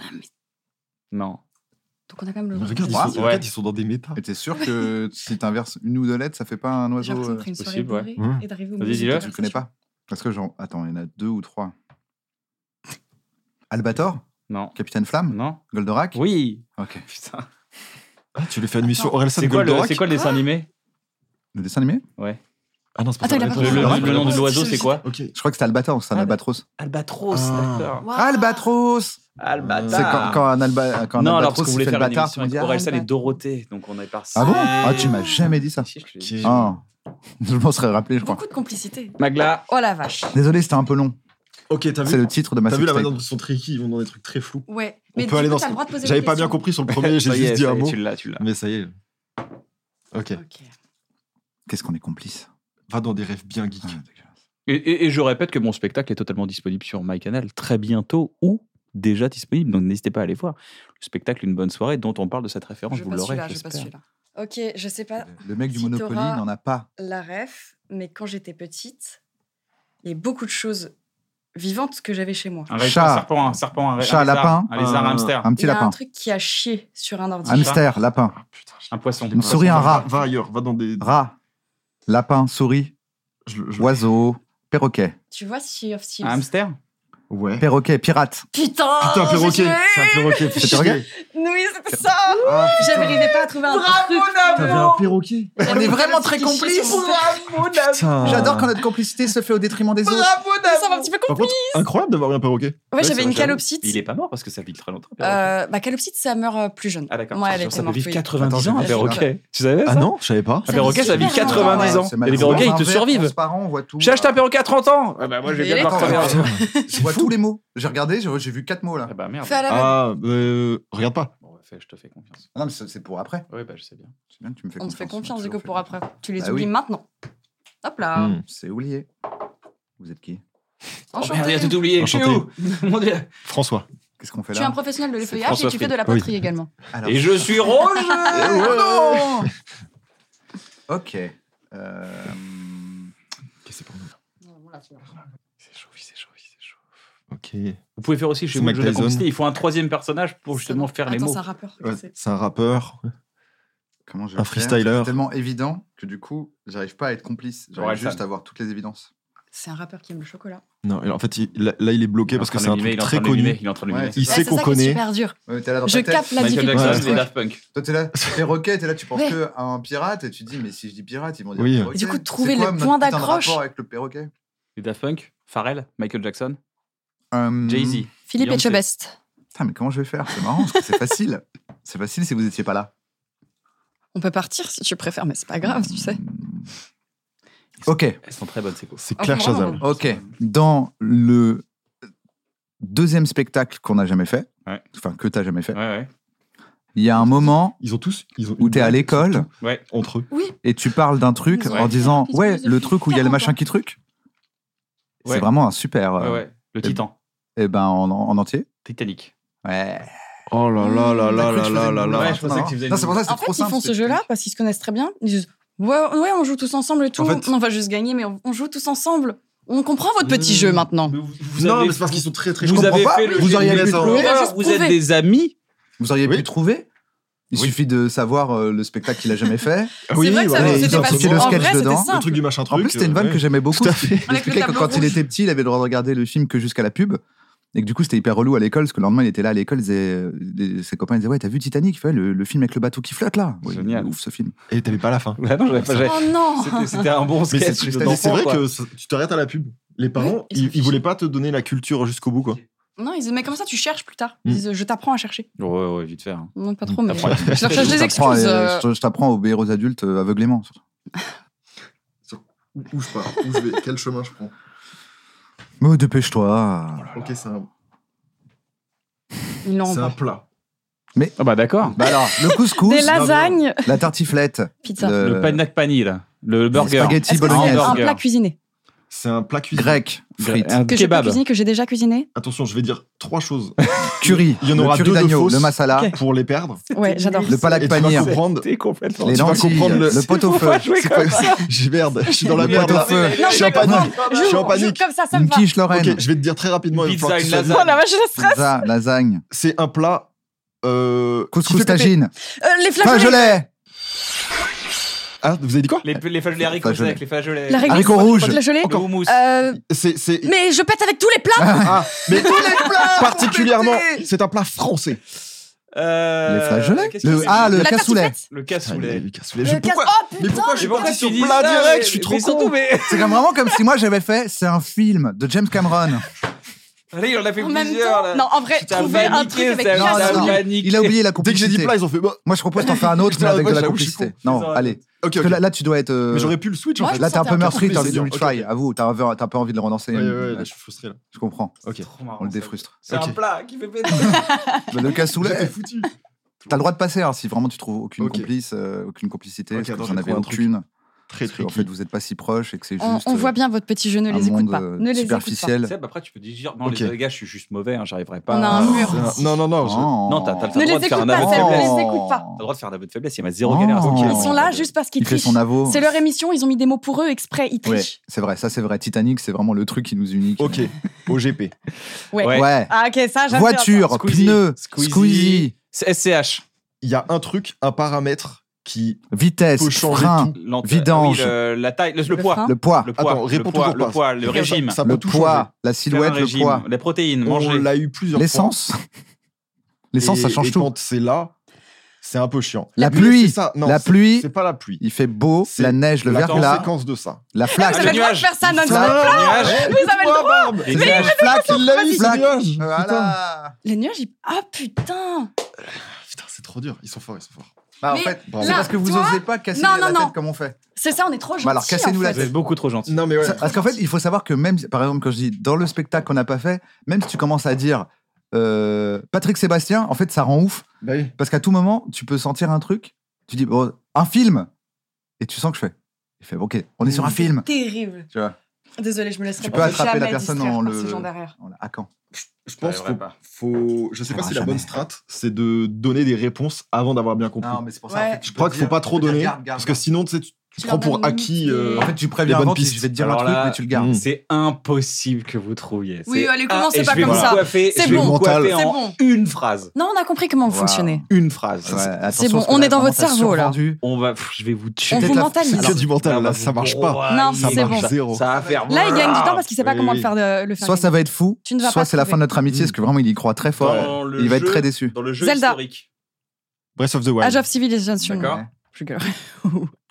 S2: Non.
S4: Donc on a quand même le
S1: Mais
S4: rouge.
S1: Regarde, ils
S4: J'ai
S1: sont,
S2: Ouais.
S1: regarde, ils sont dans des métas.
S3: Et t'es sûr que si t'inverses une ou deux lettres, ça fait pas un oiseau
S4: l'impression de
S3: euh,
S4: prendre une soirée
S2: possible, ouais.
S1: Mmh.
S4: bourrée et d'arriver au
S2: Vas-y,
S4: milieu
S2: dis-le.
S4: de la
S3: que tu connais
S4: conversation.
S3: pas Parce que genre. Attends, il y en a deux ou trois. Albator
S2: Non.
S3: Capitaine Flamme
S2: Non.
S3: Goldorak
S2: Oui.
S3: Ok.
S2: Putain.
S1: Ah, tu voulais faire une mission Orelsan
S2: C'est quoi, le,
S1: Goldorak
S2: c'est quoi le dessin animé
S3: Le dessin animé
S2: Ouais.
S1: Ah non, c'est pas
S4: Attends, il a
S1: ça.
S4: pas
S2: Le, le-
S4: Ah,
S2: le nom de l'oiseau, c'est quoi
S1: Ok.
S3: Je crois que c'était Albatros, c'est un
S2: Ah,
S3: albatros.
S4: Oh,
S2: Albatros,
S1: Ah.
S2: d'accord.
S4: Waouh.
S3: Albatros
S2: Albatros.
S3: C'est quand, quand un, alba, quand un
S2: Ah, non, alors parce
S3: albatros
S2: qu'on
S3: il
S2: voulait
S3: fait le
S2: faire une
S3: bâtard.
S2: émission
S3: on
S2: avec
S3: dit, ah,
S2: Orelsan et
S3: albatros.
S2: Dorothée, donc on est parti.
S3: Ah bon Ah, tu m'as jamais dit ça.
S2: Si, je te l'ai dit.
S1: Ok.
S3: Ah. Je m'en serais rappelé, je crois.
S4: Beaucoup de complicité.
S2: Magla,
S4: Oh la vache.
S3: Désolé, c'était un peu long.
S1: Ok, t'as
S3: C'est
S1: vu,
S3: le titre de ma
S1: t'as vu la
S3: sextape.
S1: manière dont ils sont tricky, ils vont dans des trucs très flous.
S4: Ouais.
S1: On
S4: Mais
S1: peut
S4: du
S1: aller
S4: coup,
S1: dans
S4: t'as
S1: ce-
S4: le droit de poser
S1: J'avais
S4: des
S1: pas bien
S4: questions.
S1: compris sur le premier, j'ai
S2: ça y est,
S1: juste dit
S2: ça
S1: un
S2: y est,
S1: mot.
S2: Tu l'as, tu l'as.
S1: Mais ça y est. Ok,
S4: Ok.
S3: Qu'est-ce qu'on est complice
S1: va dans des rêves bien geeks.
S5: Et, et- et je répète que mon spectacle est totalement disponible sur MyCanal très bientôt ou déjà disponible, donc n'hésitez pas à aller voir. Le spectacle Une bonne soirée dont on parle de cette
S2: Ah
S5: référence,
S4: Je
S5: vous
S4: passe
S5: l'aurez,
S4: celui-là, je passe
S5: j'espère.
S4: celui-là. Ok, je sais pas
S3: Le mec du
S4: Euh, Si
S3: Monopoly
S4: t'auras-
S3: n'en a pas.
S4: la ref, mais quand j'étais petite, il y a beaucoup de choses vivantes que j'avais chez moi.
S2: Un rêve,
S3: Chat.
S2: un serpent, un serpent, un rêve,
S3: Chat,
S2: un lézard,
S3: lapin. Euh,
S2: un lézard,
S1: Un-
S2: un hamster,
S3: Un
S4: Ah. Il
S3: petit
S4: y a un
S3: lapin.
S4: truc qui a chié sur un ordi.
S3: Hamster, lapin.
S2: un poisson.
S3: Une souris, un rat.
S1: Va ailleurs, va dans des.
S3: Rat. Lapin, souris,
S1: Je, je-
S3: oiseau, perroquet.
S4: Tu vois Sea of Thieves
S2: Un hamster
S1: Ouais.
S3: Perroquet, pirate.
S4: Putain
S1: Putain, perroquet C'est un perroquet,
S3: C'est perroquet
S4: Oui, c'était ça
S1: Ah,
S4: J'arrivais pas à trouver un truc.
S1: T'avais un perroquet
S3: On est vraiment très
S4: Qui chie sur
S3: complices.
S4: mon ordi.
S1: Putain.
S3: J'adore quand notre complicité se fait au détriment des autres.
S4: Ça va un petit peu
S1: Par
S4: compliqué.
S1: contre, incroyable d'avoir eu un perroquet.
S4: Ouais,
S2: Ouais, c'est
S4: j'avais
S2: vrai,
S4: une
S2: j'avoue.
S4: calopsite.
S2: Il est pas mort parce que ça vit très longtemps.
S4: Euh, bah, calopsite, ça meurt euh, plus jeune.
S2: Ah, d'accord.
S4: Moi,
S2: Genre,
S4: elle était
S2: ça peut
S4: morte.
S2: vivre
S4: oui.
S2: 90 ans, un
S4: Ouais.
S2: perroquet. Tu savais
S1: Ah
S2: ça
S1: non, je savais pas.
S2: Un
S4: Ça
S2: perroquet,
S4: vit
S2: ça vit
S4: super longtemps,
S2: 90 Ah, ans.
S3: C'est ma
S2: Et les
S3: grand-mère
S2: perroquets, ils te
S3: vert,
S2: survivent.
S3: transparent, on voit tout.
S2: J'ai acheté un perroquet à 30 ans Ah bah moi, je vais
S4: Il est
S2: bien voir
S4: temps,
S2: ta mère.
S3: attends. Je vois
S1: fou.
S3: tous les mots. J'ai regardé, j'ai j'ai vu quatre mots là.
S2: Ah bah merde.
S4: Fais à la main.
S1: Ah, euh, regarde pas.
S2: Bon, bah, fais, je te fais confiance.
S3: Ah Non, mais c'est c'est pour après.
S2: Oui, bah je sais bien.
S3: C'est bien que tu me fais
S4: On
S3: confiance.
S4: te fait confiance,
S3: Tu
S4: du
S3: me
S4: coup,
S3: fais
S4: pour après. Tu les
S3: Bah
S4: oublies
S3: oui.
S4: maintenant. Hop là.
S1: Hmm.
S3: C'est oublié. Vous êtes qui
S4: Enchanté.
S2: Merde, il a Oh, tout oublié. Je suis où
S1: Enchanté.
S2: Mon Dieu.
S1: François.
S3: Qu'est-ce qu'on fait
S4: Tu es un
S3: là
S4: professionnel de l'effeuillage et
S2: François
S4: tu fais
S2: Fried.
S4: de la
S1: Oui.
S4: poterie également.
S3: Alors-
S2: Et je suis rouge
S3: Eh ouais. Eh Ok. Euh,
S1: Qu'est-ce que c'est pour nous
S2: C'est chaud, c'est chaud, c'est chaud.
S1: Ok.
S2: Vous pouvez faire aussi chez
S1: C'est
S2: vous le
S1: Mike
S2: jeu de la
S1: Tyson.
S2: complicité. Il faut un troisième personnage pour justement faire les
S4: Attends,
S2: mots.
S4: c'est un rappeur.
S1: Ouais,
S4: C'est-
S1: C'est un rappeur.
S3: Comment je vais
S1: Un
S3: le faire
S1: freestyler.
S3: C'est tellement évident que du coup, j'arrive pas à être complice. J'arrive
S2: Orelsan.
S3: juste à avoir toutes les évidences.
S4: C'est un rappeur qui aime le chocolat.
S1: Non, et en fait, il- là, là, il est bloqué
S2: Il est
S1: parce
S2: en
S1: que
S2: train
S1: c'est un
S2: de
S1: truc
S2: mimer, il est en
S1: très
S2: train de mimer,
S1: connu.
S2: Il est en train de
S3: Ouais,
S2: mimer.
S3: c'est
S1: Il
S3: ça.
S1: sait
S4: c'est
S1: qu'on
S4: ça qui est
S1: connaît.
S4: super dur.
S3: Ouais, mais t'es là dans
S4: Je
S3: ta tête.
S4: capte la
S2: Michael
S4: difficulté.
S2: Jackson,
S4: Ouais.
S2: les Daft Punk.
S3: Toi, t'es là, perroquet, t'es là, tu penses
S4: Ouais.
S3: que à un pirate, et tu te dis, mais si je dis pirate, ils vont dire.
S1: Oui.
S3: perroquet.
S4: Et du coup,
S3: C'est
S4: trouver
S3: quoi
S4: le
S3: notre
S4: point
S3: putain de
S4: d'accroche.
S3: rapport avec le perroquet
S2: Les Daft Punk, Pharrell, Michael Jackson,
S3: Euh,
S5: Mm.
S2: Jay-Z.
S4: Philippe
S2: Beyoncé.
S4: Etchebest.
S3: Putain, mais comment je vais faire C'est marrant, parce que c'est facile. C'est facile si vous étiez pas là.
S4: On peut partir si tu préfères, mais c'est pas grave, tu sais.
S3: Ok,
S2: Elles sont très bonnes, ces courses.
S1: C'est Claire
S4: Oh, bravo.
S1: Chazal.
S3: ok. Dans le deuxième spectacle qu'on n'a jamais fait,
S2: Ouais.
S3: enfin que t'as jamais fait,
S2: Ouais, ouais.
S3: il y a un moment
S1: Ils ont tous. Ils ont
S3: où t'es à l'école
S2: Ouais.
S1: Entre eux.
S3: et tu parles d'un truc
S4: Ils ont
S3: en
S4: fait un
S3: disant
S4: petit
S3: ouais
S4: peu de
S3: le truc où il y a le machin qui truc.
S2: Ouais.
S3: C'est vraiment un super.
S2: Ouais,
S3: euh,
S2: ouais. Le Titan.
S3: Eh ben en, en entier.
S2: Titanic.
S3: Ouais.
S1: Oh là
S3: Mmh, bah,
S1: là là là là là là
S2: Ouais,
S1: là.
S2: je pensais que tu faisais
S3: Non,
S2: une-
S3: c'est pour ça que
S4: En
S3: c'est
S4: fait,
S3: trop
S4: ils
S3: simple,
S4: font ce
S3: c'est-
S4: jeu-là parce qu'ils se connaissent très bien. Ils disent Ouais, ouais, on joue tous ensemble et tout.
S1: En fait-
S4: on va juste gagner, mais on, on joue tous ensemble. On comprend votre petit
S2: Mmh.
S4: jeu maintenant.
S1: Non, mais c'est parce qu'ils sont très très
S2: Vous
S1: chauds.
S2: avez
S3: pas.
S2: fait le
S1: Vous
S2: jeu
S1: auriez hein.
S2: de
S1: pu
S2: la
S1: trouver.
S2: sauveur,
S4: Il a juste
S2: Vous êtes
S4: trouvé.
S2: des amis.
S3: Vous auriez
S1: Oui.
S3: pu trouver. Il
S1: Oui.
S3: suffit de savoir euh, le spectacle qu'il a jamais fait.
S1: Ah oui,
S4: c'est vrai que ça-
S1: voilà.
S4: c'était
S1: Ils ont
S4: facile.
S1: sorti le
S4: En
S1: sketch
S4: vrai,
S3: dedans.
S4: c'était
S3: Le
S4: simple.
S1: Le truc du machin truc.
S3: En plus, c'était une vanne
S1: euh,
S3: que
S1: ouais.
S3: j'aimais beaucoup.
S1: Tout à fait.
S3: Il expliquait que
S4: tableau
S3: quand il
S4: rouge.
S3: était petit, il avait le droit de regarder le film que jusqu'à la pub. Et que du coup, c'était hyper relou à l'école, parce que le lendemain, il était là à l'école, il disait- euh, les- ses copains ils disaient Ouais, t'as vu Titanic Il fait, le, le film avec le bateau qui flotte là Ouais,
S2: Génial.
S3: Ouf ce film.
S1: Et t'avais pas la fin.
S2: Ah non, j'avais pas- j'avais-
S4: Oh non
S2: C'était- C'était un bon
S1: Mais
S2: sketch.
S1: c'est
S2: de
S1: mais c'est
S2: d'enfant,
S1: vrai
S2: quoi.
S1: que ça- tu t'arrêtes à la pub. Les parents,
S4: ils s'en
S1: ils, ils
S4: fichent.
S1: voulaient pas te donner la culture jusqu'au bout, quoi.
S4: Non, ils disent Mais comme ça, tu cherches plus tard. Ils
S1: Mm.
S4: disent Je t'apprends à chercher.
S2: Ouais, ouais, vite faire. hein.
S4: Non, pas trop, mais.
S2: T'apprends à
S4: Je leur cherche
S3: Je
S4: des
S3: t'apprends à-
S4: excuses. euh,
S3: je- je t'apprends à obéir aux adultes euh, aveuglément. surtout.
S1: Où je pars Où je vais Quel chemin je prends
S3: Mais oh, dépêche-toi.
S1: Ok, c'est un,
S4: Ils l'ont en bas.
S1: plat.
S2: Ah bah d'accord.
S3: Bah alors, le couscous,
S4: Des lasagnes
S3: la tartiflette,
S4: Pizza.
S2: Le panak pani, là. Le burger.
S3: spaghetti
S4: Est-ce que c'est
S3: bolognaise,
S4: un
S2: Hamburger.
S4: plat cuisiné
S1: C'est un plat cuisiné.
S3: grec,
S5: Euh,
S3: frites,
S1: Euh,
S2: Un
S4: que j'ai pas
S2: kebab.
S4: cuisiné, que j'ai déjà cuisiné
S1: Attention, je vais dire trois choses
S3: curry,
S1: Il y en aura
S3: le curry
S1: deux de
S3: d'agneau,
S1: fausses.
S3: le masala,
S1: pour les perdre.
S4: Ouais, j'adore.
S3: le palak
S1: Et tu
S3: paneer,
S1: vas comprendre.
S2: T'es complètement.
S3: les
S1: tu vas
S3: lentilles,
S1: comprendre le-
S3: le pot au feu,
S1: C'est quoi J'ai merde, je suis dans la
S3: Le
S1: merde
S3: pot au
S1: là.
S3: feu.
S1: Je suis en panique. Je suis en panique.
S4: Comme ça, ça me
S3: une
S4: va.
S3: quiche
S1: Ok,
S3: lorraine,
S1: je vais te dire très rapidement. il va
S2: Pizza,
S1: falloir que
S2: une
S1: tu sois-
S2: lasagne.
S4: Oh la vache, je stresse.
S3: pizza, lasagne,
S1: C'est un plat. euh, qui
S3: couscous
S1: fait péter.
S3: tagine,
S4: Euh, les flageolets.
S3: flageolet,
S1: Ah, vous avez dit quoi
S2: Les, les flageolets haricots
S3: Flageolets.
S2: secs, les flageolets.
S4: La réglisse.
S3: haricots rouges,
S4: Flageolets.
S2: Le houmous.
S4: Euh,
S1: C'est. c'est-
S4: mais je pète avec tous les plats.
S1: Ah, mais tous les plats Particulièrement, c'est un plat français.
S2: Euh,
S3: Les flageolets
S2: qu'est-ce
S3: Le-
S2: qu'il y a
S3: ah, le
S4: La
S3: cassoulet.
S4: tartiflette
S2: Le
S1: Ah, il y a
S2: cassoulet.
S1: eu cassoulet. Je-
S4: Le casse-
S1: pourquoi-
S4: Oh
S1: Mais pourquoi
S4: putain
S1: j'ai parti sur
S2: dis
S1: plat
S2: ça,
S1: direct
S2: mais-
S1: Je suis trop
S2: mais surtout,
S1: con.
S2: mais-
S3: C'est comme vraiment comme si moi j'avais fait, c'est un film de James Cameron.
S2: Allez, on a fait
S4: En même
S2: plusieurs, là.
S4: temps, non, en vrai,
S2: Putain,
S4: trouver un
S2: paniqué,
S4: truc avec
S2: ça,
S3: Non,
S2: ça
S4: cassoulet.
S3: non,
S2: va.
S3: Il a oublié la
S1: Dès que j'ai
S3: complicité.
S1: dit plat, ils ont fait. Bah,
S3: Moi je propose d'en faire un autre, mais
S1: Putain,
S3: avec
S1: ouais,
S3: de la
S1: j'avoue, je suis
S3: complicité.
S1: con.
S3: Non,
S2: Ils ont
S3: allez.
S1: ok,
S3: Parce
S1: ok.
S3: que là, là, tu dois être. euh,
S1: Mais j'aurais pu le switch en
S4: Moi,
S1: fait.
S4: je
S3: Là, t'es un
S4: sentais
S3: peu
S4: un peu
S3: meurtri, t'as envie de
S1: dur.
S3: le
S1: Ok,
S3: try.
S1: ok.
S3: Avoue, t'as envie- t'as pas envie de le relancer.
S1: Ouais, ouais,
S3: Ouais,
S1: ouais, là, je suis frustré là.
S3: Je comprends.
S1: Ok.
S2: C'est trop marrant,
S3: On le
S2: ça.
S3: défrustre.
S2: C'est un
S1: Ok.
S2: plat qui fait péter.
S3: Bah, le
S1: J'étais
S3: cassoulet,
S1: foutu.
S3: t'as le droit de passer hein, si vraiment tu trouves aucune
S1: Ok.
S3: complice, euh, aucune complicité,
S1: Ok,
S3: parce que
S1: attends,
S3: vous
S1: j'ai
S3: en avez
S1: trouvé un truc.
S3: aucune.
S1: Très
S3: Parce
S1: très
S3: qu'en fait, vous n'êtes pas si proche et que c'est
S4: On,
S3: juste.
S4: on
S3: euh,
S4: voit bien votre petit jeu, ne
S3: un
S4: les écoute
S3: monde,
S4: pas.
S3: euh,
S4: Ne les écoute pas.
S3: superficiel.
S2: Tu sais, après, tu peux dire, non,
S1: Ok.
S2: les gars, je suis juste mauvais, hein, j'arriverai pas.
S4: On a un
S2: à-
S4: mur.
S2: T'as
S1: Non, non, non. je-
S3: Oh.
S2: Non, t'as- t'as le
S4: Ne
S2: droit
S4: les
S2: de faire
S4: écoute
S2: un
S4: pas,
S2: aveu de
S4: Seb, ne
S3: faiblesse.
S4: les écoute pas.
S2: le droit de faire un aveu de faiblesse, il y a zéro
S3: Oh.
S2: galère. à ce moment-là.
S4: Ils sont là juste parce qu'ils
S3: Il fait
S4: trichent.
S3: son aveu.
S4: C'est leur émission, ils ont mis des mots pour eux exprès, ils
S3: Ouais,
S4: trichent.
S3: c'est vrai, ça c'est vrai. Titanic, c'est vraiment le truc qui nous unit. qui-
S1: Ok, OGP.
S4: Ouais.
S2: Ouais.
S3: Ouais.
S4: Ah, ok, ça, j'aime
S3: Voiture,
S2: Squeezie.
S3: pneus,
S2: Squeezie.
S3: Squeezie,
S2: C'est SCH.
S1: Il y a un truc, un paramètre qui.
S3: vitesse,
S1: Faut changer
S3: frein,
S2: Lente-
S3: Vidange.
S2: oui, le- la taille, le, le
S4: Le
S2: poids.
S4: frein.
S3: le poids,
S2: Le poids,
S1: Attends,
S2: le,
S1: réponds
S2: poids
S1: toujours
S2: le
S1: pas.
S2: poids, le
S1: Ça-
S2: régime.
S1: Ça peut
S3: le
S1: tout changer.
S3: poids, la
S2: Faire un
S3: silhouette, le
S2: régime,
S3: poids,
S2: Les protéines,
S1: On
S2: manger.
S1: l'a eu plusieurs fois.
S3: l'essence. L'essence, ça
S1: Et-
S3: change
S1: et
S3: tout.
S1: Quand c'est là, c'est un peu chiant.
S3: La
S1: Mais
S3: pluie.
S1: c'est ça. Non,
S3: La
S1: c'est-
S3: pluie.
S1: C'est pas la pluie.
S3: Il fait beau,
S1: C'est
S3: la neige, le
S1: la
S3: verglas,
S1: conséquence de ça.
S3: la
S4: Ah,
S3: flaque.
S4: vous avez le droit de faire ça non-stop.
S2: nuage.
S4: Vous avez le droit.
S2: Les nuages.
S3: flaque,
S1: il l'a eu, ce nuage.
S3: Voilà.
S4: Les nuages, ils. Ah putain
S1: Putain, c'est trop dur. Ils sont forts, ils sont forts.
S3: Bah, en
S4: Mais
S3: fait, c'est
S1: là,
S3: parce que vous
S4: tu vois
S3: n'osez pas casser
S4: Non,
S3: la
S4: non, non.
S3: tête comme on fait.
S4: C'est ça, on est trop gentils.
S3: Bah alors, cassez-nous
S4: en
S3: la
S4: fait.
S2: Vous êtes beaucoup trop gentil.
S1: Non, mais ouais.
S3: Parce qu'en fait, il faut savoir que même, par exemple, quand je dis dans le spectacle qu'on n'a pas fait, même si tu commences à dire euh, Patrick Sébastien, en fait, ça rend ouf.
S1: Bah oui.
S3: Parce qu'à tout moment, tu peux sentir un truc, tu dis, bon, un film, et tu sens que je fais. Il fait, ok, on est sur un
S1: Mm.
S4: C'est
S3: film.
S4: Terrible.
S3: Tu vois.
S4: Désolé, je me laisse
S3: Tu peux attraper la personne en le-
S4: gens derrière.
S3: On l'a- À quand
S1: Je pense
S2: J'arriverai
S1: qu'il
S2: pas. Ah,
S1: faut. Je sais
S3: Ça
S1: pas si
S3: ira
S1: la bonne
S3: jamais.
S1: strat, c'est de donner des réponses avant d'avoir bien compris.
S3: mais c'est pour
S4: ça, en Ouais. fait,
S1: Je crois qu'il faut pas trop donner. Parce que sinon, tu sais, tu tu
S4: Tu
S1: prends
S4: leur
S1: pour
S4: donnes une
S1: acquis.
S4: idée.
S1: euh,
S3: En fait, tu préviens
S1: Les bonnes
S3: avant, puis
S1: pistes.
S3: je vais te dire
S2: Alors
S3: un truc,
S2: là,
S3: mais tu le gardes.
S1: Mm.
S2: C'est impossible que vous trouviez.
S4: Oui,
S2: C'est-
S4: allez, commencez
S2: et
S4: pas
S2: je vais
S4: comme
S2: vous
S4: ça.
S2: coiffer-
S4: C'est
S2: je vais
S4: bon.
S2: vous
S1: Mental.
S2: coiffer
S4: C'est
S2: en
S4: bon.
S2: Une phrase.
S4: Non, on a compris comment vous
S3: Wow.
S4: fonctionnez.
S2: Une phrase.
S3: Ouais, attention,
S4: c'est bon,
S3: parce que
S4: on
S3: là,
S4: est dans
S3: vraiment,
S4: votre
S3: t'as
S4: cerveau, là.
S3: survendu.
S2: On va, pff, je vais vous tuer.
S4: On
S3: Peut-être
S4: vous
S3: la-
S4: mentalise.
S1: C'est que du mental,
S2: va
S1: là,
S2: vous
S1: ça marche pas.
S2: broyer.
S4: Non,
S1: Ça
S4: c'est bon.
S1: marche zéro.
S2: Ça va faire.
S4: Là, il gagne du temps parce qu'il sait pas
S1: Oui,
S4: comment
S1: oui.
S4: le faire de- le faire.
S3: Soit ça
S4: gagner.
S3: va être fou,
S4: Tu ne vas
S3: soit
S4: pas
S3: c'est la
S4: trouver.
S3: fin de notre amitié, parce que vraiment, il y croit très fort.
S2: Dans le
S3: Il va être
S2: jeu-
S3: très déçu.
S2: Dans le jeu
S4: Zelda.
S2: historique
S1: Breath of the Wild.
S4: Age of Civilization.
S2: D'accord.
S3: Ouais.
S4: Je gueule.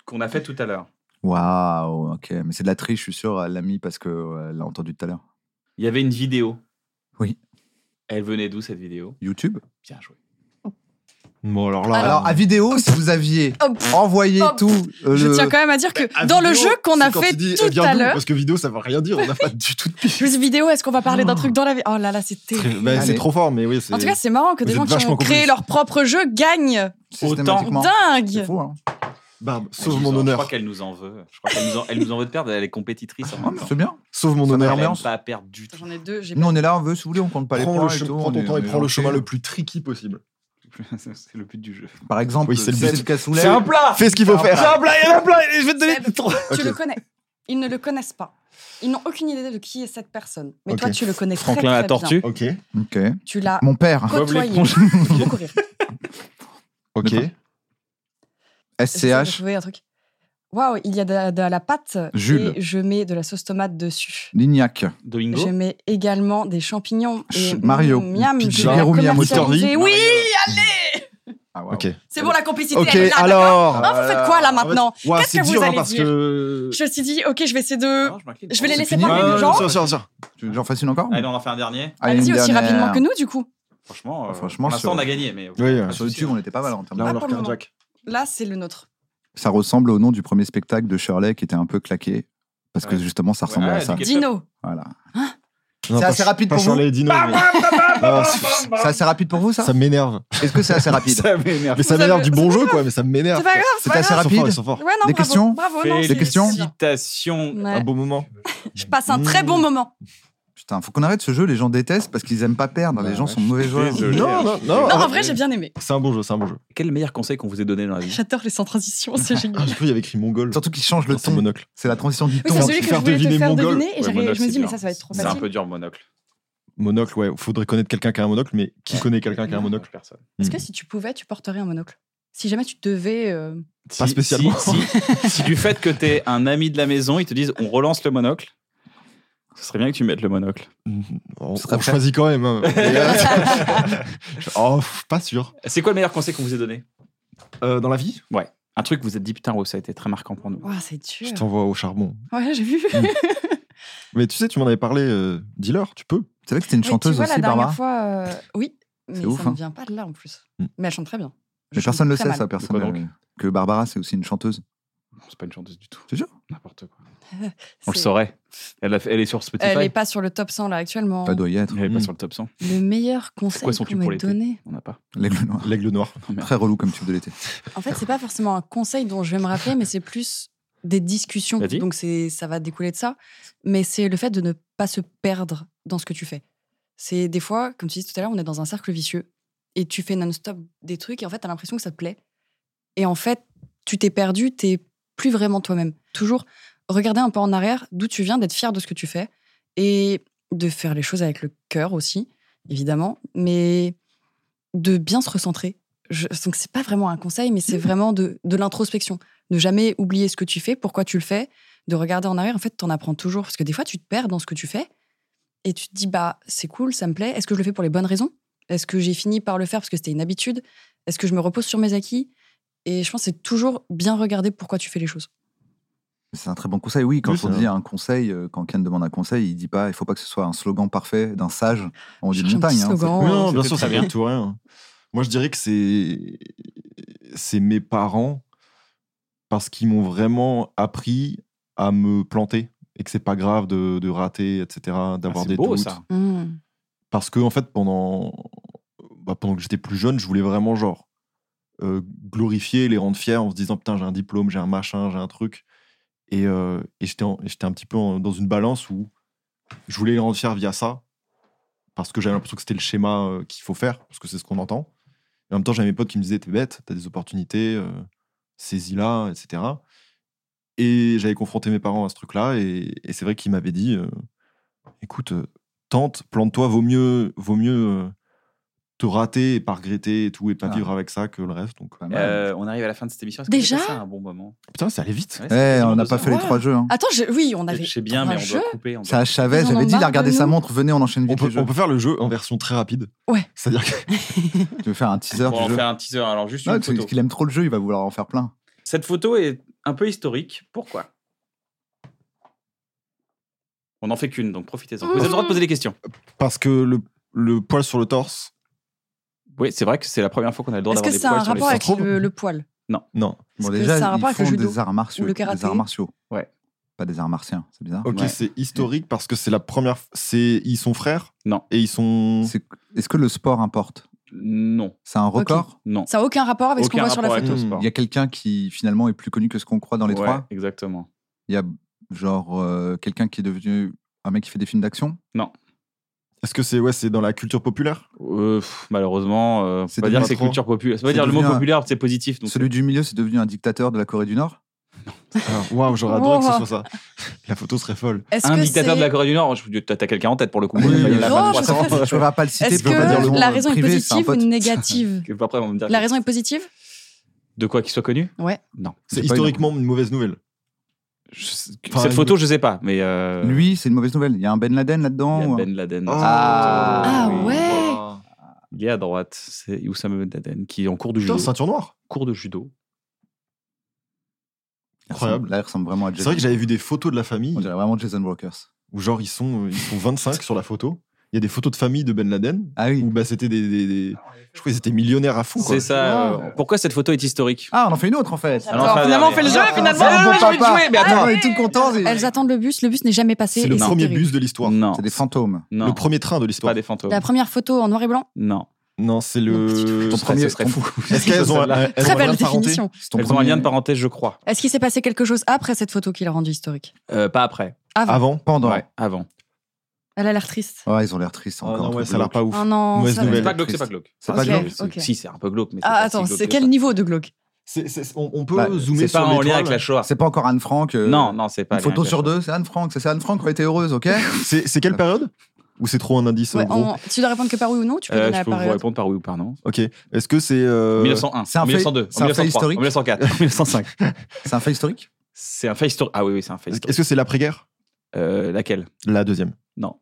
S2: qu'on a fait tout à l'heure,
S3: Waouh, ok. Mais c'est de la triche, je suis sûr, elle l'a mis parce qu'elle l'a entendu tout à l'heure.
S2: il y avait une vidéo.
S3: Oui.
S2: Elle venait d'où cette vidéo
S3: YouTube
S2: Bien joué.
S1: Bon, alors là. euh,
S3: Alors, à vidéo, si vous aviez
S4: Oh, pff,
S3: envoyé
S4: Oh,
S3: tout. euh,
S4: Je
S3: le-
S4: tiens quand même à dire que
S1: bah, à
S4: dans le
S1: vidéo,
S4: jeu qu'on
S1: c'est
S4: a
S1: quand
S4: fait
S1: tu dis,
S4: tout
S1: viens
S4: à
S1: d'où
S4: l'heure,
S1: Parce que vidéo, ça veut rien dire. On n'a pas du tout de piste.
S4: plus vidéo, est-ce qu'on va parler d'un truc dans la vie Oh là là, c'est
S1: Très-
S4: terrible.
S1: bah,
S3: Allez.
S1: C'est trop fort, mais oui. c'est-
S4: En tout cas, c'est marrant que des
S1: Vous
S4: gens
S1: êtes
S4: qui ont
S1: vachement
S4: créé
S1: complices.
S4: leur propre jeu gagnent.
S3: systématiquement. C'est
S4: Dingue.
S3: fou, hein.
S1: Barbe,
S2: Elle
S1: sauve
S2: nous
S1: mon
S2: en- Je
S1: honneur.
S2: crois qu'elle nous en veut. Je crois qu'elle nous, en- elle nous en veut de perdre. Elle est compétitrice
S5: Ah,
S2: en même temps.
S3: C'est bien.
S1: Sauve mon
S3: Ça
S1: honneur.
S2: Elle aime
S3: l'ambiance.
S2: pas perdre du tout.
S4: J'en ai deux. j'ai
S3: Nous, on est là, on veut, si vous voulez, on compte pas les
S1: Prends,
S3: points.
S1: le
S3: et
S1: chem-
S3: tout,
S1: prends
S3: on
S1: ton
S3: est-
S1: temps et
S3: on est
S1: prends le
S3: gentil.
S1: chemin le plus tricky possible.
S2: C'est le but du jeu.
S3: Par exemple,
S1: Oui, c'est le
S3: si
S1: but.
S3: c'est le cassoulet.
S1: C'est un
S3: plat
S1: Fais ce qu'il faut
S3: C'est
S1: faire.
S3: un
S2: je vais te donner
S4: Seb, Tu
S1: Ok.
S4: le connais. Ils ne le connaissent pas. Ils n'ont aucune idée de qui est cette personne. Mais
S1: Ok.
S4: toi, tu le connais très,
S2: Franklin
S4: très
S2: la tortue.
S4: bien.
S1: Ok.
S3: Ok.
S4: Tu l'as
S3: Mon père.
S4: côtoyé. Beaucoup rire.
S1: Ok.
S4: J'essaie de
S3: SCH.
S4: trouver un truc. Waouh, il y a de, de la pâte.
S3: Jules.
S4: Et je mets de la sauce tomate dessus.
S3: Lignac.
S2: Domingo.
S4: Je mets également des champignons. Et
S3: Ch- Mario.
S4: Miam, je
S3: Pizza.
S4: vais
S3: Guillermo
S4: commercialiser.
S1: Miyamoto.
S4: Oui,
S3: Ah, waouh.
S1: Ok.
S4: c'est bon, la complicité.
S1: Ok,
S4: elle est là,
S1: alors.
S4: d'accord. Hein, vous faites quoi là maintenant
S1: Ouah,
S4: Qu'est-ce
S1: c'est
S4: que vous
S1: dur hein,
S4: allez
S1: parce
S4: dire
S1: que.
S4: Je me suis dit, ok, je vais essayer de.
S2: Non, m'incline.
S4: Je vais les
S2: C'est
S4: laisser
S2: fini.
S4: parler
S2: Ouais,
S4: les
S2: ouais,
S4: gens.
S2: ouais,
S1: Sûr, sûr, sûr.
S3: Tu veux que J'en fasse une encore Ah,
S2: Allez, on en fait un dernier.
S3: Allez, une
S4: Allez-y aussi
S3: dernière.
S4: rapidement que nous, du coup.
S2: Franchement, euh,
S3: Franchement,
S2: pour l'instant,
S3: sur-
S2: on a gagné. Mais
S1: Oui, euh,
S2: Pas de
S3: Sur
S2: souci,
S3: YouTube,
S2: hein.
S3: on n'était pas mal en termes
S1: Là,
S4: Pas
S1: on
S3: de.
S1: leur
S4: pour le moment.
S1: cardiaque.
S4: Là, c'est le nôtre.
S3: Ça ressemble au nom du premier spectacle de Shirley qui était un peu claqué. Parce que
S2: Ouais.
S3: justement, ça ressemblait
S2: Ouais,
S3: à ça.
S2: nickel.
S4: Dino.
S3: Voilà.
S1: Non,
S3: C'est
S1: pas-
S3: assez rapide
S1: pas
S3: pour
S1: sur
S3: vous
S1: les dinos, mais- Ah, c'est-
S3: C'est assez rapide pour vous, ça
S1: Ça m'énerve.
S3: Est-ce que c'est assez rapide
S2: Ça m'énerve.
S1: Mais ça
S4: Vous
S1: m'a l'air
S4: avez-
S1: du
S4: c'est
S1: bon
S4: pas
S1: jeu, quoi, mais ça m'énerve.
S4: C'est pas grave, c'est
S3: C'est
S4: pas
S3: assez
S1: Ils
S4: grave.
S1: sont forts,
S3: rapide.
S1: ils sont forts.
S4: Ouais, non,
S3: Des
S4: bravo,
S3: questions
S4: bravo, non,
S2: Des
S4: c'est-
S3: questions
S4: c'est bien.
S2: Citation.
S4: Ouais.
S1: Un beau moment.
S4: Je passe un très bon moment.
S3: Putain, faut qu'on arrête ce jeu, les gens détestent parce qu'ils aiment pas perdre, les
S2: Bah
S3: gens
S2: ouais,
S3: sont
S2: je
S3: mauvais
S2: suis
S3: joueurs.
S2: désolé.
S3: Non.
S1: Non, non, non.
S4: Non,
S2: Ah,
S4: en
S2: ouais.
S4: vrai, j'ai bien aimé.
S1: C'est un bon jeu, c'est un bon jeu.
S2: Quel meilleur conseil qu'on vous ait donné dans la vie
S4: J'adore les sans transition, c'est
S1: Ah,
S4: génial.
S1: J'ai cru qu'il y avait écrit mongol.
S3: Surtout qu'ils changent le
S1: dans son
S3: ton,
S1: monocle.
S3: c'est la transition du
S4: Oui,
S3: ton.
S4: c'est celui que je
S1: faire
S4: voulais te
S1: deviner
S4: faire
S1: Mongol.
S4: deviner et
S2: Ouais,
S4: j'avais-
S2: Monocle,
S4: je me
S2: c'est
S4: dis, mais
S2: bien.
S4: ça, ça va être trop
S2: C'est un peu
S4: facile.
S2: dur, monocle.
S1: Monocle, ouais. Faudrait connaître quelqu'un qui a un monocle, mais qui connaît quelqu'un qui a un monocle
S2: Personne.
S4: Est-ce que si tu pouvais, tu porterais un monocle Si jamais tu devais. euh,
S1: Pas spécialement.
S2: Si, si- si du fait que t'es un ami de la maison, ils te disent on relance le monocle.
S5: Ce serait bien que tu mettes le monocle.
S1: On,
S3: Ce sera
S1: on
S3: prêt.
S1: choisit quand même. hein. Et, euh, oh, pff, pas sûr.
S5: C'est quoi le meilleur conseil qu'on vous ait donné
S1: Euh, dans la vie,
S5: Un truc que vous vous êtes dit, putain, ouais, ça a été très marquant pour nous.
S4: Ouah, c'est dur.
S1: je t'envoie au charbon.
S4: Ouais, j'ai vu.
S1: Mais tu sais, tu m'en avais parlé, euh, dealer, tu peux.
S3: C'est vrai que c'était une
S4: Mais
S3: chanteuse
S4: tu vois,
S3: aussi,
S4: la
S3: Barbara.
S4: dernière fois, euh, oui, mais
S3: ouf,
S4: ça
S3: hein.
S4: ne vient pas de là en plus.
S1: Mm.
S4: Mais elle chante très bien. Je
S3: Mais
S4: chante
S3: personne ne le
S4: très
S3: sait,
S4: mal.
S3: ça, personne.
S5: Quoi donc
S3: euh, que Barbara, c'est aussi une chanteuse.
S5: Non, C'est pas une chanteuse du tout.
S3: C'est sûr
S2: Ah.
S5: N'importe quoi.
S4: C'est-
S5: On le saurait. Elle, a fait- elle est sur Spotify.
S4: Elle n'est pas sur le top 100 là actuellement.
S3: Elle doit y être.
S5: Elle est pas
S2: Hmm.
S1: Mm.
S5: sur le top 100.
S4: Le meilleur conseil
S5: quoi son tube
S4: qu'on
S5: pour
S4: m'ait
S5: l'été
S4: donné.
S5: On n'a pas.
S3: L'aigle noir.
S1: L'aigle noir.
S3: Très relou comme tube de l'été.
S4: En fait, c'est pas forcément un conseil dont je vais me rappeler, mais c'est plus des discussions.
S5: Vas-y.
S4: Donc c'est ça va découler de ça. Mais c'est le fait de ne pas se perdre dans ce que tu fais. C'est des fois, comme tu disais tout à l'heure, on est dans un cercle vicieux et tu fais non-stop des trucs et en fait, tu as l'impression que ça te plaît. Et en fait, tu t'es perdu, t'es plus vraiment toi-même. Toujours regarder un peu en arrière d'où tu viens, d'être fier de ce que tu fais et de faire les choses avec le cœur aussi, évidemment, mais de bien se recentrer. Je, donc c'est pas vraiment un conseil, mais c'est vraiment de, de l'introspection. Ne jamais oublier ce que tu fais, pourquoi tu le fais, de regarder en arrière. En fait, t'en apprends toujours parce que des fois tu te perds dans ce que tu fais et tu te dis bah c'est cool, ça me plaît. Est-ce que je le fais pour les bonnes raisons Est-ce que j'ai fini par le faire parce que c'était une habitude Est-ce que je me repose sur mes acquis Et je pense que c'est toujours bien regarder pourquoi tu fais les choses.
S3: C'est un très bon conseil, oui. Quand
S1: Oui,
S3: on
S1: c'est
S3: dit un conseil, euh, quand Ken demande un conseil, il dit pas il faut pas que ce soit un slogan parfait d'un sage en haut d'une
S4: Cherche un petit
S3: montagne. hein.
S4: slogan.
S1: Oui,
S4: Ouais,
S1: non, bien
S4: c'était
S1: sûr,
S5: Oh, très
S1: ça
S5: bien.
S1: vient tout rien. Moi, je dirais que c'est c'est mes parents parce qu'ils m'ont vraiment appris à me planter et que c'est pas grave de, de rater, etc.,
S5: Ah,
S1: d'avoir
S5: c'est
S1: des
S5: beau
S1: doutes.
S5: ça.
S1: Parce que en fait, pendant bah, pendant que j'étais plus jeune, je voulais vraiment genre euh, glorifier, les rendre fiers en se disant putain j'ai un diplôme, j'ai un machin, j'ai un truc. Et, euh, et j'étais en- et j'étais un petit peu en- dans une balance où je voulais les rendre fiers via ça parce que j'avais l'impression que c'était le schéma euh, qu'il faut faire parce que c'est ce qu'on entend. Et en même temps, j'avais mes potes qui me disaient t'es bête, t'as des opportunités, euh, saisis-la, etc. Et j'avais confronté mes parents à ce truc-là et, et c'est vrai qu'ils m'avaient dit euh, écoute euh, tente, plante-toi, vaut mieux, vaut mieux euh, te rater et pas regretter et tout, et pas
S3: Ah.
S1: vivre avec ça que le reste. Donc,
S3: Pas mal.
S5: Euh, on arrive à la fin de cette émission. Est-ce que
S4: Déjà
S5: c'était ça un bon moment.
S1: putain, ça allait vite.
S5: Ouais,
S3: Eh,
S5: c'est quasiment
S3: on n'a
S5: deux
S3: pas
S5: heures.
S3: fait les
S4: Ouais.
S3: trois jeux. hein.
S4: Attends, je- oui, on avait.
S5: Je sais bien,
S4: un
S5: mais on
S4: jeu.
S5: doit couper. on doit-
S3: Ça à Chavez,
S4: Ils en
S3: j'avais
S4: ont
S3: dit, il a
S4: marre
S3: regardé
S4: de
S3: sa
S4: nous.
S3: montre, venez, on enchaîne
S1: On
S3: vite
S1: peut,
S3: les jeux.
S1: on peut faire le jeu en version très rapide.
S4: Ouais.
S1: C'est-à-dire que
S3: Tu veux faire un teaser
S5: On va en
S3: du jeu
S5: faire un teaser. Alors, juste
S3: Non,
S5: une
S3: Parce
S5: photo.
S3: qu'il aime trop le jeu, il va vouloir en faire plein.
S5: Cette photo est un peu historique. Pourquoi On n'en fait qu'une, donc profitez-en. Vous avez le droit de poser des questions.
S1: parce que le, le poil sur le torse,
S5: Oui, c'est vrai que c'est la première fois qu'on a le droit
S4: Est-ce que
S5: d'avoir des
S4: c'est un
S5: poils sur les
S4: rapport avec
S1: photos.
S4: le, le poil
S1: non.
S3: Bon,
S4: Est-ce que ça a un
S3: déjà,
S4: rapport
S3: ils
S4: avec le
S3: font
S4: judo
S3: des arts martiaux.
S4: ou le karaté
S3: Des arts martiaux.
S5: Ouais.
S3: Pas des arts martiens, c'est bizarre.
S1: Ok,
S5: Ouais.
S1: c'est historique parce que c'est la première. f- C'est ils sont frères.
S5: Non.
S1: Et ils sont.
S3: C'est- Est-ce que le sport importe
S5: Non,
S3: C'est un record
S5: non.
S4: Ça n'a aucun rapport avec ce qu'on
S5: Aucun
S4: voit sur la
S5: rapport
S4: photo.
S5: avec le
S1: photo.
S5: sport.
S3: Il y a quelqu'un qui finalement est plus connu que ce qu'on croit dans les
S5: Ouais,
S3: trois.
S5: Exactement.
S3: Il y a genre euh, quelqu'un qui est devenu un mec qui fait des films d'action.
S1: Est-ce que c'est ouais, c'est dans la culture populaire
S5: Euh, pff, malheureusement, euh,
S3: C'est
S5: on va dire que c'est
S1: devenu
S5: culture populaire. Ça veut
S3: C'est
S5: dire le mot
S3: devenu un-
S5: populaire, c'est positif. Donc
S3: Celui du milieu, c'est devenu un dictateur de la Corée du Nord.
S1: Alors, Ah, Waouh, j'aurais adoré que ce
S4: Wow.
S1: soit ça. La photo serait folle.
S4: Est-ce
S5: un
S4: que
S5: dictateur
S4: c'est-
S5: de la Corée du Nord, je- t'as t'as quelqu'un en tête pour le coup.
S3: Oui,
S5: Il y en a
S3: bien
S5: pas
S3: sûr.
S4: Non,
S5: 300.
S4: je sais
S3: Je ne vais pas le citer.
S4: Est-ce
S3: je peux pas dire le
S4: que
S3: nom,
S4: la
S3: euh,
S4: raison est
S3: privé, c'est un
S4: positive ou
S3: pote.
S4: négative
S5: Après, on va me dire
S4: La raison est positive
S5: de quoi qu'il soit connu.
S4: Ouais.
S5: Non.
S3: J'ai
S1: C'est
S3: pas eu
S1: historiquement une mauvaise nouvelle.
S5: Je-
S1: Enfin,
S5: Cette photo, je sais pas, mais euh,
S3: Lui, c'est une mauvaise nouvelle. Il y a un Ben Laden
S5: il
S3: là-dedans.
S5: y a
S3: ou un-
S5: Ben Laden.
S3: Ah.
S4: Ah ouais.
S1: Waouh.
S5: Il est à droite, c'est Oussama Ben Laden qui est en cours de judo.
S1: Putain, ceinture noire.
S5: cours de judo.
S3: Il ressemble-
S1: Incroyable.
S3: Là, il ressemble vraiment à Jason.
S1: C'est vrai que j'avais vu des photos de la famille
S3: On dirait vraiment Jason Walkers.
S1: où genre ils sont, ils sont 25 sur la photo. Il y a des photos de famille de Ben Laden
S3: Ah oui.
S1: où bah, c'était des, des- des- Je crois qu'ils étaient millionnaires à fond. quoi.
S5: C'est ça. euh, pourquoi cette photo est historique
S3: Ah, on en fait une autre en fait.
S5: Alors, enfin,
S4: finalement, on fait le
S5: dernière.
S4: jeu, finalement,
S3: C'est un
S4: ouais,
S3: bon
S4: ouais, je vais
S3: papa.
S4: jouer, mais attends.
S3: on est tout contents. et-
S4: Elles attendent le bus, le bus n'est jamais passé.
S1: C'est le
S4: et c'est
S1: premier
S4: terrible.
S1: bus euh. de l'histoire.
S5: Non.
S3: C'est des fantômes.
S5: Non.
S1: Le premier train de
S5: C'est pas
S1: l'histoire.
S5: des fantômes.
S4: La première photo en noir et blanc
S5: Non.
S1: Non, c'est le.
S3: Ton
S5: serait-
S3: premier.
S5: ce serait
S3: ton-
S1: Est-ce qu'elles ont,
S5: Celle-là.
S1: elles ont
S4: Très
S1: un lien
S4: belle
S1: de parenté
S4: définition.
S3: c'est ton
S5: Elles ont un
S3: premier-
S5: lien de parenté, je crois.
S4: Est-ce qu'il s'est passé quelque chose après cette photo qui l'a rendue historique
S5: Euh, pas après.
S4: Avant.
S1: Avant
S3: Pendant.
S5: Ouais, avant.
S4: Elle a l'air triste.
S3: Ouais, ils ont l'air tristes
S1: Ah
S3: encore. un
S1: non,
S3: truc
S1: ouais,
S3: de
S1: ça a l'air
S3: glauque.
S1: pas ouf.
S4: Oh non,
S1: Mauvaise
S4: ça va-
S1: nouvelle.
S5: C'est pas glauque, c'est pas glauque.
S3: C'est pas
S4: Ok,
S3: glauque.
S4: ok.
S5: Si, c'est un peu glauque, mais c'est
S4: Ah
S5: pas si
S4: attends,
S5: glauque
S4: c'est
S5: que
S4: quel
S5: ça.
S4: niveau de glauque
S1: C'est- c'est- on, on peut
S3: Bah,
S1: zoomer
S5: C'est
S1: sur
S5: pas en lien
S1: l'étoile.
S5: avec la Shoah.
S3: C'est pas encore Anne Frank. euh,
S5: Non, non, c'est pas.
S3: Une
S5: en lien
S3: photo
S5: avec
S3: sur
S5: la Shoah.
S3: deux, c'est Anne Frank. Ça, c'est Anne Frank qui aurait été heureuse, ok
S1: C'est c'est quelle période Ou c'est trop un indice
S4: Ouais,
S1: en gros
S4: en- Tu dois répondre que par oui ou non Tu peux
S5: Euh,
S4: donner
S5: je
S4: la
S5: peux vous
S4: période.
S5: répondre par oui ou par non.
S1: Ok. Est-ce que c'est. euh,
S5: 1901,
S3: c'est un fait-
S5: 1902,
S3: c'est un fait
S5: 1903,
S3: historique.
S5: 1904, 1905.
S3: C'est un fait historique
S5: C'est un fait historique. Ah oui, oui, c'est un fait
S1: Est-ce
S5: historique.
S1: est-ce que c'est l'après-guerre
S5: Euh, laquelle
S1: La deuxième.
S5: Non.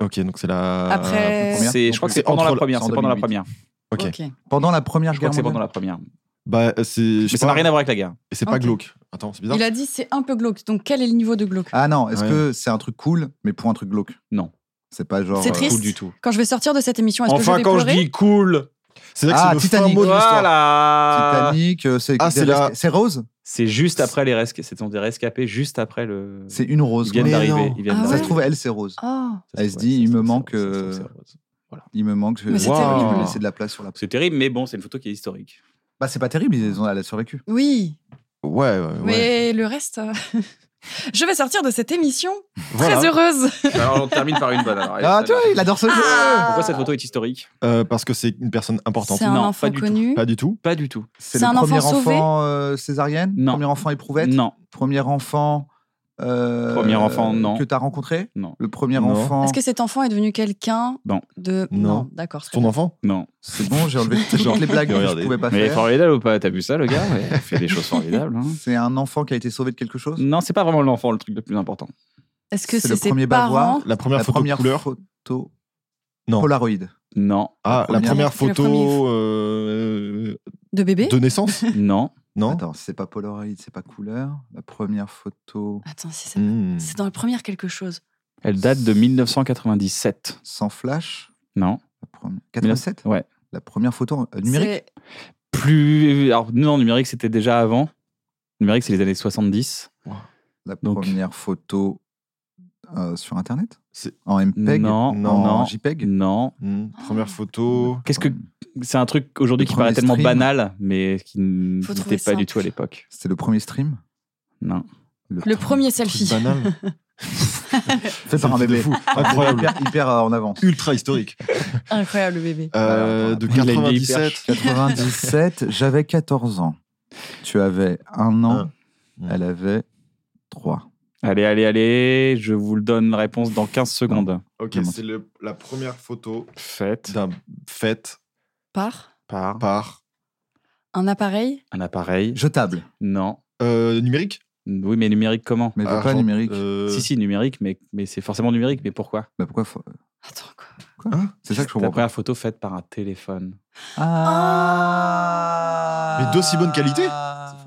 S1: Ok, donc c'est Euh, la.
S4: Après-
S3: Première
S5: C'est,
S3: Non
S5: je crois
S3: plus.
S5: que c'est pendant
S1: Entre
S5: la
S1: le-
S5: première.
S3: c'est en
S5: C'est pendant la
S3: 2008.
S5: première. Je
S1: Ok.
S3: Pendant la première
S5: crois
S3: guerre
S5: que c'est pendant
S3: mondiale.
S5: la première.
S1: Bah, euh, c'est. je sais
S5: Mais ça n'a
S1: pas,
S5: rien à voir avec la guerre.
S1: Et c'est
S4: Ok.
S1: pas glauque. Attends, c'est bizarre.
S4: Il a dit c'est un peu glauque. Donc quel est le niveau de glauque
S3: Ah non, est-ce
S1: Ouais.
S3: que c'est un truc cool, mais pour un truc glauque
S5: Non.
S3: C'est pas genre.
S4: C'est
S3: euh,
S4: triste.
S5: Cool du tout.
S4: Quand je vais sortir de cette émission, est-ce que je vais pleurer
S5: cool,
S1: C'est vrai que
S3: Ah,
S1: c'est le
S3: Titanic.
S1: fin mot de l'histoire.
S5: voilà.
S3: Titanic, euh, c'est
S1: Ah, c'est la-
S3: c'est Rose
S5: C'est juste après les rescapés. C'était des rescapés juste après le.
S3: C'est une rose.
S5: Ils viennent
S3: quoi.
S1: Mais non.
S5: d'arriver. ils viennent
S4: Ah ouais.
S3: Ça se
S5: d'arriver.
S3: trouve, elle, c'est Rose.
S4: Oh,
S5: Ça
S3: Elle se
S5: trouve,
S3: dit,
S5: ouais,
S3: il me
S5: ça se trouve,
S3: manque,
S5: ça se trouve,
S3: euh,
S5: ça se trouve, ça se trouve. Voilà.
S3: Il me manque.
S4: Mais c'est
S3: Waouh.
S4: terrible.
S3: Je vais laisser de la place sur la.
S5: C'est terrible, mais bon, c'est une photo qui est historique.
S3: Bah, c'est pas terrible, ils ont, elle a survécu.
S4: oui.
S1: Ouais, ouais, ouais.
S4: Mais le reste. euh, je vais sortir de cette émission
S1: Voilà.
S4: très heureuse.
S2: Alors on termine par une bonne. alors, allez,
S3: Ah, tu
S2: celle-là.
S3: vois, il adore ce jeu
S4: Ah
S5: Pourquoi
S3: Ah.
S5: cette photo est historique
S1: Euh, parce que c'est une personne importante.
S4: C'est un
S5: Non, pas
S4: enfant
S5: du tout.
S4: connu.
S1: Pas du tout.
S5: Pas du tout.
S3: C'est
S4: C'est
S3: le
S4: un
S3: premier
S4: enfant sauvé
S3: enfant euh, césarienne
S5: Non.
S3: Premier enfant éprouvette
S5: Non,
S3: Premier enfant. euh,
S5: Premier enfant, non.
S3: Que t'as rencontré
S5: non,
S3: Le premier
S1: Non.
S3: enfant.
S4: Est-ce que cet enfant est devenu quelqu'un
S5: Non.
S4: de.
S1: Non.
S4: d'accord. très
S1: Ton
S4: bien.
S1: enfant
S5: non.
S3: C'est bon, j'ai enlevé toutes
S1: Genre,
S3: les blagues que je
S1: regardez.
S3: pouvais pas
S5: Mais il est
S3: faire.
S5: formidable ou pas T'as vu ça, le gars Ouais, Il fait des choses formidables. hein.
S3: C'est un enfant qui a été sauvé de quelque chose
S5: Non, c'est pas vraiment l'enfant le truc le plus important.
S4: Est-ce que c'est
S3: C'est le
S4: ses
S3: premier
S4: parents
S3: bavoir.
S1: La première
S3: La
S1: photo
S3: première
S1: couleur.
S3: photo.
S1: Non.
S3: Polaroid.
S5: Non,
S1: Ah, la
S3: première.
S1: première
S4: Le
S1: photo
S4: premier.
S1: euh,
S4: de bébé
S1: de naissance
S5: non,
S1: Non
S3: Attends, c'est pas Polaroid, c'est pas couleur. La première photo
S4: Attends, si ça-
S1: Hmm.
S4: c'est dans la première quelque chose.
S5: elle date de 1997.
S3: sans flash.
S5: Non.
S3: La première... 87
S5: Ouais.
S3: La première photo euh, numérique.
S4: C'est-
S5: Plus. Alors, non, numérique, c'était déjà avant. Numérique, c'est les années 70.
S3: La
S5: Donc-
S3: première photo euh, sur Internet
S1: C'est-
S3: En MPEG
S5: Non,
S3: En E
S5: non, non.
S3: JPEG
S5: Non.
S1: Hmm. Première photo.
S5: Qu'est-ce que. C'est un truc aujourd'hui
S3: Le
S5: qui paraît
S3: premier
S5: tellement
S3: stream.
S5: banal, mais qui n-
S4: Faut
S5: n'était
S4: trouver
S5: pas du
S4: simple.
S5: tout à l'époque.
S3: C'était le premier stream
S5: Non.
S4: Le
S3: truc
S4: premier
S1: Truc
S4: selfie.
S1: banal.
S3: Fait par un
S1: Selfie de
S3: bébé. Ah,
S1: fou. Incroyable.
S3: Hyper, hyper euh, en avance.
S1: Ultra historique.
S4: Incroyable bébé.
S1: Euh,
S3: Alors,
S1: de
S5: il a une vie
S1: 97.
S3: 97, j'avais 14 ans. Tu avais un an,
S1: Un.
S3: elle avait 3.
S5: Allez, allez, allez, je vous le donne la réponse dans 15 secondes.
S1: Ok,
S3: Comment
S1: c'est le- la première photo
S5: Faites
S1: d'un fête
S4: Par
S5: par
S1: par
S4: un appareil
S5: un appareil.
S3: Jetable.
S5: Non.
S1: euh, numérique.
S5: Oui, mais numérique comment
S3: Mais je veux pas
S1: Argent-
S3: numérique.
S1: euh,
S5: Si, si, numérique, mais, mais c'est forcément numérique, mais pourquoi
S3: Bah pourquoi faut-
S4: Attends, quoi
S3: quoi
S1: Hein
S3: C'est ça que je
S5: La
S3: comprends pas.
S5: première photo faite par un téléphone.
S3: Ah
S1: Mais d'aussi bonne qualité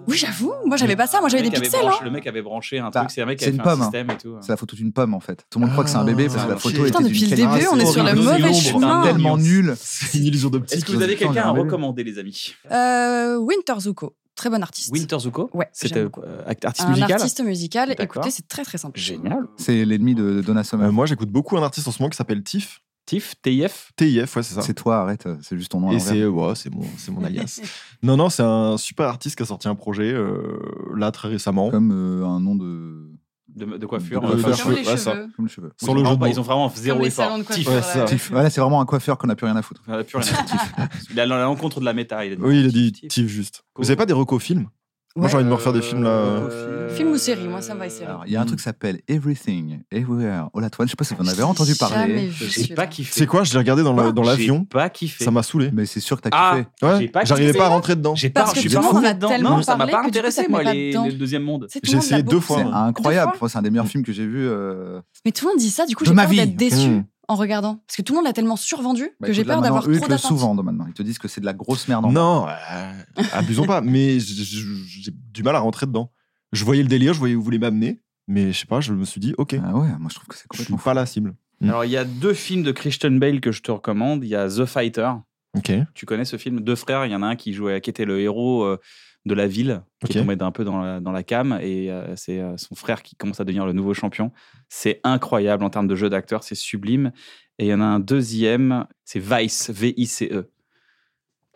S4: Oui, j'avoue. Moi, j'avais pas ça. Moi, j'avais
S5: Le
S4: des
S5: mec avait
S4: pixels.
S5: branché-
S4: hein.
S5: Le mec avait branché un
S3: Bah,
S5: truc, c'est un mec qui
S3: c'est
S5: avait
S3: une
S5: fait
S3: pomme,
S5: un
S3: hein.
S5: système et tout. hein.
S3: C'est la photo d'une pomme en fait. Tout le monde croit que c'est un bébé parce que la
S1: Ah,
S3: photo
S4: Putain,
S3: était
S4: depuis
S3: d'une
S4: le
S3: qualité
S4: début, on est sur la
S3: horrible.
S4: mauvaise
S1: C'est
S4: chemin.
S3: tellement nulle.
S1: C'est une illusion
S5: Est-ce
S1: d'optique.
S5: que vous avez
S3: Putain, on est
S5: quelqu'un à
S3: un bébé.
S5: recommander, les amis
S4: Euh, Winter Zuko, très bon artiste.
S5: Winter Zuko
S4: Ouais,
S5: C'était
S4: j'aime beaucoup.
S5: euh, act- artiste
S4: un
S5: musical
S4: artiste musical.
S5: D'accord.
S4: Écoutez, c'est très très simple.
S5: Génial.
S3: C'est l'ennemi de Donna Summer.
S1: Euh, moi, j'écoute beaucoup un artiste en ce moment qui s'appelle Tiff.
S5: TIF, TIF
S1: TIF, ouais, c'est ça.
S3: C'est toi, arrête, euh, c'est juste ton nom. à
S1: Et
S3: l'envers.
S1: c'est ouais, c'est mon, c'est mon alias. non, non, c'est un super artiste qui a sorti un projet euh, là très récemment.
S3: Comme euh, un nom de.
S5: de, de coiffure.
S1: De
S5: euh,
S1: coiffure.
S4: Sur
S5: coiffure.
S4: les
S1: Ouais, ça.
S4: cheveux.
S3: Comme le cheveu.
S1: Sans
S5: Ils
S1: le
S5: ont
S1: jeu de
S5: vraiment-
S1: mots.
S5: Ils ont vraiment zéro
S4: Comme les
S5: effort.
S4: salons de
S5: TIF.
S4: coiffure.
S1: Ouais,
S4: là,
S1: ça.
S4: ouais.
S3: Tif. Voilà, c'est vraiment un coiffeur qu'on n'a plus rien à foutre.
S5: Il a plus rien. Ah, Il a la l'encontre de la méta. Il a dit
S1: Oui, il a dit
S5: Tiff, Tiff.
S1: Tiff juste.
S5: Cool.
S1: Vous avez pas des recos films Moi,
S4: Ouais.
S1: j'ai envie de me refaire des films là.
S5: Euh,
S4: Film ou série Moi, ça me va, les séries.
S3: Alors, il y a un truc qui s'appelle Everything, Everywhere, All at Once. Je sais pas si vous en avez entendu
S4: J'ai jamais
S3: parler,
S4: vu
S5: J'ai
S4: celui-là.
S5: pas kiffé.
S1: C'est quoi Je l'ai regardé dans la- dans
S5: J'ai
S1: l'avion.
S5: Pas kiffé.
S1: Ça m'a saoulé.
S3: mais c'est sûr que t'as
S5: Ah,
S3: kiffé.
S1: Ouais,
S5: J'ai pas
S1: j'arrivais
S5: kiffé.
S1: pas à rentrer dedans.
S5: J'ai
S4: Parce
S5: pas,
S4: que
S5: je suis
S4: tout le
S5: pas
S4: monde en
S5: rentré
S4: a
S5: dedans.
S4: tellement
S5: Non, ça m'a
S4: parlé
S5: pas
S4: que du coup, ça
S5: intéressé,
S4: te
S5: moi,
S4: met pas
S5: les-
S4: dedans.
S5: le deuxième monde.
S4: C'est tout
S1: J'ai
S4: le monde
S1: essayé
S4: l'a
S1: deux
S4: beaucoup-
S1: fois.
S3: C'est
S1: Ouais.
S3: hein. incroyable.
S4: Deux fois.
S3: Enfin, c'est un des
S5: Mm.
S3: meilleurs films que j'ai vus. euh,
S4: Mais tout le monde dit ça, du coup,
S3: De
S4: j'ai
S3: ma
S4: peur
S3: vie.
S4: d'être déçu
S1: Mmh.
S4: en regardant. Parce que tout le monde l'a tellement survendu
S3: bah,
S4: que j'ai
S3: écoute, là,
S4: peur d'avoir
S3: maintenant, eux,
S4: trop
S3: ils te le
S4: d'attentes.
S3: sous-vendent maintenant. Ils te disent que c'est de la grosse merde. en bas.
S1: Non, euh, abusons pas. Mais j- j- j'ai du mal à rentrer dedans. Je voyais le délire, je voyais où vous voulez m'amener, mais je sais pas. Je me suis dit, ok,
S3: Ah ouais, moi je trouve que
S1: je
S3: c'est
S1: suis
S3: complètement fou.
S1: pas la cible.
S5: Alors, il y a deux films de Christian Bale que je te recommande. Il y a The Fighter.
S1: Ok.
S5: Tu connais ce film Deux frères. Il y en a un qui jouait, qui était le héros euh, de la ville, qui
S1: Ok.
S5: est tombé d'un peu dans la, dans la cam, et euh, c'est euh, son frère qui commence à devenir le nouveau champion. C'est incroyable en termes de jeu d'acteur, c'est sublime. Et il y en a un deuxième, c'est Vice, V-I-C-E. E.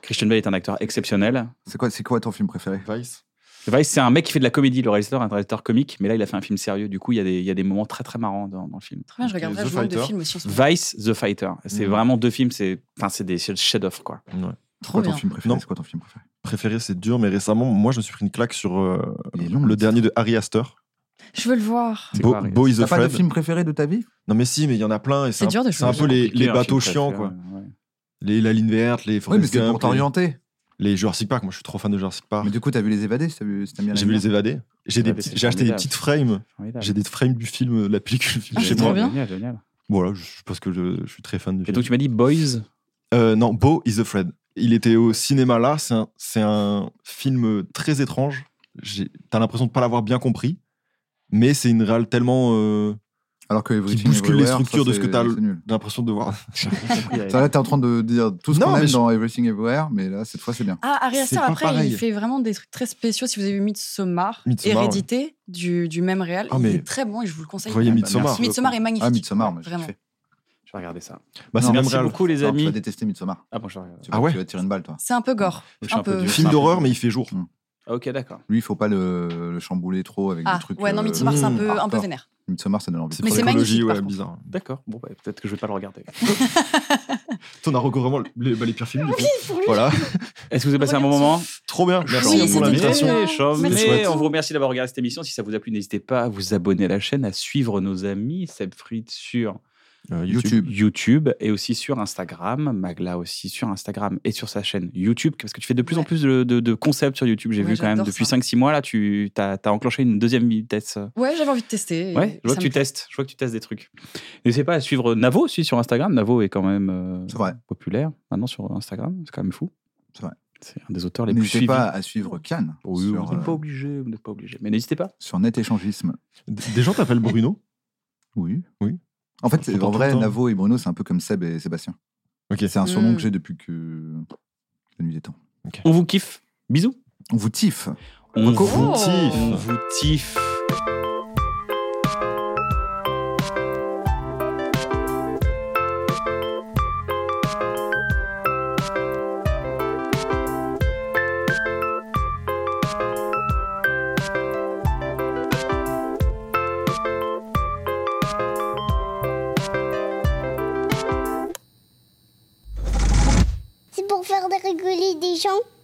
S5: Christian Bale est un acteur exceptionnel.
S3: C'est quoi, c'est quoi ton film préféré
S1: Vice.
S5: Vice, c'est un mec qui fait de la comédie, le réalisateur, un réalisateur comique, mais là, il a fait un film sérieux. Du coup, il y a des, il y a des moments très, très marrants dans, dans le film.
S4: Très bien, je
S1: Ok,
S4: regarderai
S1: The
S4: le nombre de
S1: Fighter.
S4: films aussi en ce moment.
S5: Vice, The Fighter. C'est
S1: Mhm.
S5: vraiment deux films, c'est enfin, c'est des chefs-d'œuvre, quoi.
S3: C'est
S4: Trop
S3: quoi ton
S4: bien.
S3: film préféré
S1: Non.
S3: C'est quoi ton film préféré
S1: Préféré, c'est dur, mais récemment, moi, je me suis pris une claque sur euh,
S3: Il est long,
S1: le
S3: le
S1: dernier de Harry Astor.
S4: Je veux le voir.
S5: C'est
S1: Bo-
S5: quoi, Harry
S1: Boy the
S3: T'as pas de
S1: Fred.
S3: film préféré de ta vie
S1: Non mais si, mais il y en a plein. et
S4: C'est
S1: un-
S4: dur de
S1: C'est un peu
S4: choisir.
S1: les,
S5: Compliqué,
S1: les
S5: un
S1: bateaux
S5: film
S1: chiants,
S5: préféré,
S1: quoi.
S5: ouais.
S1: Les, la ligne verte, les
S3: Oui, mais
S1: Forrest
S3: c'est pour
S1: Gump, les-
S3: t'orienter.
S1: Les Jurassic Park, moi je suis trop fan de Jurassic Park.
S3: Mais du coup, t'as vu Les Évadés si t'as vu- si t'as bien
S1: J'ai vu
S3: aimé
S1: les évadés. J'ai des
S5: Évadés,
S1: petits-
S5: c'est
S1: j'ai acheté des
S5: formidable.
S1: petites frames.
S5: Formidable.
S1: J'ai des frames du film, de la pellicule
S4: Ah,
S1: chez
S4: c'est trop
S1: moi.
S4: bien.
S5: Génial, génial.
S1: Voilà, je je pense que je, je suis très fan du
S5: Et
S1: film.
S5: donc, tu m'as dit Boys.
S1: Euh, non, Beau is the Fred. Il était au cinéma là. C'est un, c'est un film très étrange. J'ai- T'as l'impression de pas l'avoir bien compris, mais c'est une réal tellement. euh,
S3: Alors que Everything
S1: bouscule les
S3: Everywhere, ça,
S1: structures de ce
S3: c'est-
S1: que t'as-
S3: c'est nul.
S1: J'ai l'impression de voir.
S3: Ça, là, t'es en train de dire tout ce
S1: Non,
S3: qu'on
S1: mais
S3: aime
S1: je-
S3: dans Everything Everywhere, mais là, cette fois, c'est bien.
S4: Ah, Ari
S1: C'est
S4: Aster,
S1: pas
S4: après,
S1: pareil.
S4: il fait vraiment des trucs très spéciaux. Si vous avez vu Midsommar,
S1: Midsommar,
S4: Hérédité, du, du même réal,
S1: Ah,
S4: il
S1: mais-
S4: est très bon et je vous le conseille.
S1: Voyez
S3: bah,
S1: Midsommar.
S3: merci.
S4: Midsommar est magnifique.
S3: Ah, Midsommar, mais je
S4: vraiment.
S3: kiffé.
S5: Je vais regarder ça.
S1: Bah, c'est
S3: Non,
S1: même
S5: Merci
S1: réal.
S5: beaucoup, les
S3: Non, Tu vas
S5: amis.
S3: détester Midsommar.
S5: Ah bon, je vais regarder.
S3: Tu vas-
S1: Ah ouais
S3: Tu vas te tirer une balle, toi.
S4: C'est un peu gore.
S5: Je suis un
S4: un
S5: peu
S4: peu.
S5: dur.
S1: Film d'horreur, mais il fait jour.
S5: Ah, ok, d'accord.
S3: Lui, il faut pas le, le chambouler trop avec
S4: Ah,
S3: des trucs.
S4: ouais, non,
S3: euh,
S4: Midsommar, c'est un peu, un peu
S3: hardcore.
S4: vénère.
S3: Midsommar, ça donne envie.
S1: C'est
S4: Mais
S1: pour
S4: c'est
S1: l'écologie,
S4: magnifique, par
S1: ouais,
S4: contre.
S1: bizarre.
S5: D'accord. Bon, bah, peut-être que je vais pas le regarder.
S1: On a recours vraiment les, bah, les pires films. du coup. Voilà.
S5: Est-ce que vous avez passé un bon moment
S1: Trop bien.
S4: Oui,
S1: Merci
S4: c'était
S1: pour
S4: très
S1: l'invitation.
S4: bien.
S1: Merci.
S5: Chaumet,
S1: Chouette.
S5: on vous remercie d'avoir regardé cette émission. Si ça vous a plu, n'hésitez pas à vous abonner à la chaîne, à suivre nos amis Seb Fried sur
S1: Euh,
S3: YouTube.
S5: YouTube et aussi sur Instagram. Magla aussi sur Instagram et sur sa chaîne YouTube. Parce que tu fais de plus en
S4: Ouais.
S5: plus de, de- de concepts sur YouTube. J'ai
S4: Ouais,
S5: vu quand même
S4: j'adore
S5: depuis
S4: ça.
S5: 5-6 mois, là, tu as, enclenché une deuxième vitesse.
S4: Ouais, j'avais envie de tester. et
S5: Ouais, je
S4: ça
S5: vois que
S4: me
S5: tu
S4: plaît.
S5: testes. Je vois que tu testes des trucs. N'hésitez pas à suivre Navo aussi sur Instagram. Navo est quand même euh,
S3: C'est vrai.
S5: populaire maintenant sur Instagram. C'est quand même fou.
S3: C'est vrai.
S5: C'est un des auteurs les plus
S3: N'hésitez
S5: suivis.
S3: pas à suivre Cannes
S5: Oui,
S3: sur,
S5: vous n'êtes pas
S3: euh,
S5: obligé, vous n'êtes pas obligé. Mais n'hésitez pas.
S3: sur Net Échangisme.
S1: D- Des gens t'appellent Bruno
S3: Oui.
S1: Oui.
S3: En fait,
S1: Je
S3: c'est- en
S1: t'entends
S3: vrai,
S1: tout le temps.
S3: Navo et Bruno, c'est un peu comme Seb et Sébastien.
S1: Ok.
S3: C'est un surnom
S4: Mm.
S3: que j'ai depuis que la nuit des temps.
S5: On vous kiffe. Bisous.
S3: On vous tiffe.
S5: On
S1: Coco.
S5: vous
S1: Tif.
S5: on vous tiffe.
S8: C'est pour faire rigoler des gens.